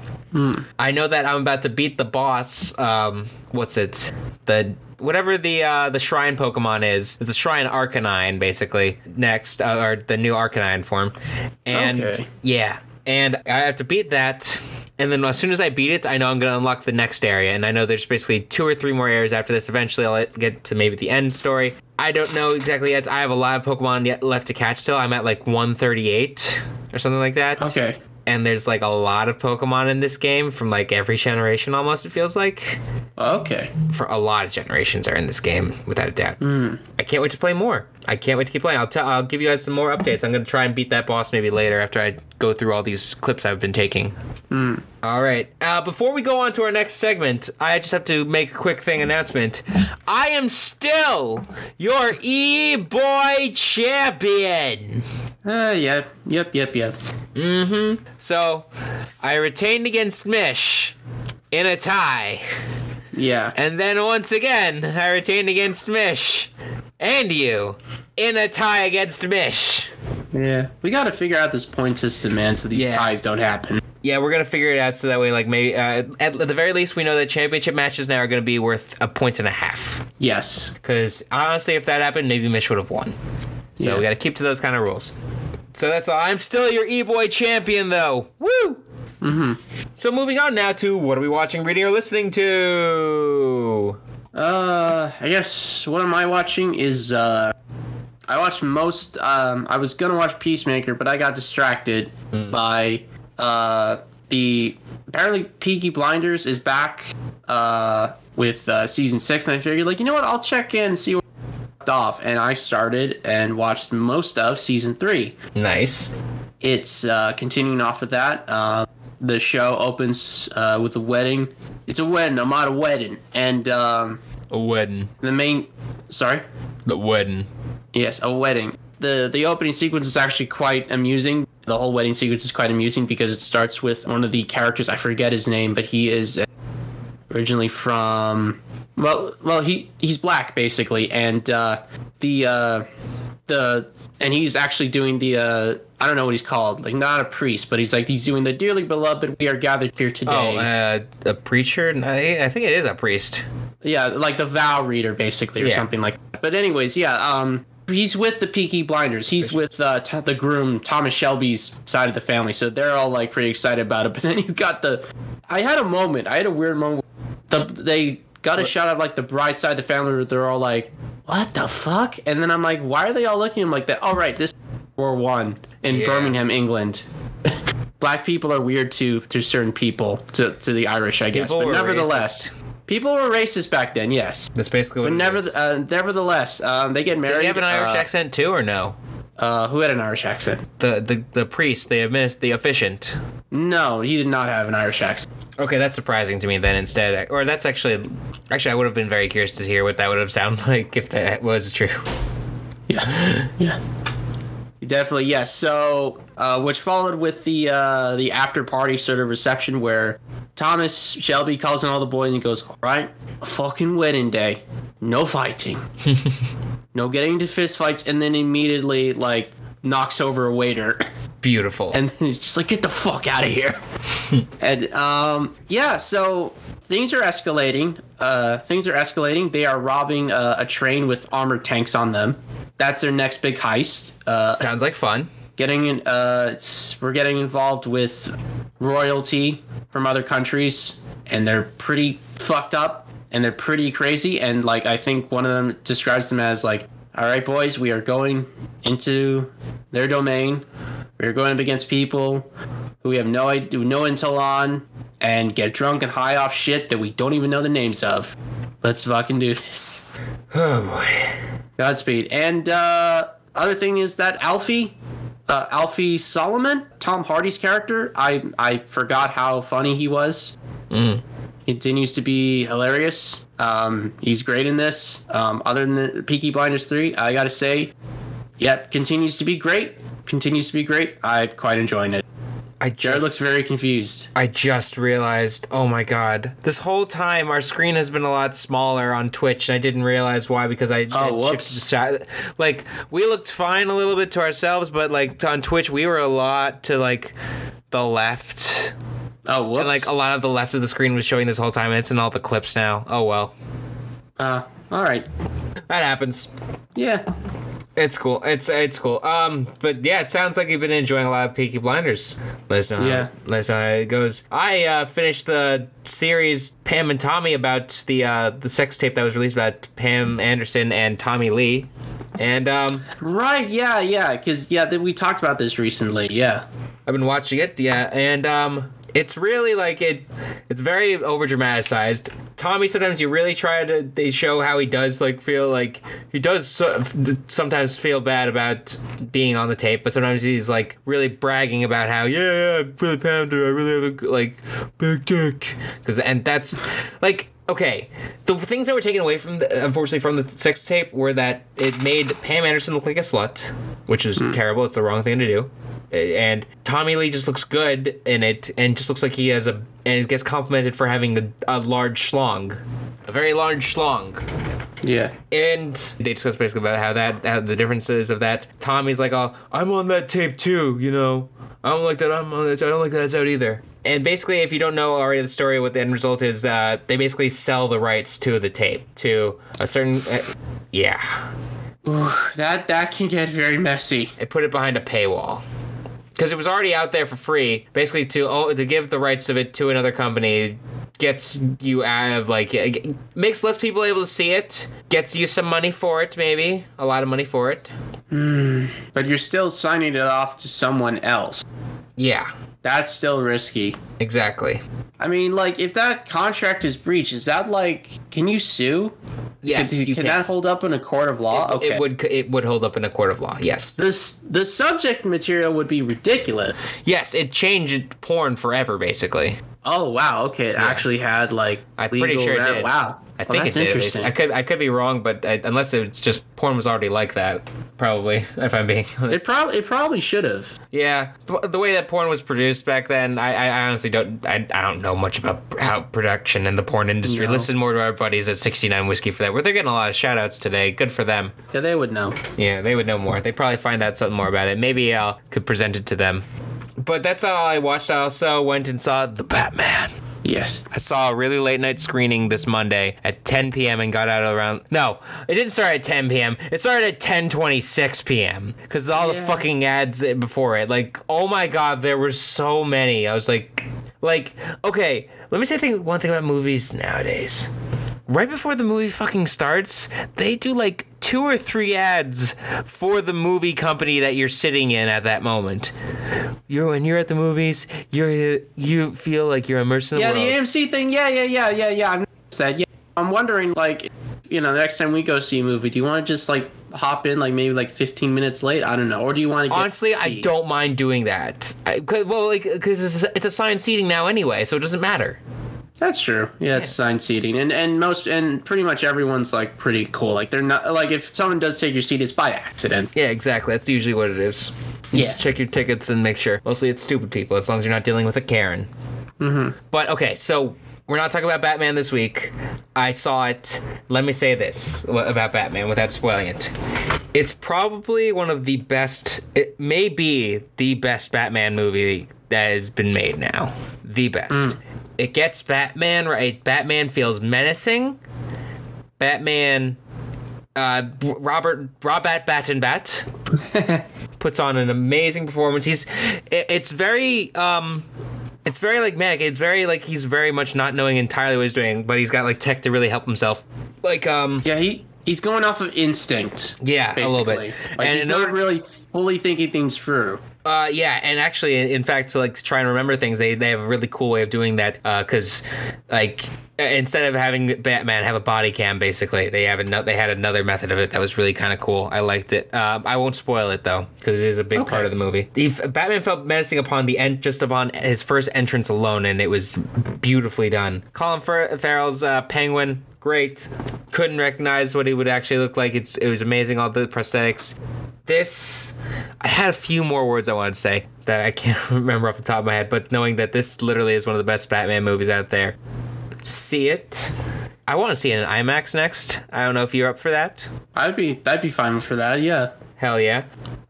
S1: I know that I'm about to beat the boss. Um, what's it? The whatever the uh, the shrine Pokemon is. It's a shrine Arcanine, basically. Next, uh, or the new Arcanine form, and
S2: Okay.
S1: yeah, and I have to beat that. And then as soon as I beat it, I know I'm going to unlock the next area. And I know there's basically two or three more areas after this. Eventually, I'll get to maybe the end story. I don't know exactly yet. I have a lot of Pokemon yet left to catch still. I'm at like 138 or something like that
S2: okay.
S1: and there's like a lot of Pokemon in this game from like every generation almost it feels like.
S2: Okay.
S1: For a lot of generations are in this game without a doubt. I can't wait to play more. I can't wait to keep playing. I'll tell. I'll give you guys some more updates. I'm gonna try and beat that boss maybe later after I go through all these clips I've been taking. All right. Uh, before we go on to our next segment, I just have to make a quick thing announcement. I am still your e boy champion.
S2: Uh, yeah. Yep. Yep. Yep.
S1: So I retained against Mish in a tie.
S2: Yeah.
S1: And then once again, I retained against Mish and you in a tie against Mish.
S2: yeah. We got to figure out this point system, man, so these
S1: Yeah.
S2: ties don't happen.
S1: Yeah, we're gonna figure it out so that way, like maybe uh, at the very least, we know that championship matches now are gonna be worth a point and a half.
S2: Yes.
S1: Because honestly, if that happened, maybe Mish would have won. So
S2: Yeah.
S1: we gotta keep to those kind of rules. So that's all. I'm still your e-boy champion, though. Woo! Mm-hmm. So moving on now to what are we watching, reading, or listening to?
S2: Uh, I guess what am I watching is uh, I watched most. Um, I was gonna watch Peacemaker, but I got distracted by uh the apparently Peaky Blinders is back uh, with uh, season six, and I figured like you know what, I'll check in and see what left off, and I started and watched most of season three.
S1: Nice.
S2: It's uh, continuing off with that. Uh, the show opens uh, with a wedding. It's a wedding. I'm at a wedding, and um,
S3: A wedding.
S2: the main. Sorry.
S3: The wedding.
S2: Yes, a wedding. The the opening sequence is actually quite amusing. The whole wedding sequence is quite amusing because it starts with one of the characters, I forget his name, but he is uh, originally from well well he he's black basically and uh the uh the and he's actually doing the uh I don't know what he's called, like not a priest, but he's like he's doing the dearly beloved we are gathered here today.
S1: Oh, uh, a preacher? I, I think it is a priest.
S2: Yeah, like the vow reader, basically, or
S1: Yeah.
S2: something like that. But, anyways, yeah, um, he's with the Peaky Blinders. He's with uh, t- the groom, Thomas Shelby's side of the family. So they're all, like, pretty excited about it. *laughs* But then you got the. I had a moment. I had a weird moment. The, they got a shot of, like, the bride side of the family where they're all like, what the fuck? And then I'm like, why are they all looking at him like that? All right, this War One in
S1: Yeah.
S2: Birmingham, England. Black people are weird to to certain people, to, to the Irish, I guess.
S1: People
S2: but
S1: were
S2: nevertheless, people were racist back then, yes.
S1: That's basically what
S2: But
S1: it
S2: never,
S1: is.
S2: uh, nevertheless, um, they get married.
S1: Did he have an Irish
S2: uh,
S1: accent too, or no?
S2: Uh, who had an Irish accent?
S1: The the, the priest, the adminis- the efficient.
S2: No, he did not have an Irish accent.
S1: Okay, that's surprising to me. Then instead, or that's actually, actually, I would have been very curious to hear what that would have sounded *laughs* like if that was true.
S2: Yeah, *laughs* yeah. Definitely, yes. So, uh, which followed with the uh, the after party sort of reception where Thomas Shelby calls in all the boys and goes, "All right, fucking wedding day, no *laughs* fighting, no getting into fist fights," and then immediately like knocks over a waiter. *laughs*
S1: Beautiful.
S2: and then he's just like, "Get the fuck out of here!" and um, yeah, so things are escalating. Uh, things are escalating. They are robbing uh, a train with armored tanks on them. That's their next big heist. Uh,
S1: sounds like fun.
S2: getting in, uh, it's, we're getting involved with royalty from other countries, and they're pretty fucked up and they're pretty crazy. And like, I think one of them describes them as like, "All right, boys, we are going into their domain. We are going up against people who we have no idea, no intel on, and get drunk and high off shit that we don't even know the names of. Let's fucking do this."
S1: *sighs* Oh boy.
S2: Godspeed. And uh, other thing is that Alfie, uh, Alfie Solomon, Tom Hardy's character, I I forgot how funny he was.
S1: Mm.
S2: Continues to be hilarious. Um, he's great in this. Um, other than the Peaky Blinders three, I gotta say, yep, continues to be great. Continues to be great. I'm quite enjoying it.
S1: I
S2: Jared
S1: just,
S2: looks very confused.
S1: I just realized. Oh my god! This whole time, our screen has been a lot smaller on Twitch, and I didn't realize why because I had
S2: Oh, whoops.
S1: shifted the shot. Like we looked fine a little bit to ourselves, but like on Twitch, we were a lot to like the left.
S2: Oh, whoops.
S1: And like a lot of the left of the screen was showing this whole time, and it's in all the clips now. Oh well,
S2: uh, all right.
S1: that happens.
S2: Yeah.
S1: It's cool. It's it's cool. Um, but yeah, it sounds like you've been enjoying a lot of Peaky Blinders. Let us know. how-
S2: Yeah.
S1: let us know how it goes. I uh, finished the series Pam and Tommy about the uh, the sex tape that was released about Pam Anderson and Tommy Lee, and um,
S2: Right. Yeah. Yeah. Because yeah, th- we talked about this recently. Yeah.
S1: I've been watching it, yeah, and um, it's really like it. It's very over dramatized. Tommy, sometimes you really try to they show how he does like feel like he does so, sometimes feel bad about being on the tape, but sometimes he's like really bragging about how yeah, yeah I really pounded, I really have a g- like big dick, because and that's like okay. The things that were taken away from the, unfortunately from the sex tape were that it made Pam Anderson look like a slut, which is terrible. It's the wrong thing to do and Tommy Lee just looks good in it, and just looks like he has a and gets complimented for having a, a large schlong, a very large schlong.
S2: Yeah.
S1: And they discuss basically about how that how the differences of that. Tommy's like, oh, I'm on that tape too, you know. I don't like that. I'm on that. I don't like that out either. And basically, if you don't know already the story, what the end result is, uh, they basically sell the rights to the tape to a certain. Uh, yeah.
S2: That that can get very messy.
S1: It put it behind a paywall because it was already out there for free. Basically, to oh, to give the rights of it to another company gets you out of like it g- makes less people able to see it, gets you some money for it, maybe a lot of money for it.
S2: But you're still signing it off to someone else.
S1: Yeah,
S2: that's still risky.
S1: Exactly.
S2: I mean, like, if that contract is breached, is that like, can you sue?
S1: Yes,
S2: can,
S1: you can.
S2: can that hold up in a court of law? okay.
S1: It would it would hold up in a court of law. Yes.
S2: The s- the subject material would be ridiculous.
S1: Yes, it changed porn forever basically.
S2: Oh wow, okay, it actually had like
S1: I'm pretty sure it
S2: rap-
S1: did.
S2: Wow,
S1: I
S2: Well,
S1: think
S2: that's
S1: it did. at least.
S2: interesting.
S1: I could I could be wrong, but I, unless it's just porn was already like that, probably. If I'm being *laughs*
S2: It
S1: honest,
S2: probably it probably should have.
S1: yeah. The, the way that porn was produced back then, I, I I honestly don't I, I don't know much about how production in the porn industry.
S2: No.
S1: Listen more to our buddies at 69 Whiskey for that. Where they're getting a lot of shout outs today. Good for them.
S2: Yeah, they would know.
S1: Yeah, they would know more. They probably find out something more about it. Maybe I could present it to them. But that's not all I watched. I also went and saw The Batman.
S2: Yes.
S1: I saw a really late night screening this Monday at 10 p.m. and got out around. No, it didn't start at 10 p.m. It started at 10:26 p.m. because all the
S2: Yeah.
S1: fucking ads before it. Like, oh my god, there were so many. I was like, like, okay, let me say thing, one thing about movies nowadays. Right before the movie fucking starts, they do like two or three ads for the movie company that you're sitting in at that moment. You're when you're at the movies, you're you feel like you're immersed in the
S2: Yeah,
S1: world.
S2: the AMC thing. Yeah, yeah, yeah, yeah, yeah. I've noticed that. Yeah, I'm wondering, like, you know, the next time we go see a movie, do you want to just like hop in, like maybe like 15 minutes late? I don't know, or do you want to? Get
S1: Honestly, I
S2: seat?
S1: don't mind doing that. I, 'cause- well, like because it's, it's assigned seating now anyway, so it doesn't matter.
S2: That's true. Yeah, it's assigned seating, and and most and pretty much everyone's like pretty cool. Like they're not like if someone does take your seat, it's by accident.
S1: Yeah, exactly. That's usually what it is. You
S2: Yeah.
S1: Just check your tickets and make sure. Mostly it's stupid people, as long as you're not dealing with a Karen. Mm-hmm. But okay, so we're not talking about Batman this week. I saw it. Let me say this wa- about Batman without spoiling it. It's probably one of the best. It may be the best Batman movie that has been made now. The best. It gets Batman right. Batman feels menacing. Batman uh, B- Robert Robert Battenbat puts on an amazing performance. He's it, it's very um it's very like manic. It's very like he's very much not knowing entirely what he's doing, but he's got like tech to really help himself. Like um
S2: Yeah, he he's going off of instinct.
S1: yeah, a little bit.
S2: basically. Like
S1: and
S2: he's
S1: another-
S2: not really fully thinking things through.
S1: Uh, yeah, and actually, in- in fact, to like try and remember things, they they have a really cool way of doing that. Because like uh, instead of having Batman have a body cam, basically they have another they had another method of it that was really kind of cool. I liked it. Um, I won't spoil it though, because it is a big
S2: Okay.
S1: part of the movie. The f- Batman felt menacing upon the end, just upon his first entrance alone, and it was beautifully done. Colin Far- Farrell's uh, Penguin. Great, couldn't recognize what he would actually look like. It's it was amazing. All the prosthetics, this i had a few more words i wanted to say that i can't *laughs* remember off the top of my head but knowing that this literally is one of the best batman movies out there see it i want to see it in imax next i don't know if you're up for that
S2: I'd be I'd be fine for that. Yeah.
S1: hell yeah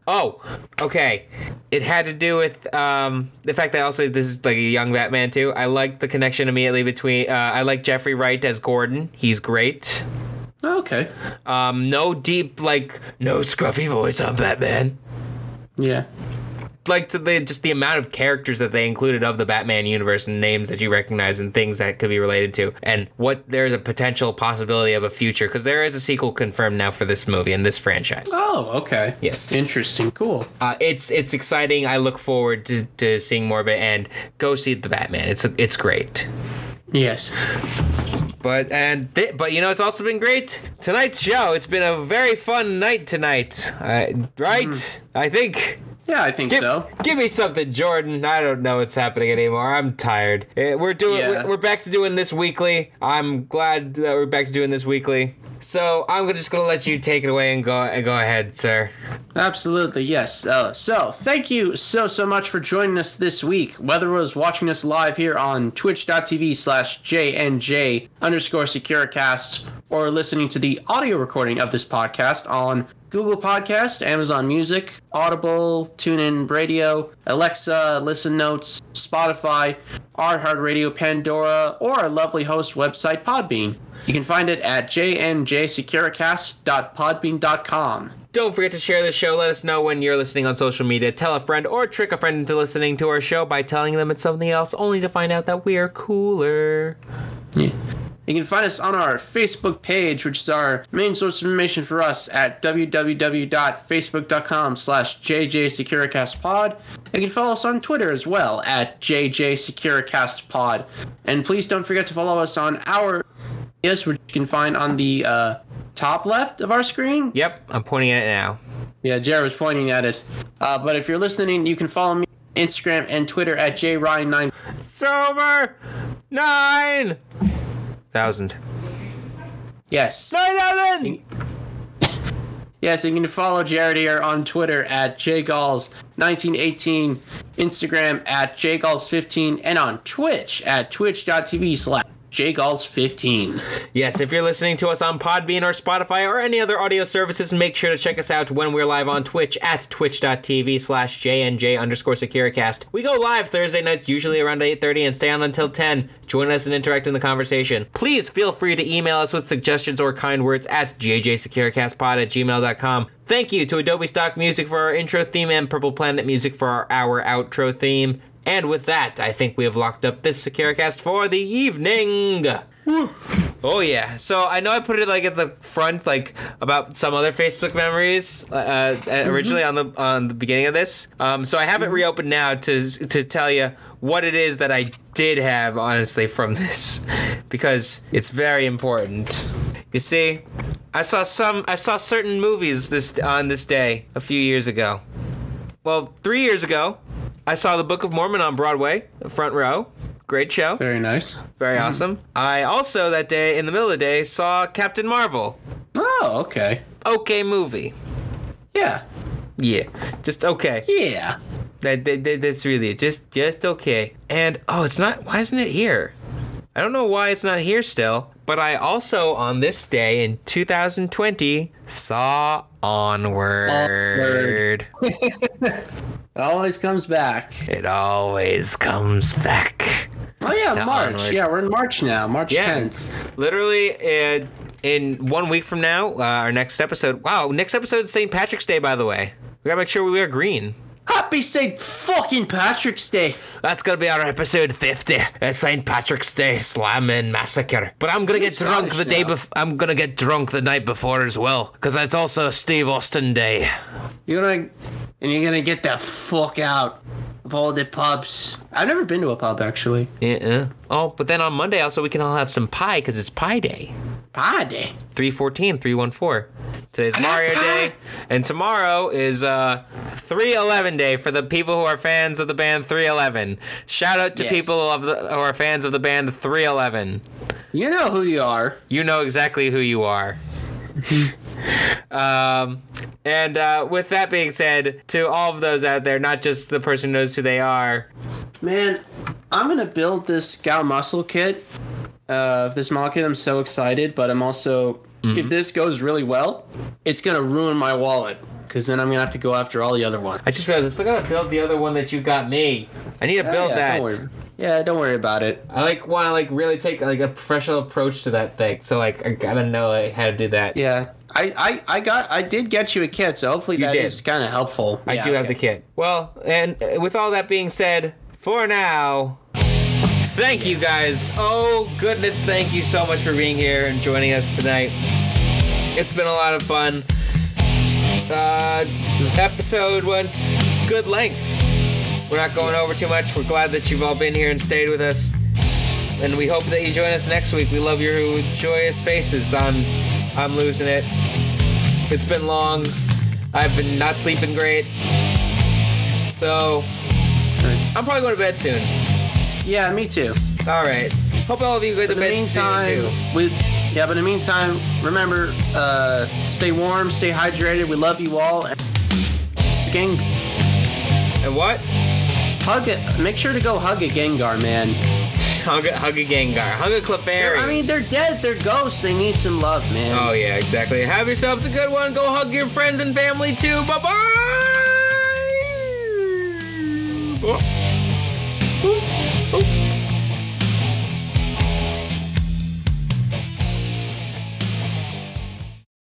S1: oh okay it had to do with um, the fact that also this is like a young batman too i like the connection immediately between uh, i like jeffrey wright as gordon he's great
S2: Oh, Okay.
S1: um, no deep like no scruffy voice on batman
S2: Yeah.
S1: like to the just the amount of characters that they included of the Batman universe and names that you recognize and things that could be related to and what there's a potential possibility of a future because there is a sequel confirmed now for this movie and this franchise.
S2: Oh, okay.
S1: Yes.
S2: Interesting. Cool.
S1: Uh, it's it's exciting. I look forward to, to seeing more of it and go see the Batman. It's it's great.
S2: Yes.
S1: But and thi- but you know it's also been great tonight's show. It's been a very fun night tonight. Uh, right? I think.
S2: Yeah, I think
S1: Give,
S2: so.
S1: give me something, Jordan. I don't know what's happening anymore. I'm tired. Eh, We're doing.
S2: Yeah.
S1: We're back to doing this weekly. I'm glad that we're back to doing this weekly. So I'm gonna- just gonna let you take it away and go and go ahead, sir.
S2: Absolutely, yes. Uh, so, thank you so, so much for joining us this week. Whether it was watching us live here on twitch.tv slash jnj underscore securicast or listening to the audio recording of this podcast on Google Podcast, Amazon Music, Audible, TuneIn Radio, Alexa, Listen Notes, Spotify, iHeartRadio, Pandora, or our lovely host website, Podbean. You can find it at jnjsecuricast.podbean.com.
S1: Don't forget to share the show. Let us know when you're listening on social media. Tell a friend or trick a friend into listening to our show by telling them it's something else, only to find out that we are cooler.
S2: Yeah. You can find us on our Facebook page, which is our main source of information for us at www.facebook.com slash jjsecuricastpod. You can follow us on Twitter as well at jjsecuricastpod. And please don't forget to follow us on our yes, which you can find on the uh, top left of our screen.
S1: Yep, I'm pointing at it now.
S2: Yeah, Jared was pointing at it. Uh, but if you're listening, you can follow me on Instagram and Twitter at jryan9.
S1: It's over! Nine! Thousand.
S2: Yes.
S1: Nine thousand!
S2: Yes, and you can follow Jared here on Twitter at jgalls1918, Instagram at jgalls15, and on Twitch at twitch.tv slash jgalls15.
S1: Yes, if you're listening to us on Podbean or Spotify or any other audio services, make sure to check us out when we're live on Twitch at twitch.tv slash jnj underscore securicast. We go live Thursday nights, usually around 8.30, and stay on until 10. Join us and interact in the conversation. Please feel free to email us with suggestions or kind words at jjsecuricastpod at gmail.com. Thank you to Adobe Stock Music for our intro theme and Purple Planet Music for our hour outro theme. And with that, I think we have locked up this Securicast for the evening. Oh yeah. So I know I put it like at the front, like about some other Facebook memories uh, uh, originally on the on the beginning of this. Um, so I have not reopened now to to tell you what it is that I did have honestly from *laughs* this, because it's very important. You see, I saw some I saw certain movies this on this day a few years ago. Well, three years ago, I saw The Book of Mormon on Broadway, front row. Great show.
S2: Very nice.
S1: Very awesome. I also that day in the middle of the day saw Captain Marvel.
S2: Oh, okay.
S1: Okay movie.
S2: Yeah.
S1: Yeah, just okay.
S2: Yeah.
S1: That, that- that- that's really it. Just just okay. And oh, it's not. Why isn't it here? I don't know why it's not here still. But I also on this day in 2020 saw Onward.
S2: Onward. It always comes back.
S1: It always comes back.
S2: Oh, yeah,
S1: It's
S2: March.
S1: onward.
S2: Yeah, we're in March now, March
S1: Yeah.
S2: 10th.
S1: Literally, uh, in one week from now, uh, our next episode. Wow, next episode is St. Patrick's Day, by the way. We gotta make sure we wear green.
S2: Happy St. fucking Patrick's Day.
S1: That's gonna be our episode 50. It's St. Patrick's Day Slam and Massacre. But I'm gonna get
S2: It's
S1: drunk the
S2: Scottish
S1: day
S2: now.
S1: before. I'm gonna get drunk the night before as well, because it's also Steve Austin Day.
S2: You're gonna and you're gonna get the fuck out of all the pubs. I've never been to a pub actually.
S1: Uh-uh. Oh, but then on Monday also we can all have some pie, because it's Pie Day.
S2: Party.
S1: 314, 314. Today's Mario
S2: pie.
S1: Day, and tomorrow is uh 311 Day for the people who are fans of the band 311. Shout out to
S2: Yes.
S1: people of the, who are fans of the band 311.
S2: You know who you are.
S1: You know exactly who you are. *laughs* um, and uh, with that being said, to all of those out there, not just the person who knows who they are,
S2: Man, I'm gonna build this Gal Muscle kit. Uh this model kit I'm so excited, but I'm also
S1: Mm-hmm.
S2: if this goes really well, it's gonna ruin my wallet. Cause then I'm gonna have to go after all the other ones.
S1: I just realized I still gotta build the other one that you got me. I need to build
S2: yeah,
S1: that.
S2: Don't worry. Yeah, don't worry about it.
S1: I like want to like really take like a professional approach to that thing. So like I gotta know like, how to do that.
S2: Yeah. I, I, I got I did get you a kit, so hopefully that
S1: did.
S2: is kinda helpful.
S1: I do have the kit. Well, and uh, with all that being said, for now, thank you guys. Oh, goodness, thank you so much for being here and joining us tonight. It's been a lot of fun. Uh, episode went good length. We're not going over too much. We're glad that you've all been here and stayed with us. And we hope that you join us next week. We love your joyous faces. I'm, I'm losing it. It's been long. I've been not sleeping great. So I'm probably going to bed soon.
S2: Yeah, me too.
S1: All right. Hope all of you go to
S2: In the
S1: bed
S2: meantime,
S1: soon too.
S2: we yeah, but in the meantime, remember, uh, stay warm, stay hydrated. We love you all. And gang,
S1: And what?
S2: hug it. Make sure to go hug a Gengar, man.
S1: Hug a, hug a Gengar. Hug a Clefairy.
S2: I mean, they're dead. They're ghosts. They need some love, man.
S1: oh yeah, exactly. Have yourselves a good one. Go hug your friends and family too. Bye bye.